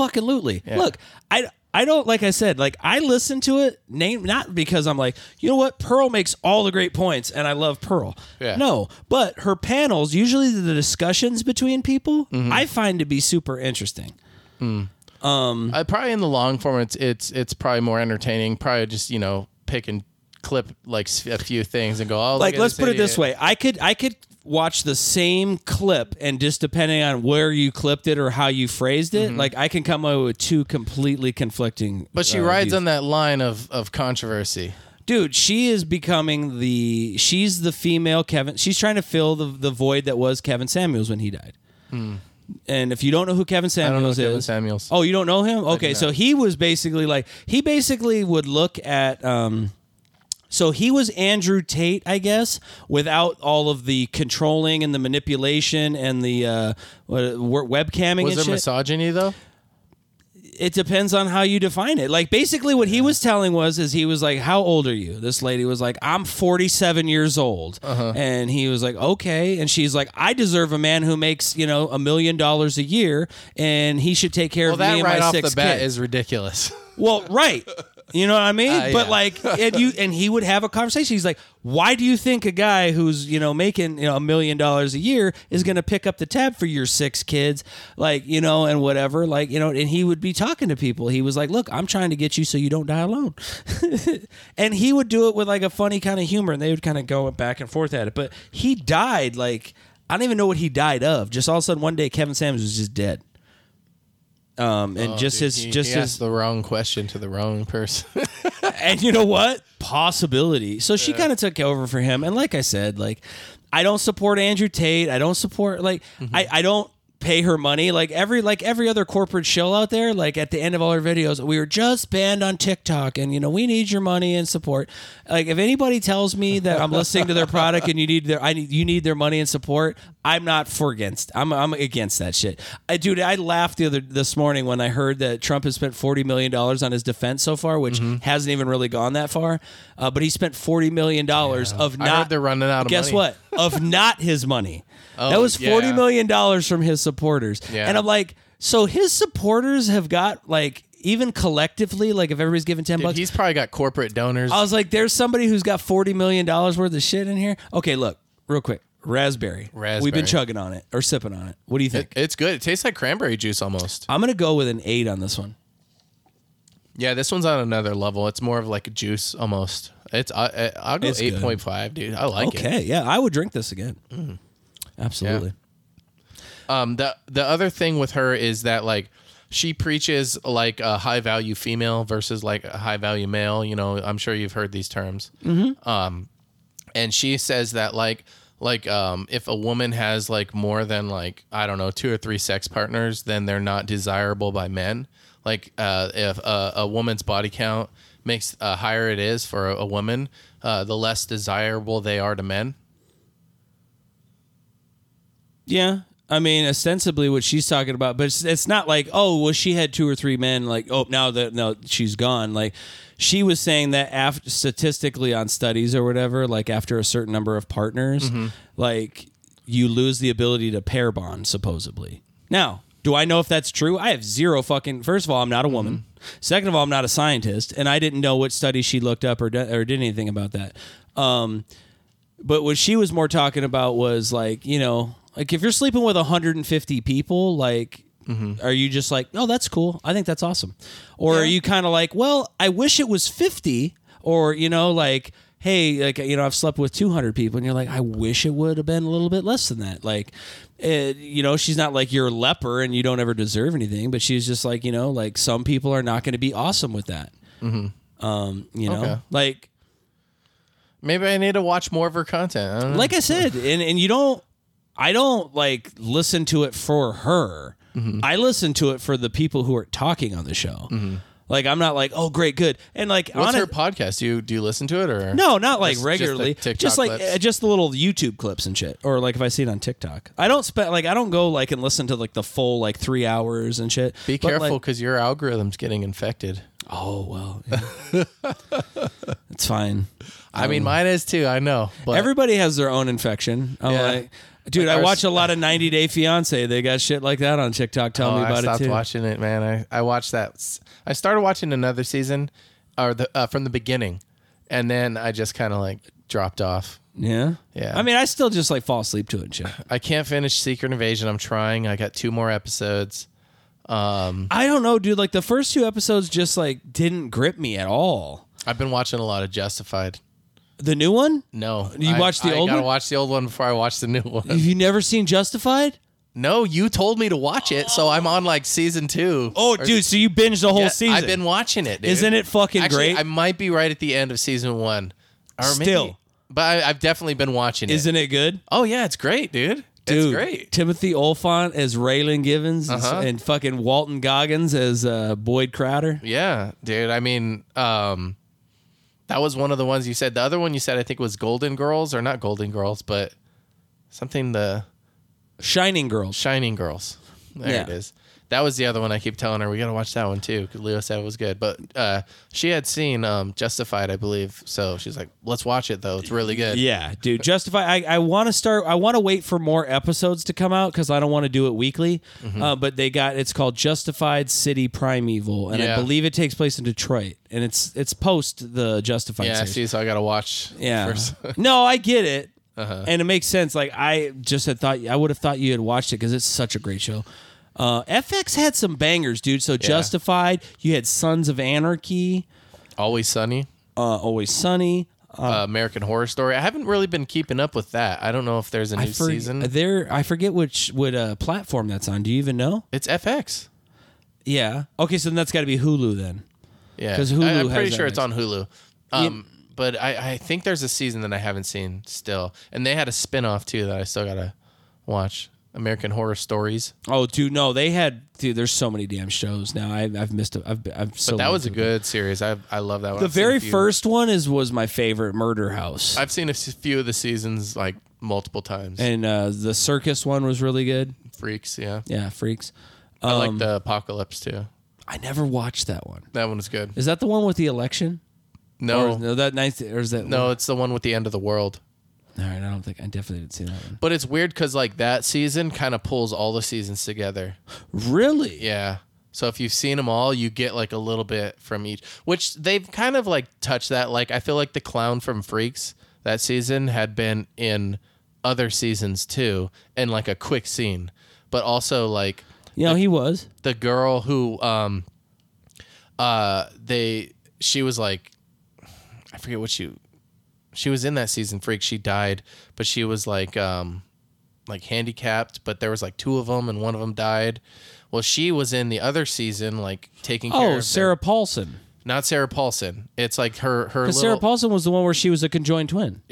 Speaker 1: Absolutely. Look, I I don't like I said, like I listen to it name not because I'm like, you know what, Pearl makes all the great points and I love Pearl.
Speaker 2: Yeah.
Speaker 1: No, but her panels, usually the discussions between people,
Speaker 2: Mm-hmm.
Speaker 1: I find to be super interesting.
Speaker 2: I Uh, probably in the long form it's it's it's probably more entertaining, probably just, you know, pick and clip like s- a few things and go, "Oh, look
Speaker 1: Like
Speaker 2: at
Speaker 1: let's
Speaker 2: this
Speaker 1: put it this
Speaker 2: idiot."
Speaker 1: way. I could I could watch the same clip and just depending on where you clipped it or how you phrased it, like I can come up with two completely conflicting
Speaker 2: Mm-hmm. But she
Speaker 1: uh,
Speaker 2: rides
Speaker 1: views.
Speaker 2: on that line of of controversy.
Speaker 1: dude she is becoming the she's the female kevin she's trying to fill the, the void that was kevin samuels when he died and if you don't know who kevin
Speaker 2: Hmm. don't know
Speaker 1: samuels
Speaker 2: Kevin
Speaker 1: is
Speaker 2: Samuels.
Speaker 1: oh you don't know him okay so he was basically like he basically would look at um so he was Andrew Tate, I guess, without all of the controlling and the manipulation and the uh, what- web camming.
Speaker 2: Was
Speaker 1: and
Speaker 2: there
Speaker 1: shit
Speaker 2: misogyny though?
Speaker 1: it depends on how you define it. Like basically what he was telling was is he was like, "How old are you?" This lady was like, "I'm 47 years old."
Speaker 2: Uh-huh.
Speaker 1: And he was like, "Okay." And she's like, "I deserve a man who makes, you know, a million dollars a year and he should take care
Speaker 2: Well,
Speaker 1: of me
Speaker 2: that
Speaker 1: and
Speaker 2: right
Speaker 1: my
Speaker 2: off
Speaker 1: six
Speaker 2: the bat
Speaker 1: kids."
Speaker 2: is ridiculous.
Speaker 1: Well, right. You know what I mean?
Speaker 2: Uh,
Speaker 1: But
Speaker 2: yeah.
Speaker 1: like, and you and he would have a conversation. He's like, "Why do you think a guy who's you know making you know a million dollars a year is going to pick up the tab for your six kids, like you know, and whatever, like you know?" And he would be talking to people. He was like, "Look, I'm trying to get you so you don't die alone," and he would do it with like a funny kind of humor, and they would kind of go back and forth at it. But he died like I don't even know what he died of. Just all of a sudden one day, Kevin Sanders was just dead. Um, and just his
Speaker 2: Oh, He-
Speaker 1: just
Speaker 2: he
Speaker 1: his
Speaker 2: asked the wrong question to the wrong person.
Speaker 1: and you know what? Possibility. So she kind of took over Mm-hmm. for him. And like I said, like I don't support Andrew Tate. I don't support like I, I don't pay her money like every like every other corporate show out there like at the end of all our videos we were just banned on tiktok and you know we need your money and support like if anybody tells me that i'm listening to their product and you need their i need you need their money and support i'm not for against i'm, I'm against that shit i dude i laughed the other this morning when i heard that trump has spent 40 million dollars on his defense so far which
Speaker 2: Mm-hmm.
Speaker 1: hasn't even really gone that far uh, but he spent 40 million dollars of
Speaker 2: I
Speaker 1: not
Speaker 2: heard they're running out of
Speaker 1: guess
Speaker 2: money. Oh,
Speaker 1: what of not his money. that was
Speaker 2: yeah.
Speaker 1: forty million dollars from his supporters,
Speaker 2: Yeah.
Speaker 1: and I'm like, so his supporters have got like even collectively, like if everybody's giving ten
Speaker 2: Dude,
Speaker 1: bucks,
Speaker 2: he's probably got corporate donors.
Speaker 1: I was like, there's somebody who's got forty million dollars worth of shit in here. Okay, look, real quick, raspberry. We've
Speaker 2: Raspberry.
Speaker 1: been chugging on it or sipping on it. What do you think?
Speaker 2: It- it's good. It tastes like cranberry juice almost.
Speaker 1: I'm gonna go with an eight on this
Speaker 2: Uh,
Speaker 1: one.
Speaker 2: Yeah, this one's on another level. It's more of like a juice almost. It's I, I, I'll go
Speaker 1: It's good.
Speaker 2: eight point five, dude. I like it.
Speaker 1: Okay, yeah, I would drink this again. Absolutely.
Speaker 2: Um, the the other thing with her is that like she preaches like a high value female versus like a high value male. You know, I'm sure you've heard these terms. Um, and she says that like like um, if a woman has like more than like I don't know two or three sex partners, then they're not desirable by men. Like uh, if a, a woman's body count makes uh, higher it is for a, a woman, uh, the less desirable they are to men.
Speaker 1: Yeah. I mean, ostensibly what she's talking about, but it's, it's not like, oh, well, she had two or three men. Like, oh, now that no, she's gone. Like, she was saying that after statistically on studies or whatever, like after a certain number of partners, like you lose the ability to pair bond, supposedly. Now, do I know if that's true? I have zero fucking. First of all, I'm not a woman. Second of all, I'm not a scientist, and I didn't know what study she looked up or did, or did anything about that. Um, but what she was more talking about was like, you know, like if you're sleeping with 150 people, like, are you just like, oh, that's cool. I think that's awesome. Or are you kind of like, well, I wish it was 50 or, you know, like, hey, like, you know, I've slept with 200 people and you're like, I wish it would have been a little bit less than that. Like, it, you know, she's not like you're a leper and you don't ever deserve anything, but she's just like, you know, like some people are not going to be awesome with that. Um, you know,
Speaker 2: Okay.
Speaker 1: like,
Speaker 2: Maybe I need to watch more of her content. I don't know.
Speaker 1: like I said, and and you don't, I don't like listen to it for her.
Speaker 2: Mm-hmm.
Speaker 1: I listen to it for the people who are talking on the show. Like I'm not like, oh great, good, and like
Speaker 2: What's
Speaker 1: hone-
Speaker 2: her podcast? Do you do you listen to it or
Speaker 1: no, not like
Speaker 2: Just- just the
Speaker 1: regularly. Just,
Speaker 2: TikTok
Speaker 1: like
Speaker 2: clips?
Speaker 1: uh, just the little YouTube clips and shit, or like if I see it on TikTok. I don't spend like I don't go like and listen to like the full like three hours and shit.
Speaker 2: Be
Speaker 1: But, like-
Speaker 2: careful because your algorithm's getting infected.
Speaker 1: oh well, yeah. it's fine.
Speaker 2: I mean, mine is too. I know. But
Speaker 1: Everybody has their own infection. I'm
Speaker 2: Yeah.
Speaker 1: like, dude,
Speaker 2: Like
Speaker 1: I
Speaker 2: ours-
Speaker 1: watch a lot of 90 Day Fiance. They got shit like that on TikTok. Tell
Speaker 2: Oh,
Speaker 1: me
Speaker 2: I
Speaker 1: about
Speaker 2: stopped
Speaker 1: it too.
Speaker 2: watching it, man. I I watched that. s- I started watching another season, or the uh, from the beginning, and then I just kind of like dropped off.
Speaker 1: Yeah,
Speaker 2: Yeah.
Speaker 1: I mean, I still just like fall asleep to it and shit.
Speaker 2: I can't finish Secret Invasion. I'm trying. I got two more episodes.
Speaker 1: I don't know, dude. Like the first two episodes just like didn't grip me at all.
Speaker 2: I've been watching a lot of Justified.
Speaker 1: The new one?
Speaker 2: No,
Speaker 1: You
Speaker 2: I-
Speaker 1: watched the
Speaker 2: I
Speaker 1: old
Speaker 2: gotta
Speaker 1: one?
Speaker 2: watch the old one before I watch the new one.
Speaker 1: Have you never seen Justified?
Speaker 2: no, you told me to watch it, so I'm on like season two.
Speaker 1: Oh,
Speaker 2: Or-
Speaker 1: dude, so you binged the whole
Speaker 2: Yeah,
Speaker 1: season?
Speaker 2: I've been watching it. Dude.
Speaker 1: Isn't it fucking
Speaker 2: Actually,
Speaker 1: great?
Speaker 2: I might be right at the end of season one. Or
Speaker 1: Still.
Speaker 2: Maybe, but I, I've definitely been watching it.
Speaker 1: Isn't it good?
Speaker 2: Oh yeah, it's great, dude.
Speaker 1: Dude,
Speaker 2: it's great.
Speaker 1: Timothy Olfont as Raylan Givens and-
Speaker 2: Uh-huh.
Speaker 1: and, fucking Walton Goggins as uh, Boyd Crowder.
Speaker 2: Yeah, dude. I mean, um, that was one of the ones you said. The other one you said I think was Golden Girls or not Golden Girls, but something the
Speaker 1: Shining Girls.
Speaker 2: Shining Girls. There
Speaker 1: Yeah.
Speaker 2: it is. That was the other one I keep telling her we gotta watch that one too. 'cause Leo said it was good, but uh, she had seen um, Justified, I believe. So she's like, "Let's watch it though. It's really good."
Speaker 1: Yeah, dude. Justify. I, I want to start. I want to wait for more episodes to come out because I don't want to do it weekly.
Speaker 2: Mm-hmm.
Speaker 1: Uh, but they got it's called Justified City Primeval, and
Speaker 2: Yeah.
Speaker 1: I believe it takes place in Detroit, and it's it's post the Justified.
Speaker 2: Yeah,
Speaker 1: series.
Speaker 2: see, so I gotta watch.
Speaker 1: yeah.
Speaker 2: First. Uh-huh.
Speaker 1: no, I get it, and it makes sense. Like I just had thought I would have thought you had watched it because it's such a great show. Uh, FX had some bangers, dude. So Justified, you had Sons of Anarchy,
Speaker 2: Always Sunny,
Speaker 1: uh, Always Sunny.
Speaker 2: uh, American Horror Story. I haven't really been keeping up with that. I don't know if there's a new
Speaker 1: I forg-
Speaker 2: season.
Speaker 1: There, I forget which what uh, platform that's on. Do you even know?
Speaker 2: It's FX.
Speaker 1: Yeah. Okay, so then that's got to be Hulu then.
Speaker 2: Yeah,
Speaker 1: 'Cause Hulu
Speaker 2: I, am
Speaker 1: has
Speaker 2: pretty
Speaker 1: that
Speaker 2: sure it's
Speaker 1: next-
Speaker 2: on Hulu. Um, but I, I think there's a season that I haven't seen still, and they had a spin off too that I still gotta watch. American Horror Stories.
Speaker 1: Oh, dude, no, they had. Dude, there's so many damn shows now. I, I've missed. A, I've I've so.
Speaker 2: But that
Speaker 1: many
Speaker 2: was a
Speaker 1: through.
Speaker 2: good series. I I love that one.
Speaker 1: The
Speaker 2: I've seen a
Speaker 1: very
Speaker 2: few.
Speaker 1: first one is was my favorite, Murder House,
Speaker 2: I've seen a s- few of the seasons like multiple times.
Speaker 1: and uh, the circus one was really good.
Speaker 2: Freaks, yeah.
Speaker 1: Yeah, freaks.
Speaker 2: I like the Apocalypse too.
Speaker 1: I never watched that one.
Speaker 2: That one was good.
Speaker 1: Is that the one with the election?
Speaker 2: No,
Speaker 1: Or, no, that ninth, or is that
Speaker 2: no, it's the one with the end of the world.
Speaker 1: All right, I don't think I definitely didn't see that one.
Speaker 2: But it's weird because like that season kind of pulls all the seasons together.
Speaker 1: Really?
Speaker 2: Yeah. So if you've seen them all, you get like a little bit from each, which they've kind of like touched that. Like I feel like the clown from Freaks that season had been in other seasons too, and like a quick scene, but also like
Speaker 1: You know, he was.
Speaker 2: the girl who um uh they she was like I forget what she she was in that season freak she died but she was like um like handicapped but there was like two of them and one of them died well she was in the other season like taking care of
Speaker 1: Oh,
Speaker 2: their-
Speaker 1: Sarah Paulson.
Speaker 2: not Sarah Paulson it's like her her
Speaker 1: Because
Speaker 2: little,
Speaker 1: Sarah Paulson was the one where she was a conjoined twin.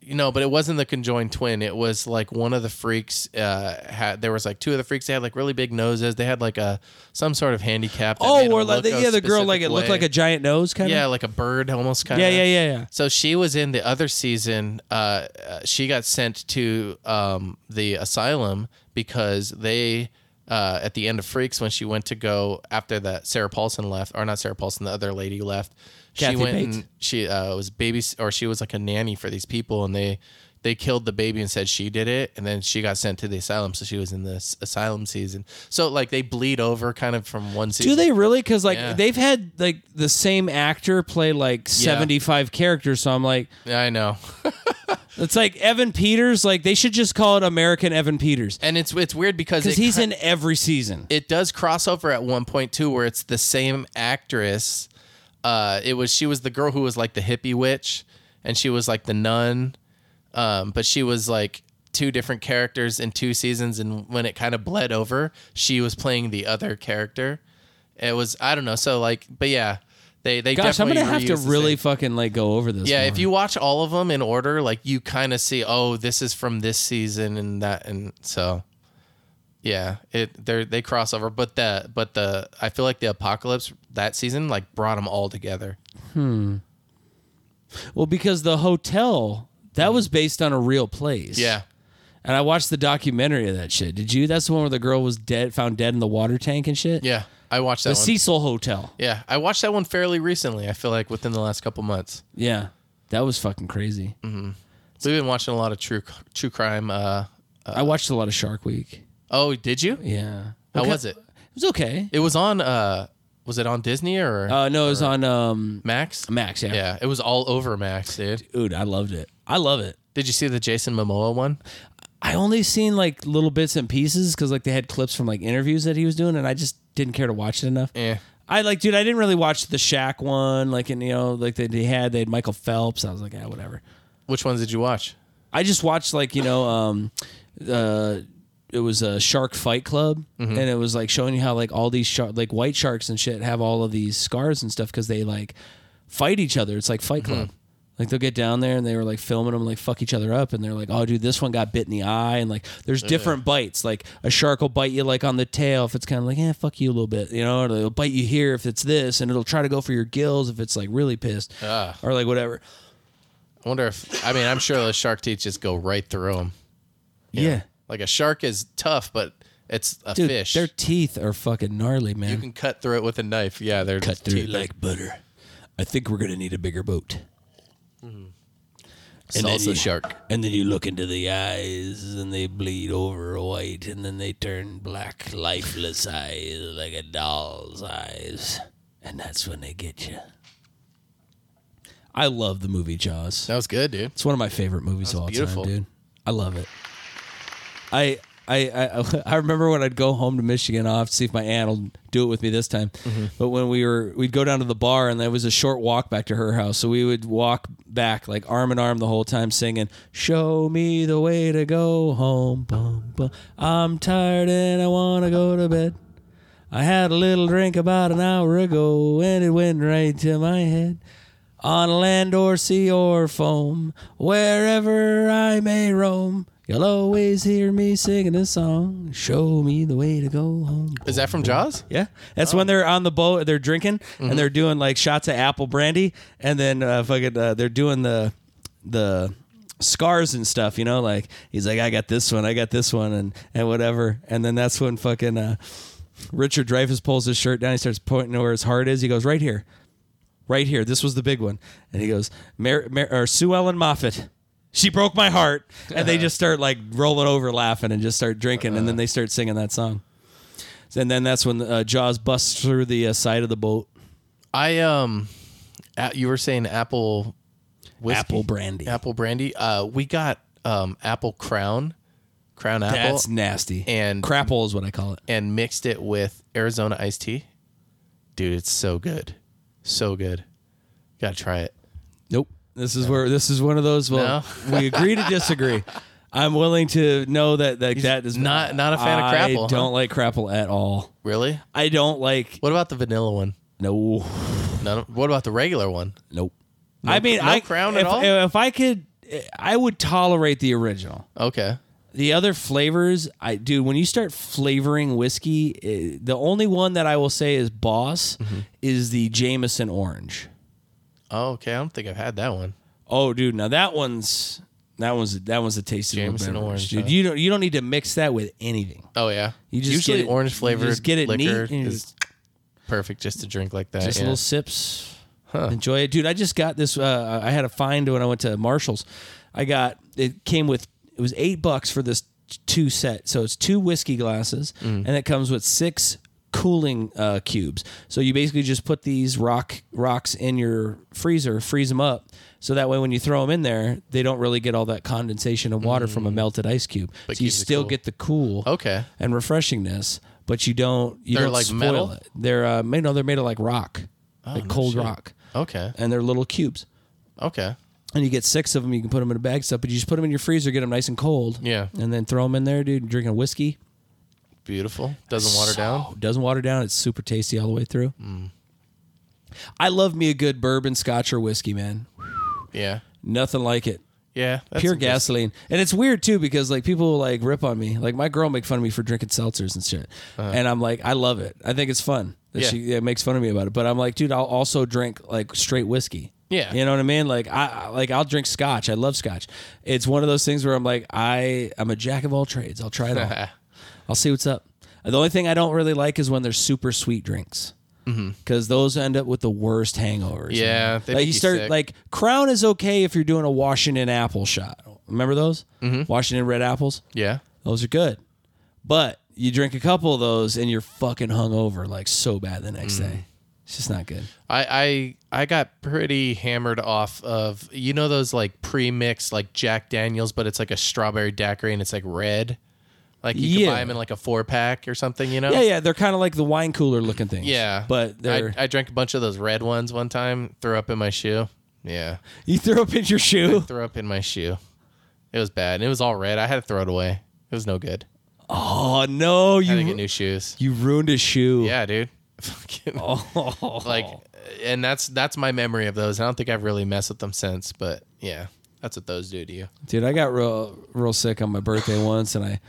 Speaker 2: you know, but it wasn't the conjoined twin. It was like one of the freaks. Uh, had there was like two of the freaks. They had like really big noses. They had like a some sort of handicap. that made
Speaker 1: Oh,
Speaker 2: them
Speaker 1: or like
Speaker 2: look a
Speaker 1: yeah, the girl like it
Speaker 2: specific
Speaker 1: looked
Speaker 2: way.
Speaker 1: like a giant nose kind of.
Speaker 2: yeah, like a bird almost kind
Speaker 1: Yeah,
Speaker 2: of
Speaker 1: yeah, yeah, yeah.
Speaker 2: So she was in the other season. Uh, uh, she got sent to um, the asylum because they. Uh, at the end of Freaks, when she went to go after that, Sarah Paulson left, or not Sarah Paulson, the other lady left.
Speaker 1: Kathy
Speaker 2: she went
Speaker 1: Bates?
Speaker 2: and she uh, was baby, or she was like a nanny for these people, and they they killed the baby and said she did it, and then she got sent to the asylum, so she was in this asylum season. So like they bleed over kind of from one season.
Speaker 1: Do they really? Because like
Speaker 2: Yeah.
Speaker 1: they've had like the same actor play like seventy five characters. So I'm like,
Speaker 2: I know.
Speaker 1: it's like Evan Peters. Like they should just call it American Evan Peters
Speaker 2: And it's it's weird because
Speaker 1: because
Speaker 2: it
Speaker 1: he's
Speaker 2: ki-
Speaker 1: in every season.
Speaker 2: it does cross over at one point too, where it's the same actress. Uh, it was she was the girl who was like the hippie witch, and she was like the nun, um, but she was like two different characters in two seasons. And when it kind of bled over, she was playing the other character. It was I don't know. So like, but yeah, they they
Speaker 1: Gosh, I'm
Speaker 2: definitely
Speaker 1: gonna have to
Speaker 2: reuse the
Speaker 1: really
Speaker 2: same-
Speaker 1: fucking like go over this.
Speaker 2: yeah,
Speaker 1: more.
Speaker 2: if you watch all of them in order, like you kind of see, oh, this is from this season and that, and so, yeah, it they they cross over, but the but the I feel like the apocalypse that season like brought them all together.
Speaker 1: well, because the hotel that was based on a real place.
Speaker 2: Mm. Yeah,
Speaker 1: and I watched the documentary of that shit. Did you? That's the one where the girl was dead, found dead in the water tank and shit.
Speaker 2: yeah, I watched that
Speaker 1: the
Speaker 2: one.
Speaker 1: Cecil Hotel.
Speaker 2: yeah, I watched that one fairly recently. I feel like within the last couple months,
Speaker 1: Yeah, that was fucking crazy.
Speaker 2: we've been watching a lot of true true crime. Uh,
Speaker 1: I watched a lot of Shark Week.
Speaker 2: oh, did you?
Speaker 1: Yeah,
Speaker 2: How
Speaker 1: Okay.
Speaker 2: was it?
Speaker 1: It was okay.
Speaker 2: It was on. Uh, was it on Disney or
Speaker 1: Uh, no, it was on um,
Speaker 2: Max?
Speaker 1: Max. Yeah.
Speaker 2: Yeah, it was all over Max, dude.
Speaker 1: dude, I loved it. I love it.
Speaker 2: Did you see the Jason Momoa one?
Speaker 1: I only seen like little bits and pieces because like they had clips from like interviews that he was doing, and I just didn't care to watch it enough.
Speaker 2: Yeah.
Speaker 1: I like, dude, I didn't really watch the Shaq one, like, and you know, like they, they had they had Michael Phelps. I was like, yeah, whatever.
Speaker 2: Which ones did you watch?
Speaker 1: I just watched like you know, um, uh, it was a Shark Fight Club, and it was like showing you how like all these shark, like white sharks and shit, have all of these scars and stuff because they like fight each other. It's like Fight Club. Like they'll get down there and they were like filming them, like fuck each other up, and they're like, "Oh, dude, this one got bit in the eye," and like, there's different bites. Like a shark will bite you like on the tail if it's kind of like, "Yeah, fuck you a little bit," you know, or it'll bite you here if it's this, and it'll try to go for your gills if it's like really pissed, or like whatever.
Speaker 2: I wonder if I mean I'm sure those shark teeth just go right through them.
Speaker 1: yeah.
Speaker 2: Like a shark is tough, but it's a
Speaker 1: Dude,
Speaker 2: fish.
Speaker 1: their teeth are fucking gnarly, man.
Speaker 2: you can cut through it with a knife. Yeah, they're
Speaker 1: cut
Speaker 2: just
Speaker 1: through
Speaker 2: teeth.
Speaker 1: like butter. I think we're gonna need a bigger boat.
Speaker 2: It's also
Speaker 1: you,
Speaker 2: Mm-hmm. shark.
Speaker 1: And then you look into the eyes, and they bleed over white, and then they turn black, lifeless eyes, like a doll's eyes, and that's when they get you. I love the movie Jaws.
Speaker 2: That was good, dude.
Speaker 1: It's one of my favorite movies of all
Speaker 2: beautiful.
Speaker 1: time, dude. I love it. I, I I I remember when I'd go home to Michigan. I'll have to see if my aunt will do it with me this time. But when we were, we'd go down to the bar, and there was a short walk back to her house. So we would walk back like arm in arm the whole time, singing "Show me the way to go home." Bum, bum. I'm tired and I wanna go to bed. I had a little drink about an hour ago, and it went right to my head on land or sea or foam, wherever I may roam. You'll always hear me singing this song. Show me the way to go home.
Speaker 2: Is that from Jaws?
Speaker 1: Yeah, that's when they're on the boat, they're drinking, and they're doing like shots of apple brandy, and then uh, fucking uh, they're doing the the scars and stuff. You know, like he's like, I got this one, I got this one, and and whatever. And then that's when fucking uh, Richard Dreyfuss pulls his shirt down. He starts pointing to where his heart is. He goes right here, right here. This was the big one, and he goes, Mar- Mar- or Sue Ellen Moffat. She broke my heart, and they just start like rolling over, laughing, and just start drinking, and then they start singing that song. And then that's when uh, Jaws busts through the uh, side of the boat.
Speaker 2: I um, a- you were saying apple, whiskey?
Speaker 1: Apple brandy.
Speaker 2: apple brandy. Uh, we got um apple crown, crown apple,
Speaker 1: That's nasty.
Speaker 2: and-
Speaker 1: crapple is what I call it.
Speaker 2: and mixed it with Arizona iced tea. Dude, it's so good, so good. Gotta try it.
Speaker 1: Nope. This is where this is one of those. Well, we agree to disagree. I'm willing to know that that, that is
Speaker 2: not- not a fan of crapple, huh?
Speaker 1: I don't like crapple at all.
Speaker 2: Really?
Speaker 1: I don't like
Speaker 2: What about the vanilla one?
Speaker 1: no,
Speaker 2: None. What about the regular one?
Speaker 1: nope. I mean,
Speaker 2: no
Speaker 1: I
Speaker 2: crown
Speaker 1: if,
Speaker 2: at all?
Speaker 1: If I could, I would tolerate the original.
Speaker 2: Okay.
Speaker 1: The other flavors, I do. When you start flavoring whiskey, eh, the only one that I will say is boss
Speaker 2: Mm-hmm.
Speaker 1: is the Jameson orange.
Speaker 2: Oh, okay. I don't think I've had that one.
Speaker 1: Oh, dude, now that one's that one's that one's a tasty little
Speaker 2: Jameson
Speaker 1: beverage,
Speaker 2: orange,
Speaker 1: dude.
Speaker 2: huh?
Speaker 1: You don't you don't need to mix that with anything.
Speaker 2: Oh yeah.
Speaker 1: You just
Speaker 2: usually
Speaker 1: get it-
Speaker 2: orange
Speaker 1: you
Speaker 2: flavored
Speaker 1: just get it neat
Speaker 2: liquor
Speaker 1: and you
Speaker 2: is perfect just to drink like that.
Speaker 1: Just
Speaker 2: yeah.
Speaker 1: little sips, enjoy it, dude. I just got this. Uh, I had a find when I went to Marshalls. I got it came with it was eight bucks for this t- two set, so it's two whiskey glasses,
Speaker 2: Mm.
Speaker 1: and it comes with six cooling uh, cubes. So you basically just put these rock rocks in your freezer, freeze them up. So that way, when you throw them in there, they don't really get all that condensation and water from a melted ice cube.
Speaker 2: Mm. But
Speaker 1: so you
Speaker 2: keeps it
Speaker 1: still
Speaker 2: cool.
Speaker 1: get the cool,
Speaker 2: Okay.
Speaker 1: and refreshingness, but you don't you
Speaker 2: They're
Speaker 1: don't
Speaker 2: like
Speaker 1: spoil
Speaker 2: metal? Oh,
Speaker 1: it. They're uh, made no, they're made of like rock, like cold rock,
Speaker 2: Okay.
Speaker 1: and they're little cubes.
Speaker 2: Okay.
Speaker 1: And you get six of them. You can put them in a bag and stuff, but you just put them in your freezer, get them nice and cold.
Speaker 2: Yeah.
Speaker 1: and then throw them in there, dude. Drinking whiskey
Speaker 2: Beautiful. Doesn't water down. Mm.
Speaker 1: So- doesn't water down. It's super tasty all the way through. I love me a good bourbon, scotch, or whiskey, man.
Speaker 2: Yeah.
Speaker 1: Nothing like it.
Speaker 2: Yeah. that's
Speaker 1: Pure
Speaker 2: a good-
Speaker 1: gasoline, and it's weird too because like people like rip on me. Like my girl make fun of me for drinking seltzers and shit, and I'm like, I love it. I think it's fun that
Speaker 2: Uh-huh. Yeah.
Speaker 1: she yeah, makes fun of me about it. But I'm like, dude, I'll also drink like straight whiskey.
Speaker 2: Yeah.
Speaker 1: you know what I mean. Like I I- like I'll drink scotch. I love scotch. It's one of those things where I'm like, I I'm a jack of all trades. I'll try it all. I'll see what's up. The only thing I don't really like is when they're super sweet drinks. Because those end up with the worst hangovers.
Speaker 2: Mm-hmm. Yeah,
Speaker 1: man.
Speaker 2: they
Speaker 1: like
Speaker 2: make
Speaker 1: you
Speaker 2: you
Speaker 1: start
Speaker 2: sick.
Speaker 1: like Crown is okay if you're doing a Washington apple shot. Remember those
Speaker 2: Mm-hmm.
Speaker 1: Washington red apples?
Speaker 2: Yeah.
Speaker 1: Those are good, but you drink a couple of those and you're fucking hungover like so bad the next
Speaker 2: Mm.
Speaker 1: day. It's just not good.
Speaker 2: I, I I got pretty hammered off of you know those like pre-mixed like Jack Daniels, but it's like a strawberry daiquiri and it's like red. Like you can
Speaker 1: Yeah.
Speaker 2: buy them in like a four pack or something, you know?
Speaker 1: Yeah, yeah, they're kind of like the wine cooler looking things.
Speaker 2: Yeah.
Speaker 1: but they're
Speaker 2: I, I drank a bunch of those red ones one time, threw up in my shoe. Yeah.
Speaker 1: you throw up in your shoe.
Speaker 2: Threw up in my shoe. It was bad. And it was all red. I had to throw it away. It was no good.
Speaker 1: Oh no,
Speaker 2: I had to get
Speaker 1: you
Speaker 2: new shoes.
Speaker 1: you Oh. ruined his shoe.
Speaker 2: Yeah, dude. Fucking like and that's that's my memory of those. I don't think I've really messed with them since, but yeah. That's what those do to you.
Speaker 1: Dude, I got real real sick on my birthday once and I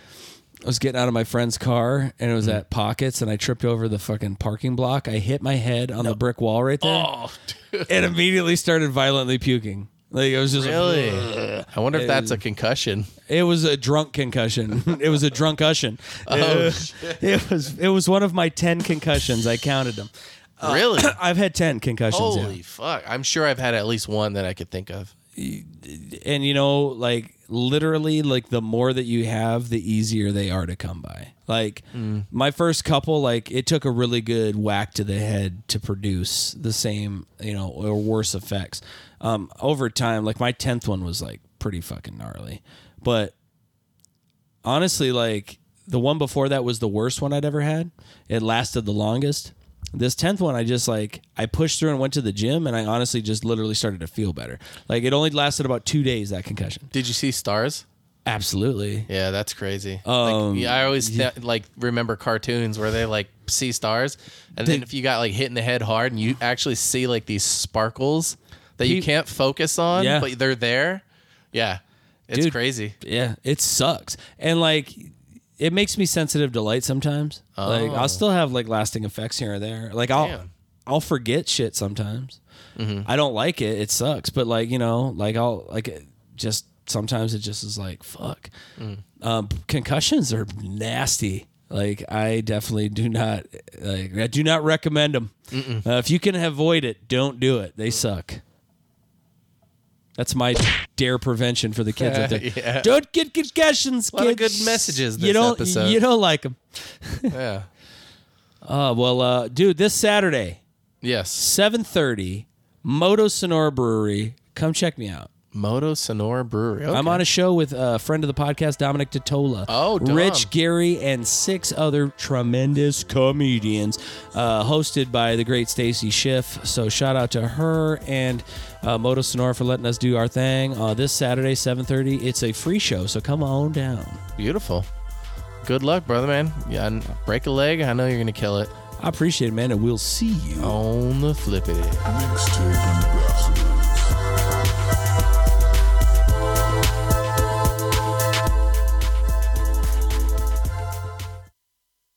Speaker 1: I was getting out of my friend's car and it was at Pockets and I tripped over the fucking parking block. I hit my head on the brick wall right there. Oh, dude. And immediately started violently puking. Like it was just like,
Speaker 2: Really? I wonder if that's a concussion.
Speaker 1: it was a drunk concussion. it was a drunk cushion. it, it was it was one of my 10 concussions. I counted them.
Speaker 2: really?
Speaker 1: I've had 10 concussions. Uh, yeah.
Speaker 2: Holy fuck. I'm sure I've had at least one that I could think of.
Speaker 1: and you know like literally like the more that you have the easier they are to come by like my first couple like it took a really good whack to the head to produce the same you know or worse effects um over time like my 10th one was like pretty fucking gnarly but honestly like the one before that was the worst one i'd ever had it lasted the longest this 10th one i just like i pushed through and went to the gym and i honestly just literally started to feel better like it only lasted about two days that concussion
Speaker 2: Did you see stars?
Speaker 1: absolutely
Speaker 2: Yeah, that's crazy.
Speaker 1: Um,
Speaker 2: like, yeah, I always th- like remember cartoons where they like see stars, and then if you got like hit in the head hard, and you actually see like these sparkles that you
Speaker 1: Pe-
Speaker 2: can't focus on,
Speaker 1: Yeah.
Speaker 2: but they're there. Yeah, It's
Speaker 1: Dude.
Speaker 2: crazy.
Speaker 1: yeah, it sucks. And like it makes me sensitive to light sometimes. Like I'll still have like lasting effects here or there. Like I'll
Speaker 2: Damn.
Speaker 1: I'll forget shit sometimes. I don't like it. It sucks, but like, you know, like I'll like it just sometimes it just is like fuck.
Speaker 2: Mm.
Speaker 1: Um concussions are nasty. Like I definitely do not like I do not recommend them. Uh, if you can avoid it, don't do it. They suck. That's my dare prevention for the kids out there.
Speaker 2: Yeah.
Speaker 1: Don't get concussions,
Speaker 2: Lot of
Speaker 1: kids.
Speaker 2: good messages
Speaker 1: you
Speaker 2: this
Speaker 1: don't,
Speaker 2: episode.
Speaker 1: You don't like them.
Speaker 2: Yeah.
Speaker 1: Uh, well, uh, dude, this Saturday,
Speaker 2: Yes.
Speaker 1: 7.30, Moto Sonora Brewery. Come check me out.
Speaker 2: Moto Sonora Brewery. Oh, Okay.
Speaker 1: I'm on a show with a friend of the podcast, Dominic Totola.
Speaker 2: Oh, Dom.
Speaker 1: Rich Gary and six other tremendous comedians, uh, hosted by the great Stacy Schiff. So shout out to her and uh, Moto Sonora for letting us do our thing uh, this Saturday, 7:30. It's a free show, so come on down.
Speaker 2: Beautiful. Good luck, brother man. Yeah, and break a leg. I know you're gonna kill it. Oh,
Speaker 1: I appreciate it, man, and we'll see you.
Speaker 2: On the flippity.
Speaker 7: Mixtape and